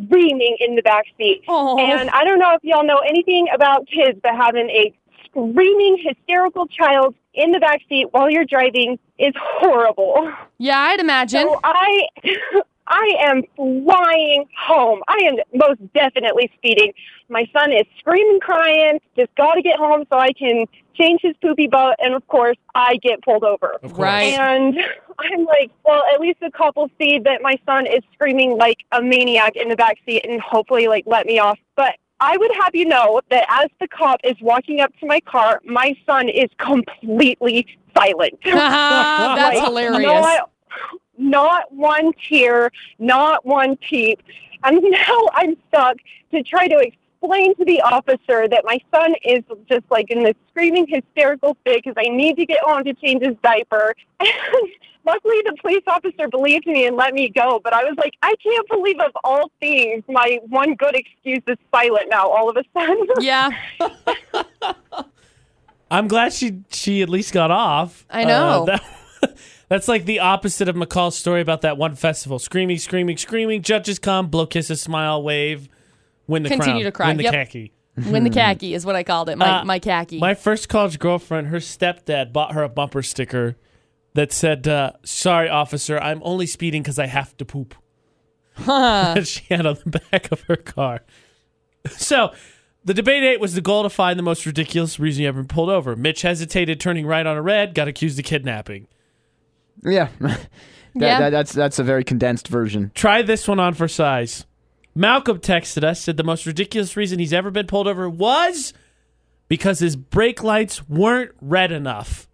S7: screaming in the back seat.
S2: Aw.
S7: And I don't know if y'all know anything about kids, but having a screaming, hysterical child in the back seat while you're driving is horrible.
S2: Yeah, I'd imagine.
S7: So I, I am flying home. I am most definitely speeding. My son is screaming, crying. Just got to get home so I can change his poopy butt. And of course, I get pulled over.
S1: Of
S2: Right.
S7: And I'm like, well, at least the couple see that my son is screaming like a maniac in the back seat and hopefully like let me off. But I would have you know that as the cop is walking up to my car, my son is completely silent.
S2: That's
S7: Like,
S2: hilarious.
S7: Not, not one tear, not one peep. And now I'm stuck to try to explain to the officer that my son is just like in this screaming hysterical fit because I need to get home to change his diaper. And luckily, the police officer believed me and let me go. But I was like, I can't believe of all things, my one good excuse is silent now. All of a sudden,
S2: Yeah,
S1: I'm glad she she at least got off. Uh,
S2: I know.
S1: that- that's like the opposite of McCall's story about that one festival: screaming, screaming, screaming. Judges come, blow kisses, smile, wave, win the
S2: Continue
S1: crown,
S2: to cry.
S1: win the
S2: Yep.
S1: khaki.
S2: win the khaki is what I called it. My
S1: Uh,
S2: my khaki.
S1: My first college girlfriend, her stepdad bought her a bumper sticker that said, uh, "Sorry, officer, I'm only speeding because I have to poop." That she had on the back of her car. So, the debate eight was the goal to find the most ridiculous reason you ever been pulled over. Mitch hesitated, turning right on a red, got accused of kidnapping.
S3: Yeah. That-
S2: Yeah.
S3: that- that's that's a very condensed version.
S1: Try this one on for size. Malcolm texted us, said the most ridiculous reason he's ever been pulled over was because his brake lights weren't red enough.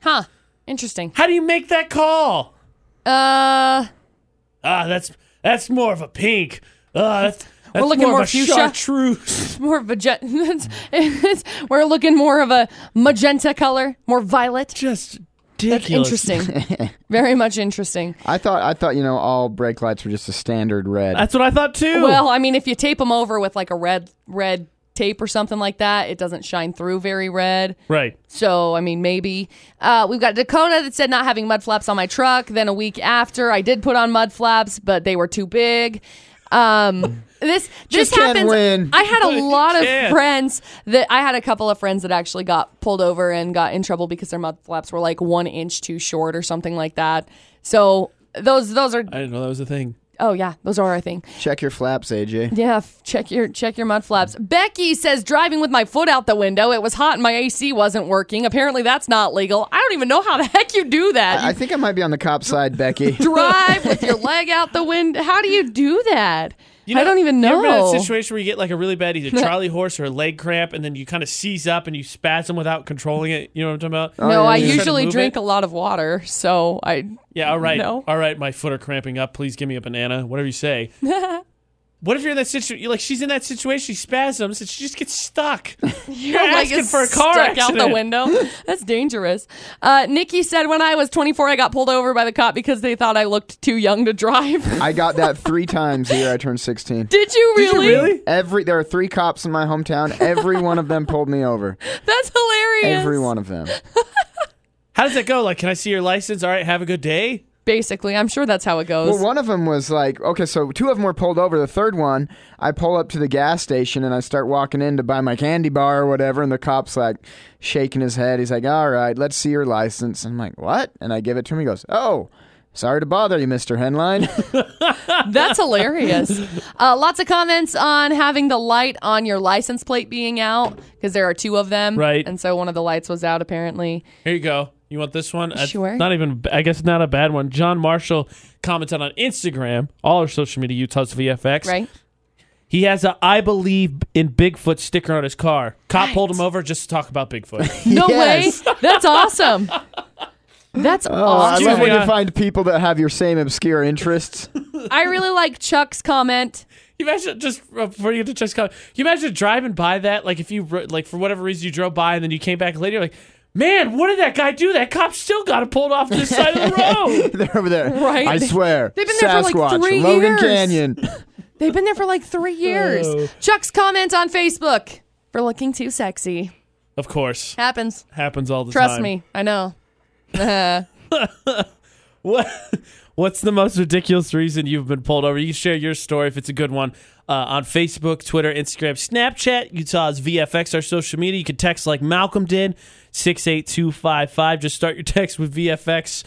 S2: huh? Interesting.
S1: How do you make that call?
S2: Uh,
S1: Ah, that's that's more of a pink. Ah, that's, that's
S2: looking
S1: more,
S2: more
S1: of a
S2: fuchsia.
S1: chartreuse.
S2: more of a gen- it's- it's- We're looking more of a magenta color, more violet.
S1: Just
S2: That's
S1: ridiculous.
S2: interesting. Very much interesting.
S3: I thought I thought you know all brake lights were just a standard red.
S1: That's what I thought too.
S2: Well, I mean, if you tape them over with like a red red tape or something like that, it doesn't shine through very red.
S1: right.
S2: So, I mean, maybe. Uh, we've got Dakota that said not having mud flaps on my truck. Then a week after, I did put on mud flaps, but they were too big. Um, this this
S3: can't
S2: happens.
S3: win.
S2: I had a
S1: You
S2: lot of
S1: can't.
S2: friends that I had a couple of friends that actually got pulled over and got in trouble because their mud flaps were like one inch too short or something like that. So those those are
S1: I didn't know that was a thing.
S2: oh yeah those are our thing.
S3: Check your flaps, AJ.
S2: Yeah, f- check your check your mud flaps. Becky says driving with my foot out the window. It was hot and my AC wasn't working. Apparently that's not legal. I don't even know how the heck you do that.
S3: I think I might be on the cop side, Becky.
S2: You drive with your leg out the window. How do you do that?
S1: You know,
S2: I don't even
S1: You
S2: know.
S1: ever been in a situation where you get like a really bad either Charlie horse or a leg cramp, and then you kind of seize up and you spasm without controlling it? You know what I'm talking about?
S2: no, I
S1: Oh, yeah. Try
S2: usually
S1: to move
S2: drink
S1: it?
S2: a lot of water, so I
S1: Yeah. All right.
S2: No.
S1: All right. My foot are cramping up. Please give me a banana. Whatever you say. What if you're in that situation? Like she's in that situation, she spasms and she just gets stuck. You're
S2: like
S1: asking
S2: is
S1: for a car
S2: stuck
S1: accident.
S2: out the window. That's dangerous. Uh, Nikki said when I was 24, I got pulled over by the cop because they thought I looked too young to drive.
S3: I got that three times the year I turned sixteen.
S2: Did you really?
S3: Every there are three cops in my hometown. Every one of them pulled me over.
S2: That's hilarious.
S3: Every one of them.
S1: How does that go? Like, can I see your license? All right, have a good day.
S2: Basically, I'm sure that's how it goes.
S3: Well, one of them was like, okay, so two of them were pulled over. The third one, I pull up to the gas station and I start walking in to buy my candy bar or whatever, and the cop's like shaking his head. He's like, all right, let's see your license. I'm like, what? And I give it to him. He goes, oh. Sorry to bother you, Mr. Henline.
S2: That's hilarious. Uh, lots of comments on having the light on your license plate being out because there are two of them.
S1: Right.
S2: And so one of the lights was out apparently.
S1: Here you go. You want this one? That's
S2: Sure.
S1: Not even. I guess not a bad one. John Marshall commented on Instagram, all our social media, Utah's VFX.
S2: Right.
S1: He has a "I believe in Bigfoot" sticker on his car. Cop pulled him over just to talk about Bigfoot.
S2: No
S3: Yes.
S2: way. That's awesome. That's
S3: Oh, I
S2: awesome.
S1: Excuse
S3: love when
S1: me,
S3: you
S1: uh,
S3: find people that have your same obscure interests.
S2: I really like Chuck's comment.
S1: you imagine just uh, before you get to just come. You imagine driving by that, like if you ro- like for whatever reason you drove by and then you came back later, you're like, man, what did that guy do? That cop still got it pulled off to the side of the road.
S3: They're over there.
S2: Right.
S3: I swear.
S2: They've been there for,
S3: Sasquatch,
S2: like, three
S3: Logan
S2: years.
S3: Canyon.
S2: They've been there for like three years.
S1: Oh.
S2: Chuck's comment on Facebook for looking too sexy.
S1: Of course,
S2: Happens.
S1: happens all the time.
S2: Trust me. I know.
S1: What What's the most ridiculous reason you've been pulled over? You share your story if it's a good one uh, on Facebook, Twitter, Instagram, Snapchat, Utah's VFX, our social media. You can text like Malcolm did, 68255. Just start your text with VFX.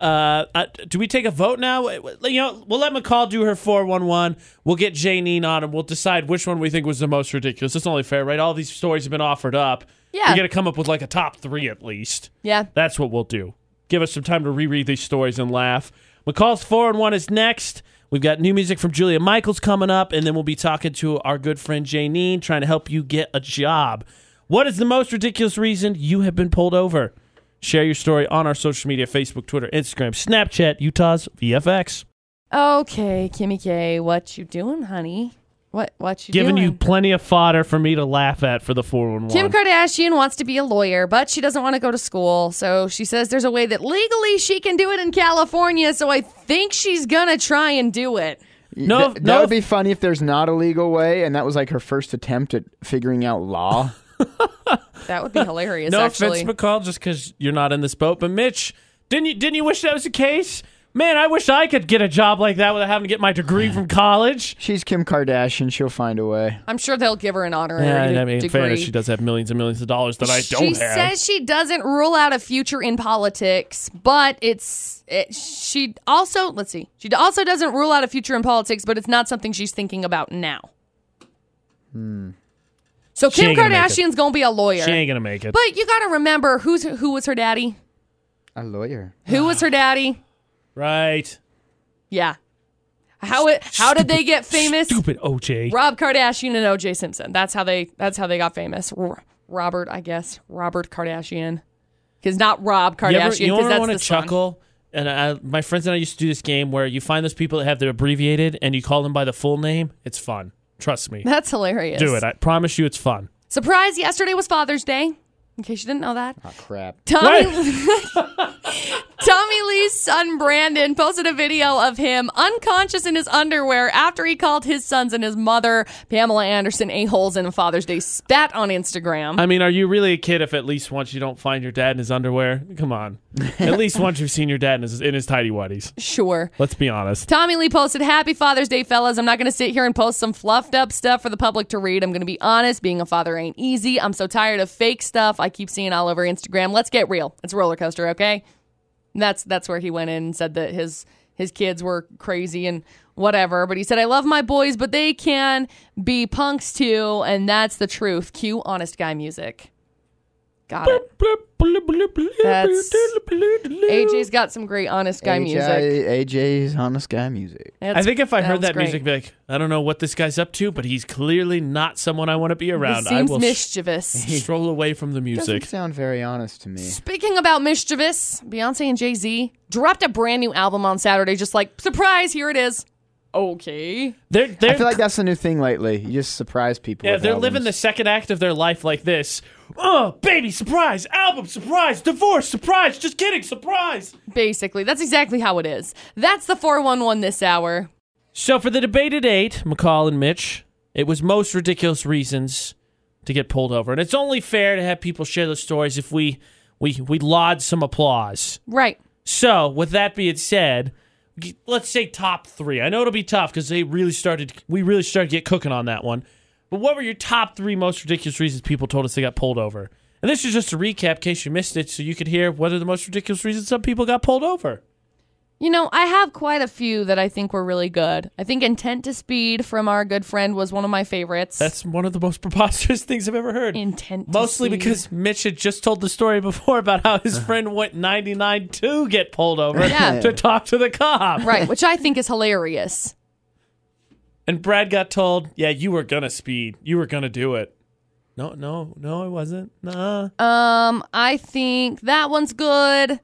S1: Uh, uh, do we take a vote now? You know, we'll let McCall do her 411. We'll get Janine on and we'll decide which one we think was the most ridiculous. It's only fair, right? All these stories have been offered up.
S2: Yeah.
S1: We got to come up with like a top three at least.
S2: yeah.
S1: That's what we'll do. Give us some time to reread these stories and laugh. McCall's 4 and 1 is next. We've got new music from Julia Michaels coming up, and then we'll be talking to our good friend Janine trying to help you get a job. What is the most ridiculous reason you have been pulled over? Share your story on our social media Facebook, Twitter, Instagram, Snapchat, Utah's VFX.
S2: Okay, Kimmy K, what you doing, honey? What? What you
S1: Giving you
S2: doing?
S1: plenty of fodder for me to laugh at for the 411.
S2: Kim Kardashian wants to be a lawyer, but she doesn't want to go to school. So she says there's a way that legally she can do it in California. So I think she's going to try and do it.
S1: No,
S3: Th- that
S1: no.
S3: would be funny if there's not a legal way, and that was like her first attempt at figuring out law.
S2: That would be hilarious,
S1: no
S2: actually.
S1: offense, McCall, just because you're not in this boat. But Mitch, didn't you didn't you wish that was the case? Man, I wish I could get a job like that without having to get my degree from college.
S3: She's Kim Kardashian; she'll find a way.
S2: I'm sure they'll give her an honorary
S1: Yeah, and
S2: de-
S1: I mean, in
S2: degree.
S1: fairness, she does have millions and millions of dollars that I don't
S2: she
S1: have.
S2: says she doesn't rule out a future in politics, but it's it, she also let's see, she also doesn't rule out a future in politics, but it's not something she's thinking about now. So
S1: Hmm. She
S2: Kim
S1: ain't gonna make it.
S2: Kardashian's gonna be a lawyer,
S1: she ain't gonna make it.
S2: but you got to remember who's who was her daddy,
S3: A lawyer.
S2: who was her daddy,
S1: right?
S2: yeah. How it, how did they get famous?
S1: Stupid OJ.
S2: Rob Kardashian and O.J. Simpson. That's how they. That's how they got famous. R- Robert, I guess. Robert Kardashian, because not Rob
S1: You ever,
S2: Kardashian.
S1: you
S2: Because
S1: ever
S2: that's
S1: want
S2: the
S1: to chuckle? And I, my friends and I used to do this game where you find those people that have their abbreviated and you call them by the full name. It's fun. Trust me.
S2: Son. That's hilarious.
S1: Do it. I promise you, it's fun.
S2: Surprise! Yesterday was Father's Day. In case you didn't know that,
S3: Oh, crap.
S2: Tommy Tommy Lee's son Brandon posted a video of him unconscious in his underwear after he called his sons and his mother Pamela Anderson a holes in a Father's Day spat on Instagram.
S1: I mean, are you really a kid if at least once you don't find your dad in his underwear? Come on. at least once you've seen your dad in his, in his tidy whities.
S2: sure.
S1: Let's be honest.
S2: Tommy Lee posted, Happy Father's Day, fellas. I'm not going to sit here and post some fluffed up stuff for the public to read. I'm going to be honest. Being a father ain't easy. I'm so tired of fake stuff I keep seeing all over Instagram. Let's get real. It's a roller coaster, okay? And that's that's where he went in and said that his his kids were crazy and whatever. But he said, I love my boys, but they can be punks too. And that's the truth. Cue honest guy music. Got it. That's- AJ's got some great honest guy music.
S3: AJ, AJ's honest guy music.
S1: I think if I heard
S2: sounds
S1: that
S2: great.
S1: music, I'd be like, I don't know what this guy's up to, but he's clearly not someone I want to be
S2: This
S1: around. I
S2: seems
S1: will s-
S2: mischievous.
S1: stroll away from the music.
S3: Doesn't sound very honest to me.
S2: Speaking about mischievous, Beyonce and Jay Z dropped a brand new album on Saturday, just like, surprise, here it is. Okay.
S1: They're, they're,
S3: I feel like that's the new thing lately. You just surprise people.
S1: yeah,
S3: with
S1: they're
S3: albums.
S1: living the second act of their life like this. Oh, baby, surprise, album, surprise, divorce, surprise, just kidding, surprise.
S2: Basically, that's exactly how it is. That's the 411 this hour.
S1: So for the debated eight, McCall and Mitch, it was most ridiculous reasons to get pulled over, and it's only fair to have people share those stories if we we we laud some applause.
S2: Right.
S1: So with that being said, g- let's say top three. I know it'll be tough because they really started. We really started to get cooking on that one. But what were your top three most ridiculous reasons people told us they got pulled over? And this is just a recap in case you missed it, so you could hear what are the most ridiculous reasons some people got pulled over.
S2: You know, I have quite a few that I think were really good. I think Intent to Speed from our good friend was one of my favorites.
S1: That's one of the most preposterous things I've ever heard.
S2: Intent to
S1: Mostly
S2: Speed.
S1: because Mitch had just told the story before about how his friend went 99 to get pulled over
S2: Yeah.
S1: to talk to the cop.
S2: Right, which I think is hilarious.
S1: And Brad got told, yeah, you were going to speed. You were going to do it. No, no, no, I wasn't. Nah.
S2: Um, I think that one's good.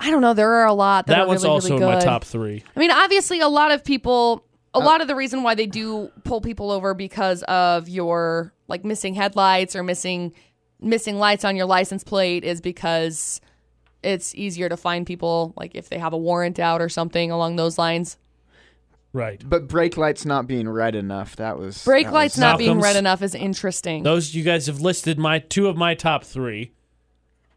S2: I don't know. There are a lot that,
S1: that
S2: are
S1: one's
S2: really,
S1: also
S2: really
S1: in my
S2: good.
S1: top three.
S2: I mean, obviously, a lot of people, a
S1: Uh,
S2: lot of the reason why they do pull people over because of your like missing headlights or missing missing lights on your license plate is because it's easier to find people like if they have a warrant out or something along those lines.
S1: Right.
S3: But brake lights not being red enough. That was
S2: Brake
S3: that
S2: lights
S3: was-
S2: not being
S1: Malcolm's-
S2: red enough is interesting.
S1: Those you guys have listed my two of my top three.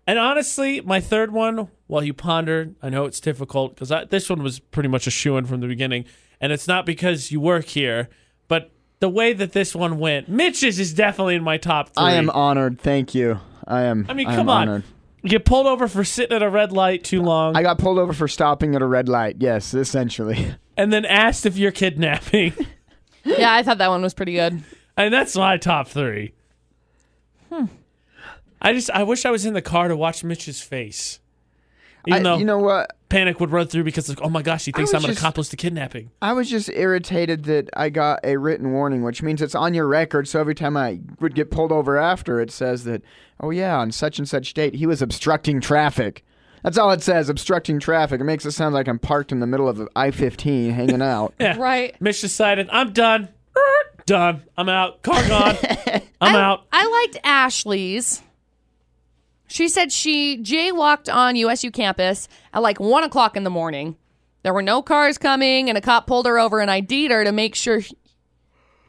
S1: And honestly, my third one, while you ponder, I know it's difficult because this one was pretty much a shoe in from the beginning. And it's not because you work here, but the way that this one went, Mitch's is definitely in my top three.
S3: I am honored. Thank you. I am.
S1: I mean,
S3: am
S1: come on.
S3: honored.
S1: You get pulled over for sitting at a red light too long
S3: I got pulled over for stopping at a red light. Yes, essentially.
S1: and then asked if you're kidnapping.
S2: yeah, I thought that one was pretty good.
S1: and that's my top three.
S3: Hmm.
S1: I just, I wish I was in the car to watch Mitch's face.
S3: I,
S1: Even though
S3: you know what?
S1: panic would run through because like, oh my gosh, he thinks
S3: was
S1: I'm an
S3: just-
S1: accomplice to kidnapping.
S3: I was just irritated that I got a written warning, which means it's on your record. So every time I would get pulled over after, it says that, oh yeah, on such and such date, he was obstructing traffic. That's all it says, obstructing traffic. It makes it sound like I'm parked in the middle of I-15 hanging out.
S1: Yeah.
S2: Right.
S1: Mitch decided, I'm done. Done. I'm out. Car gone. I'm
S2: I-
S1: out.
S2: I liked Ashley's. She said she jaywalked on USU campus at like one o'clock in the morning. There were no cars coming, and a cop pulled her over and ID'd her to make sure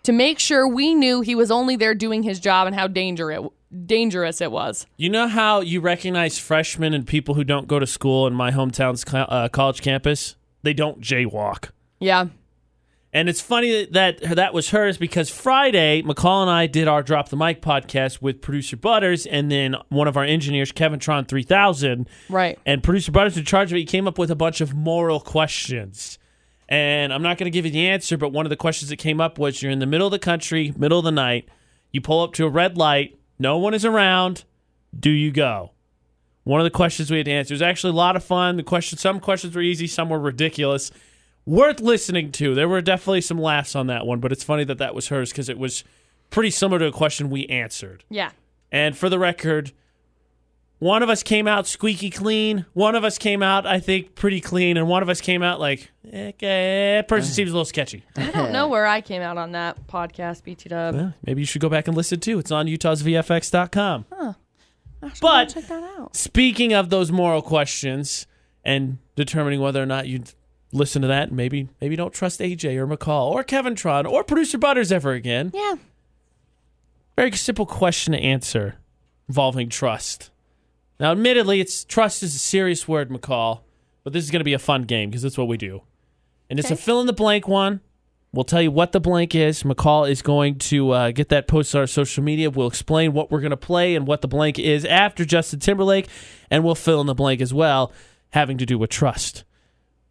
S2: to make sure we knew he was only there doing his job and how danger it, dangerous it was.
S1: You know how you recognize freshmen and people who don't go to school in my hometown's co- uh, college campus? They don't jaywalk.
S2: Yeah.
S1: And it's funny that that was hers because Friday, McCall and I did our Drop the Mic podcast with producer Butters and then one of our engineers, Kevin Tron 3000.
S2: Right.
S1: And producer Butters in charge of it, he came up with a bunch of moral questions. And I'm not going to give you the answer, but one of the questions that came up was you're in the middle of the country, middle of the night, you pull up to a red light, no one is around, do you go? One of the questions we had to answer it was actually a lot of fun. The question, some questions were easy, some were ridiculous, worth listening to. There were definitely some laughs on that one, but it's funny that that was hers because it was pretty similar to a question we answered.
S2: Yeah.
S1: And for the record, one of us came out squeaky clean. One of us came out, I think, pretty clean, and one of us came out like, okay, that person seems a little sketchy.
S2: I don't know where I came out on that podcast, BT Dub.
S1: Well, maybe you should go back and listen too. It's on utahsvfx.com.
S2: I should
S1: but-
S2: check that out.
S1: Speaking of those moral questions and determining whether or not you listen to that, maybe maybe don't trust AJ or McCall or Kevin Tron or producer Butters ever again.
S2: Yeah.
S1: Very simple question to answer involving trust. Now, admittedly, it's trust is a serious word, McCall, but this is going to be a fun game because that's what we do. And it's a
S2: Okay.
S1: fill in the blank one. We'll tell you what the blank is. McCall is going to uh, get that posted on our social media. We'll explain what we're going to play and what the blank is after Justin Timberlake, and we'll fill in the blank as well, having to do with trust.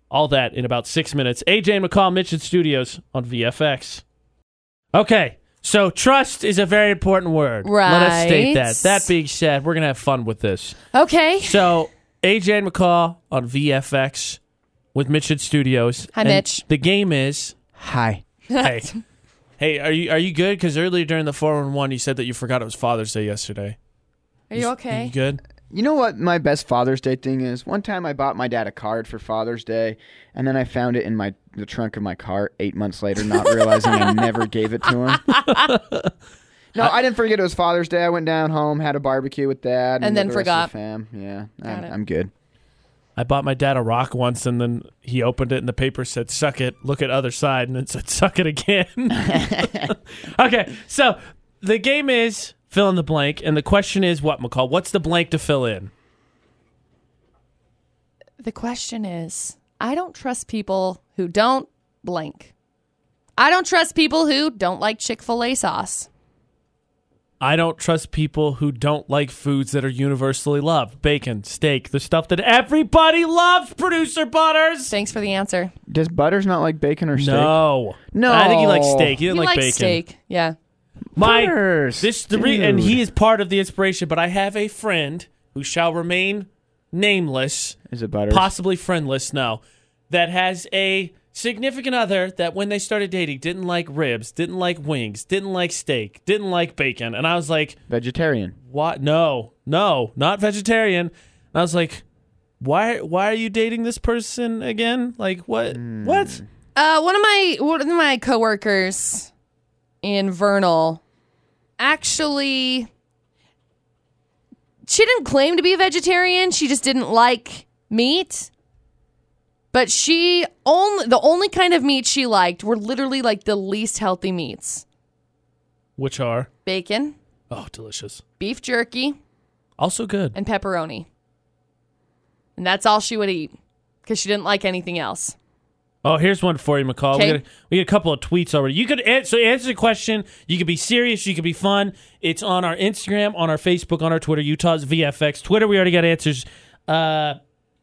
S1: All that in about six minutes. AJ and McCall, Mitchell Studios on VFX. Okay, so trust is a very important word. Let us state
S2: Right.
S1: that. That being said, we're going to have fun with this.
S2: Okay.
S1: So AJ and McCall on VFX with Mitch at Studios.
S2: Hi,
S1: And
S2: Mitch.
S1: The game is
S3: Hi.
S1: hey, hey, are you are you good? Because earlier during the four one one, you said that you forgot it was Father's Day yesterday.
S2: Are you
S1: Are you
S2: okay?
S1: good?
S3: You know what my best Father's Day thing is? One time I bought my dad a card for Father's Day, and then I found it in my the trunk of my car eight months later, not realizing I never gave it to him. No, I didn't forget it was Father's Day. I went down home, had a barbecue with dad, and,
S2: And then
S3: the rest
S2: forgot.
S3: of the fam, yeah,
S2: Got
S3: I'm,
S2: it.
S3: I'm good.
S1: I bought my dad a rock once, and then he opened it, and the paper said "suck it." Look at other side, and it said "suck it" again. okay, so the game is fill in the blank, and the question is what McCall? What's the blank to fill in?
S2: The question is I don't trust people who don't blank. I don't trust people who don't like Chick fil A sauce.
S1: I don't trust people who don't like foods that are universally loved. Bacon, steak, the stuff that everybody loves, producer Butters.
S2: Thanks for the answer.
S3: Does Butters not like bacon or steak?
S1: No.
S3: No.
S1: I think he likes steak. He
S2: You
S1: didn't like
S2: like
S1: bacon.
S2: steak. Yeah.
S1: My
S3: Butters,
S1: this the re- and
S3: dude.
S1: he is part of the inspiration, but I have a friend who shall remain nameless,
S3: Is it Butters?
S1: possibly friendless now, that has a significant other that when they started dating didn't like ribs, didn't like wings, didn't like steak, didn't like bacon. And I was like,
S3: Vegetarian.
S1: why no no not vegetarian and i was like why why are you dating this person again like what what
S2: Uh, one of my one of my coworkers in Vernal actually she didn't claim to be a vegetarian. She just didn't like meat. But she only the only kind of meat she liked were literally like the least healthy meats:
S1: which are
S2: bacon,
S1: oh delicious
S2: beef jerky,
S1: also good
S2: and pepperoni. And that's all she would eat because she didn't like anything else.
S1: oh here's one for you mccall we
S2: Okay.
S1: got, we got a couple of tweets already you could an- so answer the question you could be serious you could be fun it's on our instagram on our facebook on our twitter utah's vfx twitter we already got answers uh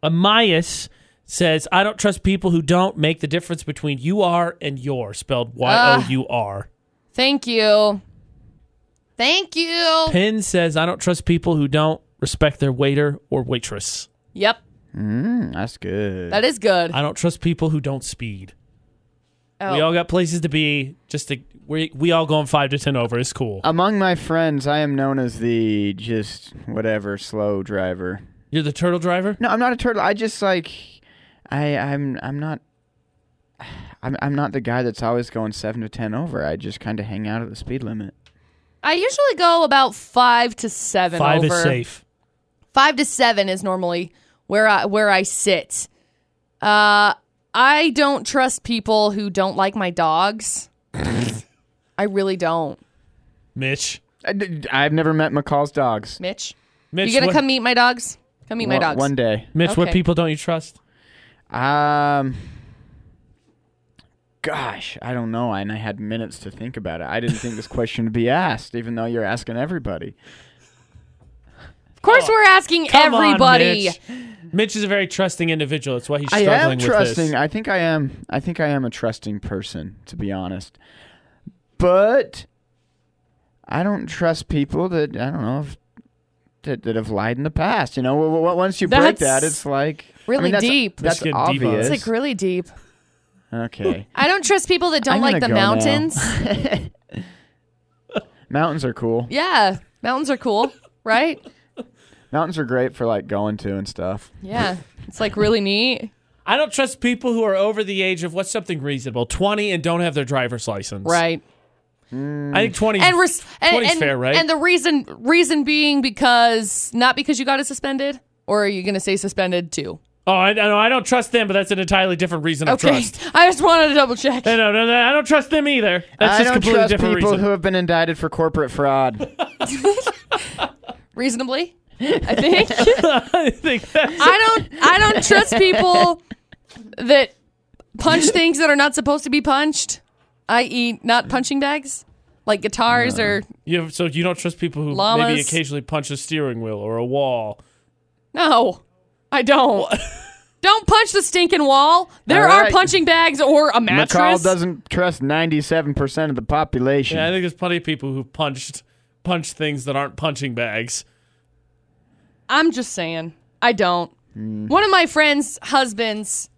S1: amias says i don't trust people who don't make the difference between you are and your spelled y-o-u-r
S2: Thank you. Thank you.
S1: Penn says, I don't trust people who don't respect their waiter or waitress.
S2: Yep.
S3: Mm, that's good.
S2: That is good.
S1: I don't trust people who don't speed.
S2: Oh.
S1: We all got places to be. Just to, we, we all going five to 10 over. It's cool.
S2: Oh.
S3: Among my friends, I am known as the just whatever slow driver.
S1: You're the turtle driver?
S3: No, I'm not a turtle. I just like I I'm I'm not I'm I'm not the guy that's always going seven to ten over. I just kind of hang out at the speed limit.
S2: I usually go about five to seven.
S8: Five
S2: over.
S8: is safe.
S2: Five to seven is normally where I where I sit. Uh, I don't trust people who don't like my dogs. I really don't,
S8: Mitch.
S3: I, d- I've never met McCall's dogs.
S2: Mitch.
S1: Mitch,
S2: you gonna
S1: what,
S2: come meet my dogs? Come meet my
S3: one,
S2: dogs.
S3: One day.
S1: Mitch, what
S2: Okay.
S1: people don't you trust?
S3: Um. Gosh, I don't know, and I had minutes to think about it. I didn't think this question would be asked, even though you're asking everybody.
S2: Of course, we're asking
S1: Oh, Come on,
S2: everybody.
S1: Mitch. Mitch is a very trusting individual. That's why he's
S3: I
S1: struggling
S3: am
S1: with
S3: trusting.
S1: this.
S3: I think I am. I think I am a trusting person, to be honest. But I don't trust people that I don't know if, that that have lied in the past. You know, w- w- once you break that,
S2: That's
S3: it's like I
S2: really
S3: mean, that's,
S2: deep.
S1: Let's
S3: That's
S1: get deep on
S3: obvious.
S2: it's like really deep.
S3: okay,
S2: I don't trust people that don't
S3: I'm
S2: like the
S3: gonna go now.
S2: mountains.
S3: mountains are cool.
S2: yeah, mountains are cool, right?
S3: Mountains are great for like going to and stuff.
S2: Yeah, it's like really neat.
S1: I don't trust people who are over the age of what's something reasonable, twenty, and don't have their driver's license.
S2: Right.
S1: I think twenty.
S2: and res- and,
S1: 20's
S2: and,
S1: fair, right?
S2: and the reason reason being because not because you got it suspended or are you going to say suspended too
S1: oh, I, I know. I don't trust them, but that's an entirely different reason of
S2: okay
S1: trust.
S2: i just wanted to double check
S1: No, no, no, no, I don't trust them either. That's just
S3: I don't
S1: completely
S3: trust
S1: different
S3: people
S1: reason.
S3: who have been indicted for corporate fraud.
S2: reasonably i think
S1: I think that's
S2: i don't i don't trust people that punch things that are not supposed to be punched i.e not punching bags like guitars or
S1: You have, so you don't trust people who maybe
S2: Llamas.
S1: occasionally punch a steering wheel or a wall.
S2: no i don't don't punch the stinking wall there
S3: All
S2: are
S3: right.
S2: punching bags or a mattress
S3: McCall doesn't trust 97% of the population.
S1: Yeah, I think there's plenty of people who punched punch things that aren't punching bags.
S2: I'm just saying. I don't.
S3: Mm.
S2: One of my friend's husbands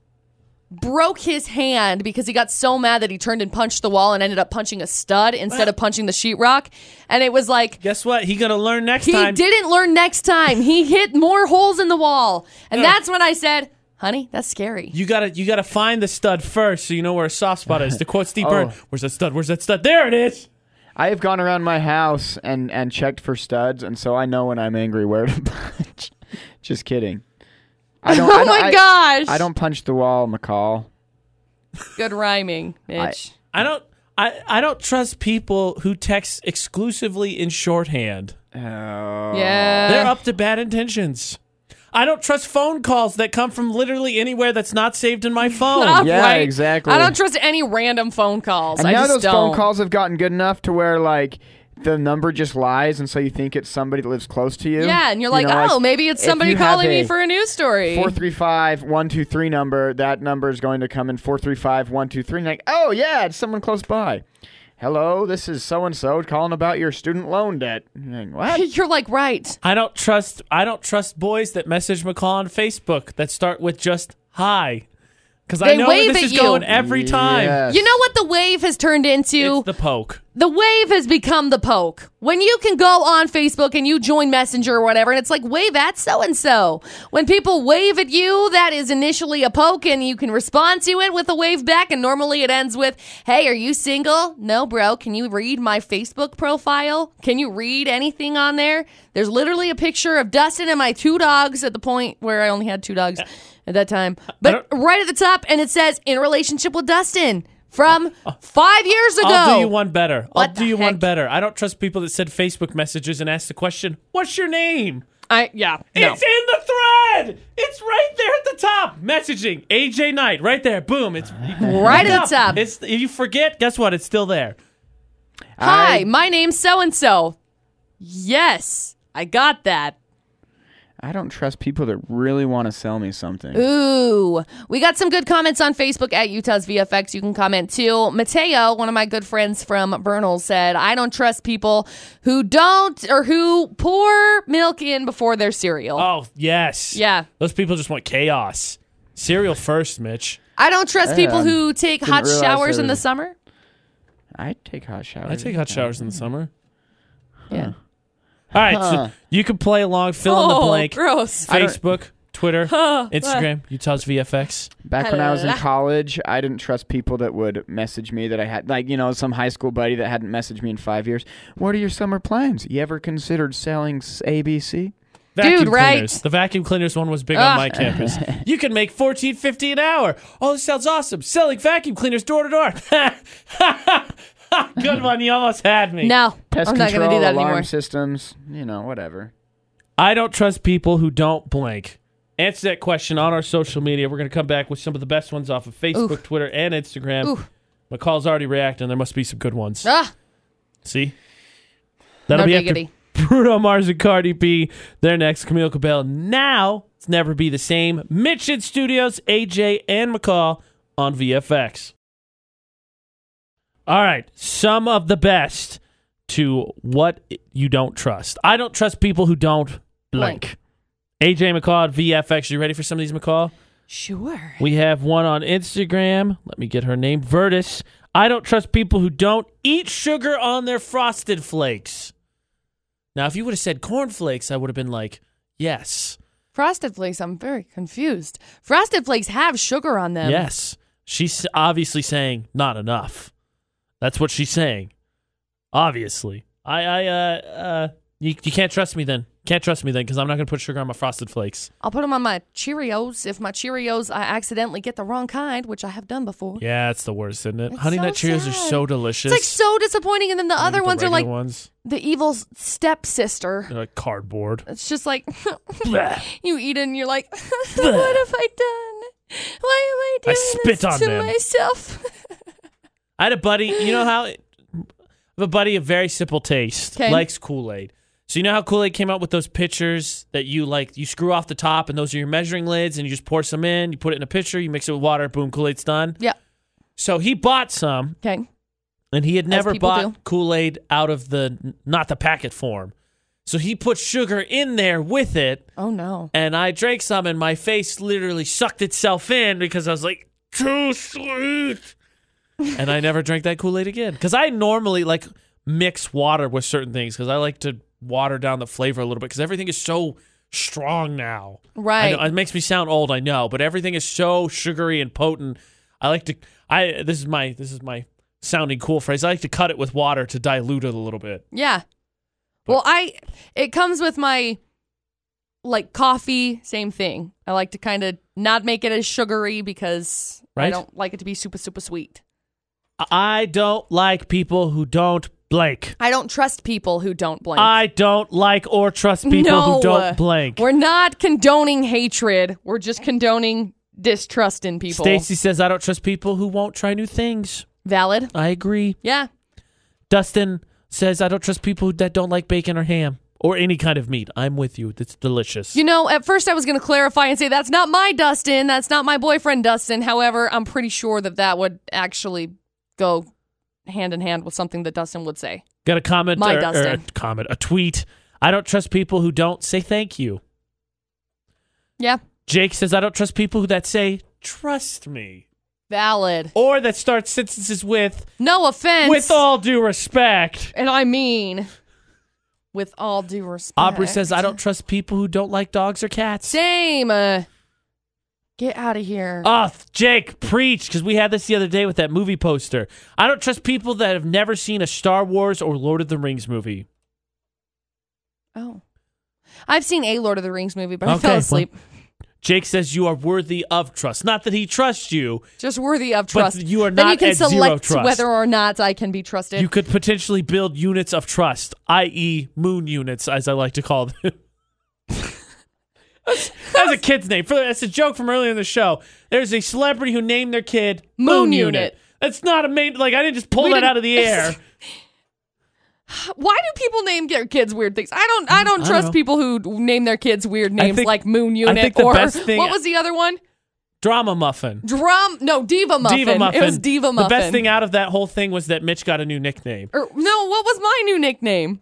S2: broke his hand because he got so mad that he turned and punched the wall and ended up punching a stud instead of punching the sheetrock. And it was like,
S1: Guess what? He gonna learn next
S2: he
S1: time.
S2: didn't learn next time. He hit more holes in the wall. And that's when I said, honey, that's scary.
S1: You gotta you gotta find the stud first, so you know where a soft spot is. To quote Steve Byrne,
S3: Oh.
S1: "Where's that stud? Where's that stud? There it is."
S3: I have gone around my house and, and checked for studs, and so I know when I'm angry where to punch. Just kidding. I don't,
S2: Oh
S3: I don't-
S2: my
S3: I-
S2: gosh.
S3: I don't punch the wall, McCall.
S2: Good rhyming, Mitch.
S1: I don't I, I don't trust people who text exclusively in shorthand.
S3: Oh.
S2: yeah.
S1: They're up to bad intentions. I don't trust phone calls that come from literally anywhere that's not saved in my phone.
S2: All
S3: Oh, Yeah,
S2: right.
S3: exactly.
S2: I don't trust any random phone calls.
S3: And
S2: I
S3: now
S2: just
S3: those
S2: don't.
S3: phone calls have gotten good enough to where, like, the number just lies, and so you think it's somebody that lives close to you.
S2: Yeah, and you're
S3: You
S2: like,
S3: know,
S2: oh, maybe it's
S3: if
S2: somebody
S3: you have
S2: calling me
S3: a
S2: for a news story.
S3: 435 123 number, that number is going to come in 435 123. Like, oh, yeah, it's someone close by. Hello, this is so and so calling about your student loan debt. You're like, what?
S2: You're like, right.
S1: I don't trust I don't trust boys that message McCall on Facebook that start with just hi. Because I
S2: They
S1: know where
S2: wave
S1: this
S2: at
S1: is
S2: you.
S1: going every time.
S3: Yes.
S2: You know what the wave has turned into?
S1: It's the poke.
S2: the wave has become the poke. When you can go on Facebook and you join Messenger or whatever, and it's like, wave at so and so. When people wave at you, that is initially a poke, and you can respond to it with a wave back. And normally it ends with, hey, are you single? No, bro. Can you read my Facebook profile? Can you read anything on there? There's literally a picture of Dustin and my two dogs at the point where I only had two dogs at that time. But right at the top, and it says, in relationship with Dustin. From five years ago.
S1: Uh, I'll do you one better. I'll
S2: What
S1: do
S2: the
S1: you one
S2: heck?
S1: better. I don't trust people that send Facebook messages and ask the question, "What's your name?"
S2: I yeah. No.
S1: It's in the thread. It's right there at the top. Messaging AJ Knight right there. Boom. It's
S2: right at the top.
S1: It's if you forget, guess what? It's still there.
S2: Hi,
S3: I-
S2: my name's so and so. Yes, I got that.
S3: I don't trust people that really want to sell me something.
S2: Ooh, we got some good comments on Facebook at Utah's VFX. You can comment too. Mateo, one of my good friends from Bernal, said, "I don't trust people who don't or who pour milk in before their cereal."
S1: Oh yes.
S2: Yeah.
S1: Those people just want chaos. Cereal first, Mitch.
S2: I don't trust people
S3: Man,
S2: who take
S3: didn't
S2: hot
S3: realize
S2: showers
S3: there
S2: in the
S3: was-
S2: summer.
S3: I take hot showers.
S1: I take hot showers in the summer.
S2: Yeah.
S1: All right, so you can play along, fill in the
S2: Oh,
S1: blank.
S2: gross.
S1: Facebook, Twitter,
S2: Huh.
S1: Instagram, Utah's VFX.
S3: Back when I was in
S2: Hello.
S3: college, I didn't trust people that would message me that I had, like, you know, some high school buddy that hadn't messaged me in five years. What are your summer plans? You ever considered selling s- ABC?
S1: Vacuum
S2: Dude, right.
S1: cleaners. The vacuum cleaners one was big on
S2: Ah.
S1: my campus. You can make fourteen fifty an hour. Oh, this sounds awesome! Selling vacuum cleaners door to door. Good one. You almost had me.
S2: No,
S3: Pest
S2: I'm not
S3: control,
S2: going to do that
S3: alarm
S2: anymore.
S3: systems, you know, whatever.
S1: I don't trust people who don't blink. Answer that question on our social media. We're going to come back with some of the best ones off of Facebook,
S2: Oof.
S1: Twitter, and Instagram.
S2: Oof.
S1: McCall's already reacting. There must be some good ones.
S2: Ah,
S1: See? That'll be
S2: no diggity.
S1: after Bruno Mars and Cardi B. They're next. Camille Cabello. Now, it's never be the same. Mitchin Studios, AJ and McCall on VFX. All right. Some of the best to what you don't trust. I don't trust people who don't blink. AJ McCall at VFX. You ready for some of these, McCall?
S2: Sure.
S1: We have one on Instagram. Let me get her name. Vertus. I don't trust people who don't eat sugar on their frosted flakes. Now, if you would have said cornflakes, I would have been like, yes,
S2: Frosted Flakes, I'm very confused. Frosted Flakes have sugar on them.
S1: yes. She's obviously saying not enough. That's what she's saying. Obviously. I, I, uh, uh, you, you can't trust me then. Can't trust me then because I'm not going to put sugar on my frosted flakes.
S2: I'll put them on my Cheerios if my Cheerios I accidentally get the wrong kind, which I have done before.
S1: Yeah, it's the worst, isn't it?
S2: It's
S1: Honey
S2: so
S1: Nut Cheerios are
S2: sad.
S1: so delicious.
S2: It's like so disappointing. And then the
S1: You
S2: other
S1: get the
S2: ones are like
S1: regular ones.
S2: the evil s- stepsister.
S1: They're like cardboard.
S2: It's just like
S1: Blech.
S2: you eat it and you're like, what have I done? Why am I doing
S1: spit
S2: this
S1: on
S2: to
S1: them.
S2: myself?
S1: I had a buddy. You know how I have a buddy of very simple taste
S2: 'Kay.
S1: likes Kool Aid. So you know how Kool Aid came out with those pitchers that you like you screw off the top and those are your measuring lids and you just pour some in. You put it in a pitcher, you mix it with water, boom, Kool Aid's done.
S2: yeah.
S1: So he bought some
S2: Okay.
S1: and he had never
S2: people
S1: bought
S2: do.
S1: Kool Aid out of the not the packet form. So he put sugar in there with it,
S2: Oh no.
S1: and I drank some, and my face literally sucked itself in because I was like, too sweet. and I never drank that Kool Aid again. Because I normally like mix water with certain things because I like to water down the flavor a little bit because everything is so strong now. I
S2: Right.
S1: know, it makes me sound old, I know, but everything is so sugary and potent. I like to. I this is my this is my sounding cool phrase. I like to cut it with water to dilute it a little bit.
S2: Yeah. Well, I it comes with my like coffee, same thing. I like to kind of not make it as sugary because I
S1: Right.
S2: don't like it to be super super sweet.
S1: I don't like people who don't blink.
S2: I don't trust people who don't blink.
S1: I don't like or trust people
S2: no,
S1: who don't blink.
S2: We're not condoning hatred. We're just condoning distrust in people.
S1: Stacy says I don't trust people who won't try new things.
S2: Valid.
S1: I agree.
S2: Yeah.
S1: Dustin says I don't trust people that don't like bacon or ham or any kind of meat. I'm with you. It's delicious.
S2: You know, at first I was going to clarify and say that's not my Dustin, that's not my boyfriend Dustin. However, I'm pretty sure that that would actually go hand in hand with something that Dustin would say.
S1: Got a comment
S2: My
S1: or, or a
S2: Dustin.
S1: comment, a tweet. I don't trust people who don't say thank you.
S2: Yeah.
S1: Jake says I don't trust people who that say trust me
S2: Valid.
S1: or that start sentences with
S2: No offense.
S1: with all due respect.
S2: And I mean, with all due respect.
S1: Aubrey says I don't trust people who don't like dogs or cats.
S2: Same. Uh, get out of here.
S1: Oh, Jake, preach, because we had this the other day with that movie poster. I don't trust people that have never seen a Star Wars or Lord of the Rings movie.
S2: oh. I've seen a Lord of the Rings movie, but I
S1: Okay,
S2: fell asleep.
S1: Jake says you are worthy of trust. Not that he trusts you.
S2: Just worthy of trust.
S1: you are
S2: then you
S1: not
S2: can
S1: at zero
S2: select
S1: trust.
S2: whether or not I can be trusted.
S1: You could potentially build units of trust, i.e., moon units, as I like to call them. that's a kid's name. For- That's a joke from earlier in the show. There's a celebrity who named their kid
S2: Moon Unit.
S1: That's not a main. Like I didn't just pull
S2: We
S1: that
S2: didn't-
S1: out of the air.
S2: Why do people name their kids weird things? I don't. I don't trust
S1: Mm, know.
S2: people who name their kids weird names
S1: think-
S2: like Moon
S1: I
S2: Unit
S1: think the
S2: or
S1: best thing-
S2: what was the other one?
S1: Drama muffin.
S2: Drum? No, Diva Muffin.
S1: Diva Muffin.
S2: It was Diva Muffin.
S1: The best thing out of that whole thing was that Mitch got a new nickname.
S2: Or, no, what was my new nickname?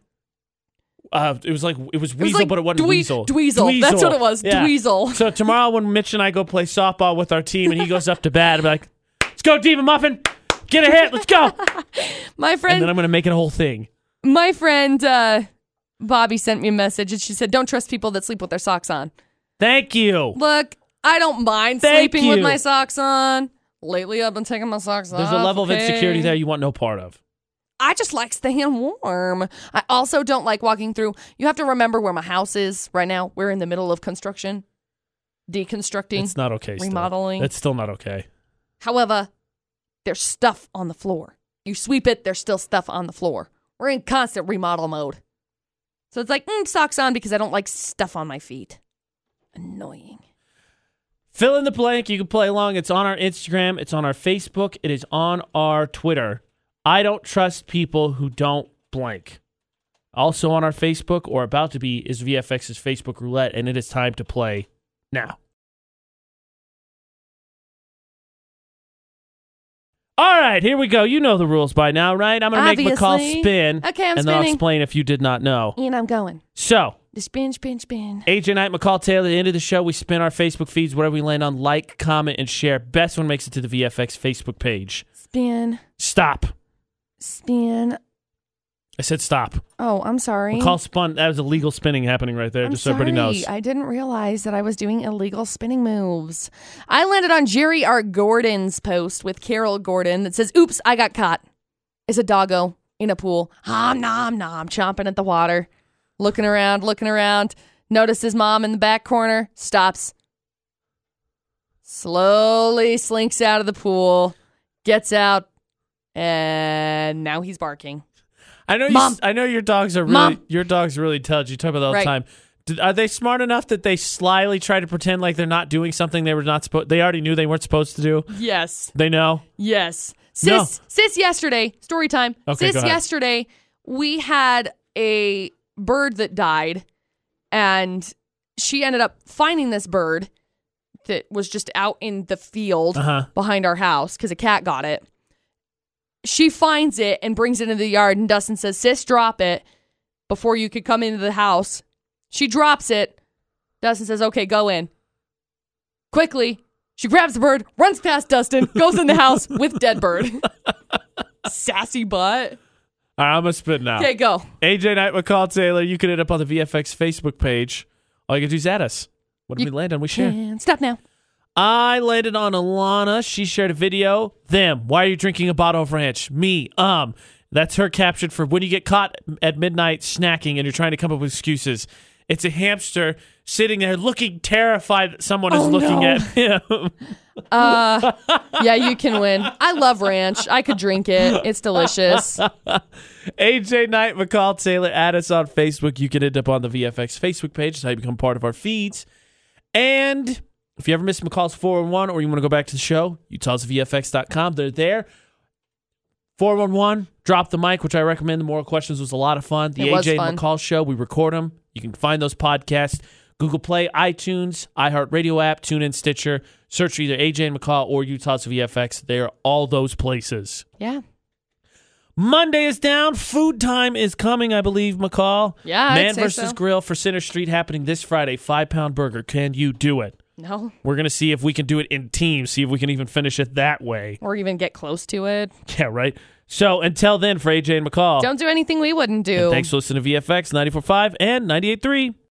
S1: Uh, it was like it was Weasel,
S2: like
S1: but it wasn't
S2: Dwee-
S1: Weasel.
S2: Dweezil. That's what it was, Dweezil.
S1: So tomorrow, when Mitch and I go play softball with our team, and he goes up to bat, I'm like, "Let's go, Diva Muffin, get a hit, let's go!"
S2: My
S1: And
S2: friend,
S1: then I'm gonna make it a whole thing.
S2: my friend uh, Bobby sent me a message and she said, "Don't trust people that sleep with their socks on."
S1: Thank you.
S2: Look, I don't mind
S1: Thank
S2: sleeping with
S1: you.
S2: my socks on. Lately, I've been taking my socks off.
S1: There's a level of
S2: okay?
S1: insecurity there you want no part of.
S2: I just like staying warm. I also don't like walking through. You have to remember where my house is right now. We're in the middle of construction, deconstructing.
S1: It's not okay. Still.
S2: Remodeling.
S1: It's still not okay.
S2: However, there's stuff on the floor. You sweep it, there's still stuff on the floor. We're in constant remodel mode. So it's like, mm, socks on because I don't like stuff on my feet. Annoying.
S1: Fill in the blank. You can play along. It's on our Instagram. It's on our Facebook. It is on our Twitter. I don't trust people who don't blank. Also on our Facebook or about to be is VFX's Facebook roulette, and it is time to play now. All right, here we go. You know the rules by now, right? I'm going to make McCall
S2: Obviously.
S1: spin.
S2: Okay, I'm
S1: and then I'll
S2: spinning.
S1: explain if you did not know.
S2: And I'm going.
S1: So,
S2: Just spin, spin, spin.
S1: AJ Knight, McCall Taylor, the end of the show. We spin our Facebook feeds, whatever we land on, like, comment, and share. Best one makes it to the VFX Facebook page.
S2: Spin,
S1: Stop.
S2: spin.
S1: I said stop.
S2: Oh, I'm sorry.
S1: McCall spun. That was illegal spinning happening right there,
S2: I'm
S1: just so
S2: sorry.
S1: everybody knows.
S2: I didn't realize that I was doing illegal spinning moves. I landed on Jerry R. Gordon's post with Carol Gordon that says, Oops, I got caught. It's a doggo in a pool. Nom, nom, nom, chomping at the water, looking around, looking around. Notices mom in the back corner, stops, slowly slinks out of the pool, gets out, and now he's barking.
S1: I know. You,
S2: Mom.
S1: I know your dogs are really.
S2: Mom.
S1: Your dogs really tell you. Talk about that all the
S2: Right.
S1: time. Did, are they smart enough that they slyly try to pretend like they're not doing something they were not supposed? They already knew they weren't supposed to do.
S2: Yes.
S1: They know.
S2: Yes. Sis,
S1: No.
S2: sis yesterday, story time.
S1: Okay, go
S2: sis
S1: ahead.
S2: yesterday, we had a bird that died and she ended up finding this bird that was just out in the field
S1: Uh huh.
S2: behind our house cuz a cat got it. She finds it and brings it into the yard and Dustin says, "Sis, drop it before you could come into the house." She drops it. Dustin says, "Okay, go in." Quickly, she grabs the bird, runs past Dustin, goes in the house with dead bird. Sassy butt.
S1: All right, I'm gonna spin now.
S2: Okay, go.
S1: AJ Knight, McCall Taylor. You can end up on the VFX Facebook page. All you can do is add us. What did
S2: You
S1: we land on? We share.
S2: And stop now.
S1: I landed on Alana. She shared a video. Them. Why are you drinking a bottle of ranch? Me. Um. That's her caption for when you get caught at midnight snacking and you're trying to come up with excuses. It's a hamster sitting there looking terrified that someone is
S2: Oh,
S1: looking
S2: no.
S1: at him.
S2: Uh, yeah, you can win. I love ranch. I could drink it. It's delicious.
S1: AJ Knight, McCall Taylor, add us on Facebook. You can end up on the VFX Facebook page. That's how you become part of our feeds. And if you ever miss McCall's 411 or you want to go back to the show, utahsvfx.com. They're there. 411, drop the mic, which I recommend. The Moral Questions was a lot of fun. The
S2: It was
S1: AJ
S2: fun.
S1: and McCall show, we record them. You can find those podcasts. Google Play, iTunes, iHeartRadio app, TuneIn, Stitcher. Search for either AJ and McCall or Utah's VFX. They are all those places.
S2: Yeah.
S1: Monday is down. Food time is coming, I believe, McCall.
S2: Yeah, I'd
S1: Man
S2: say
S1: versus
S2: so.
S1: Grill for Center Street happening this Friday. Five pound burger. Can you do it?
S2: No,
S1: We're going to see if we can do it in teams, see if we can even finish it that way.
S2: or even get close to it.
S1: Yeah, right. So until then, for AJ and McCall,
S2: Don't do anything we wouldn't do.
S1: and thanks for listening to VFX 94.5 and 98.3.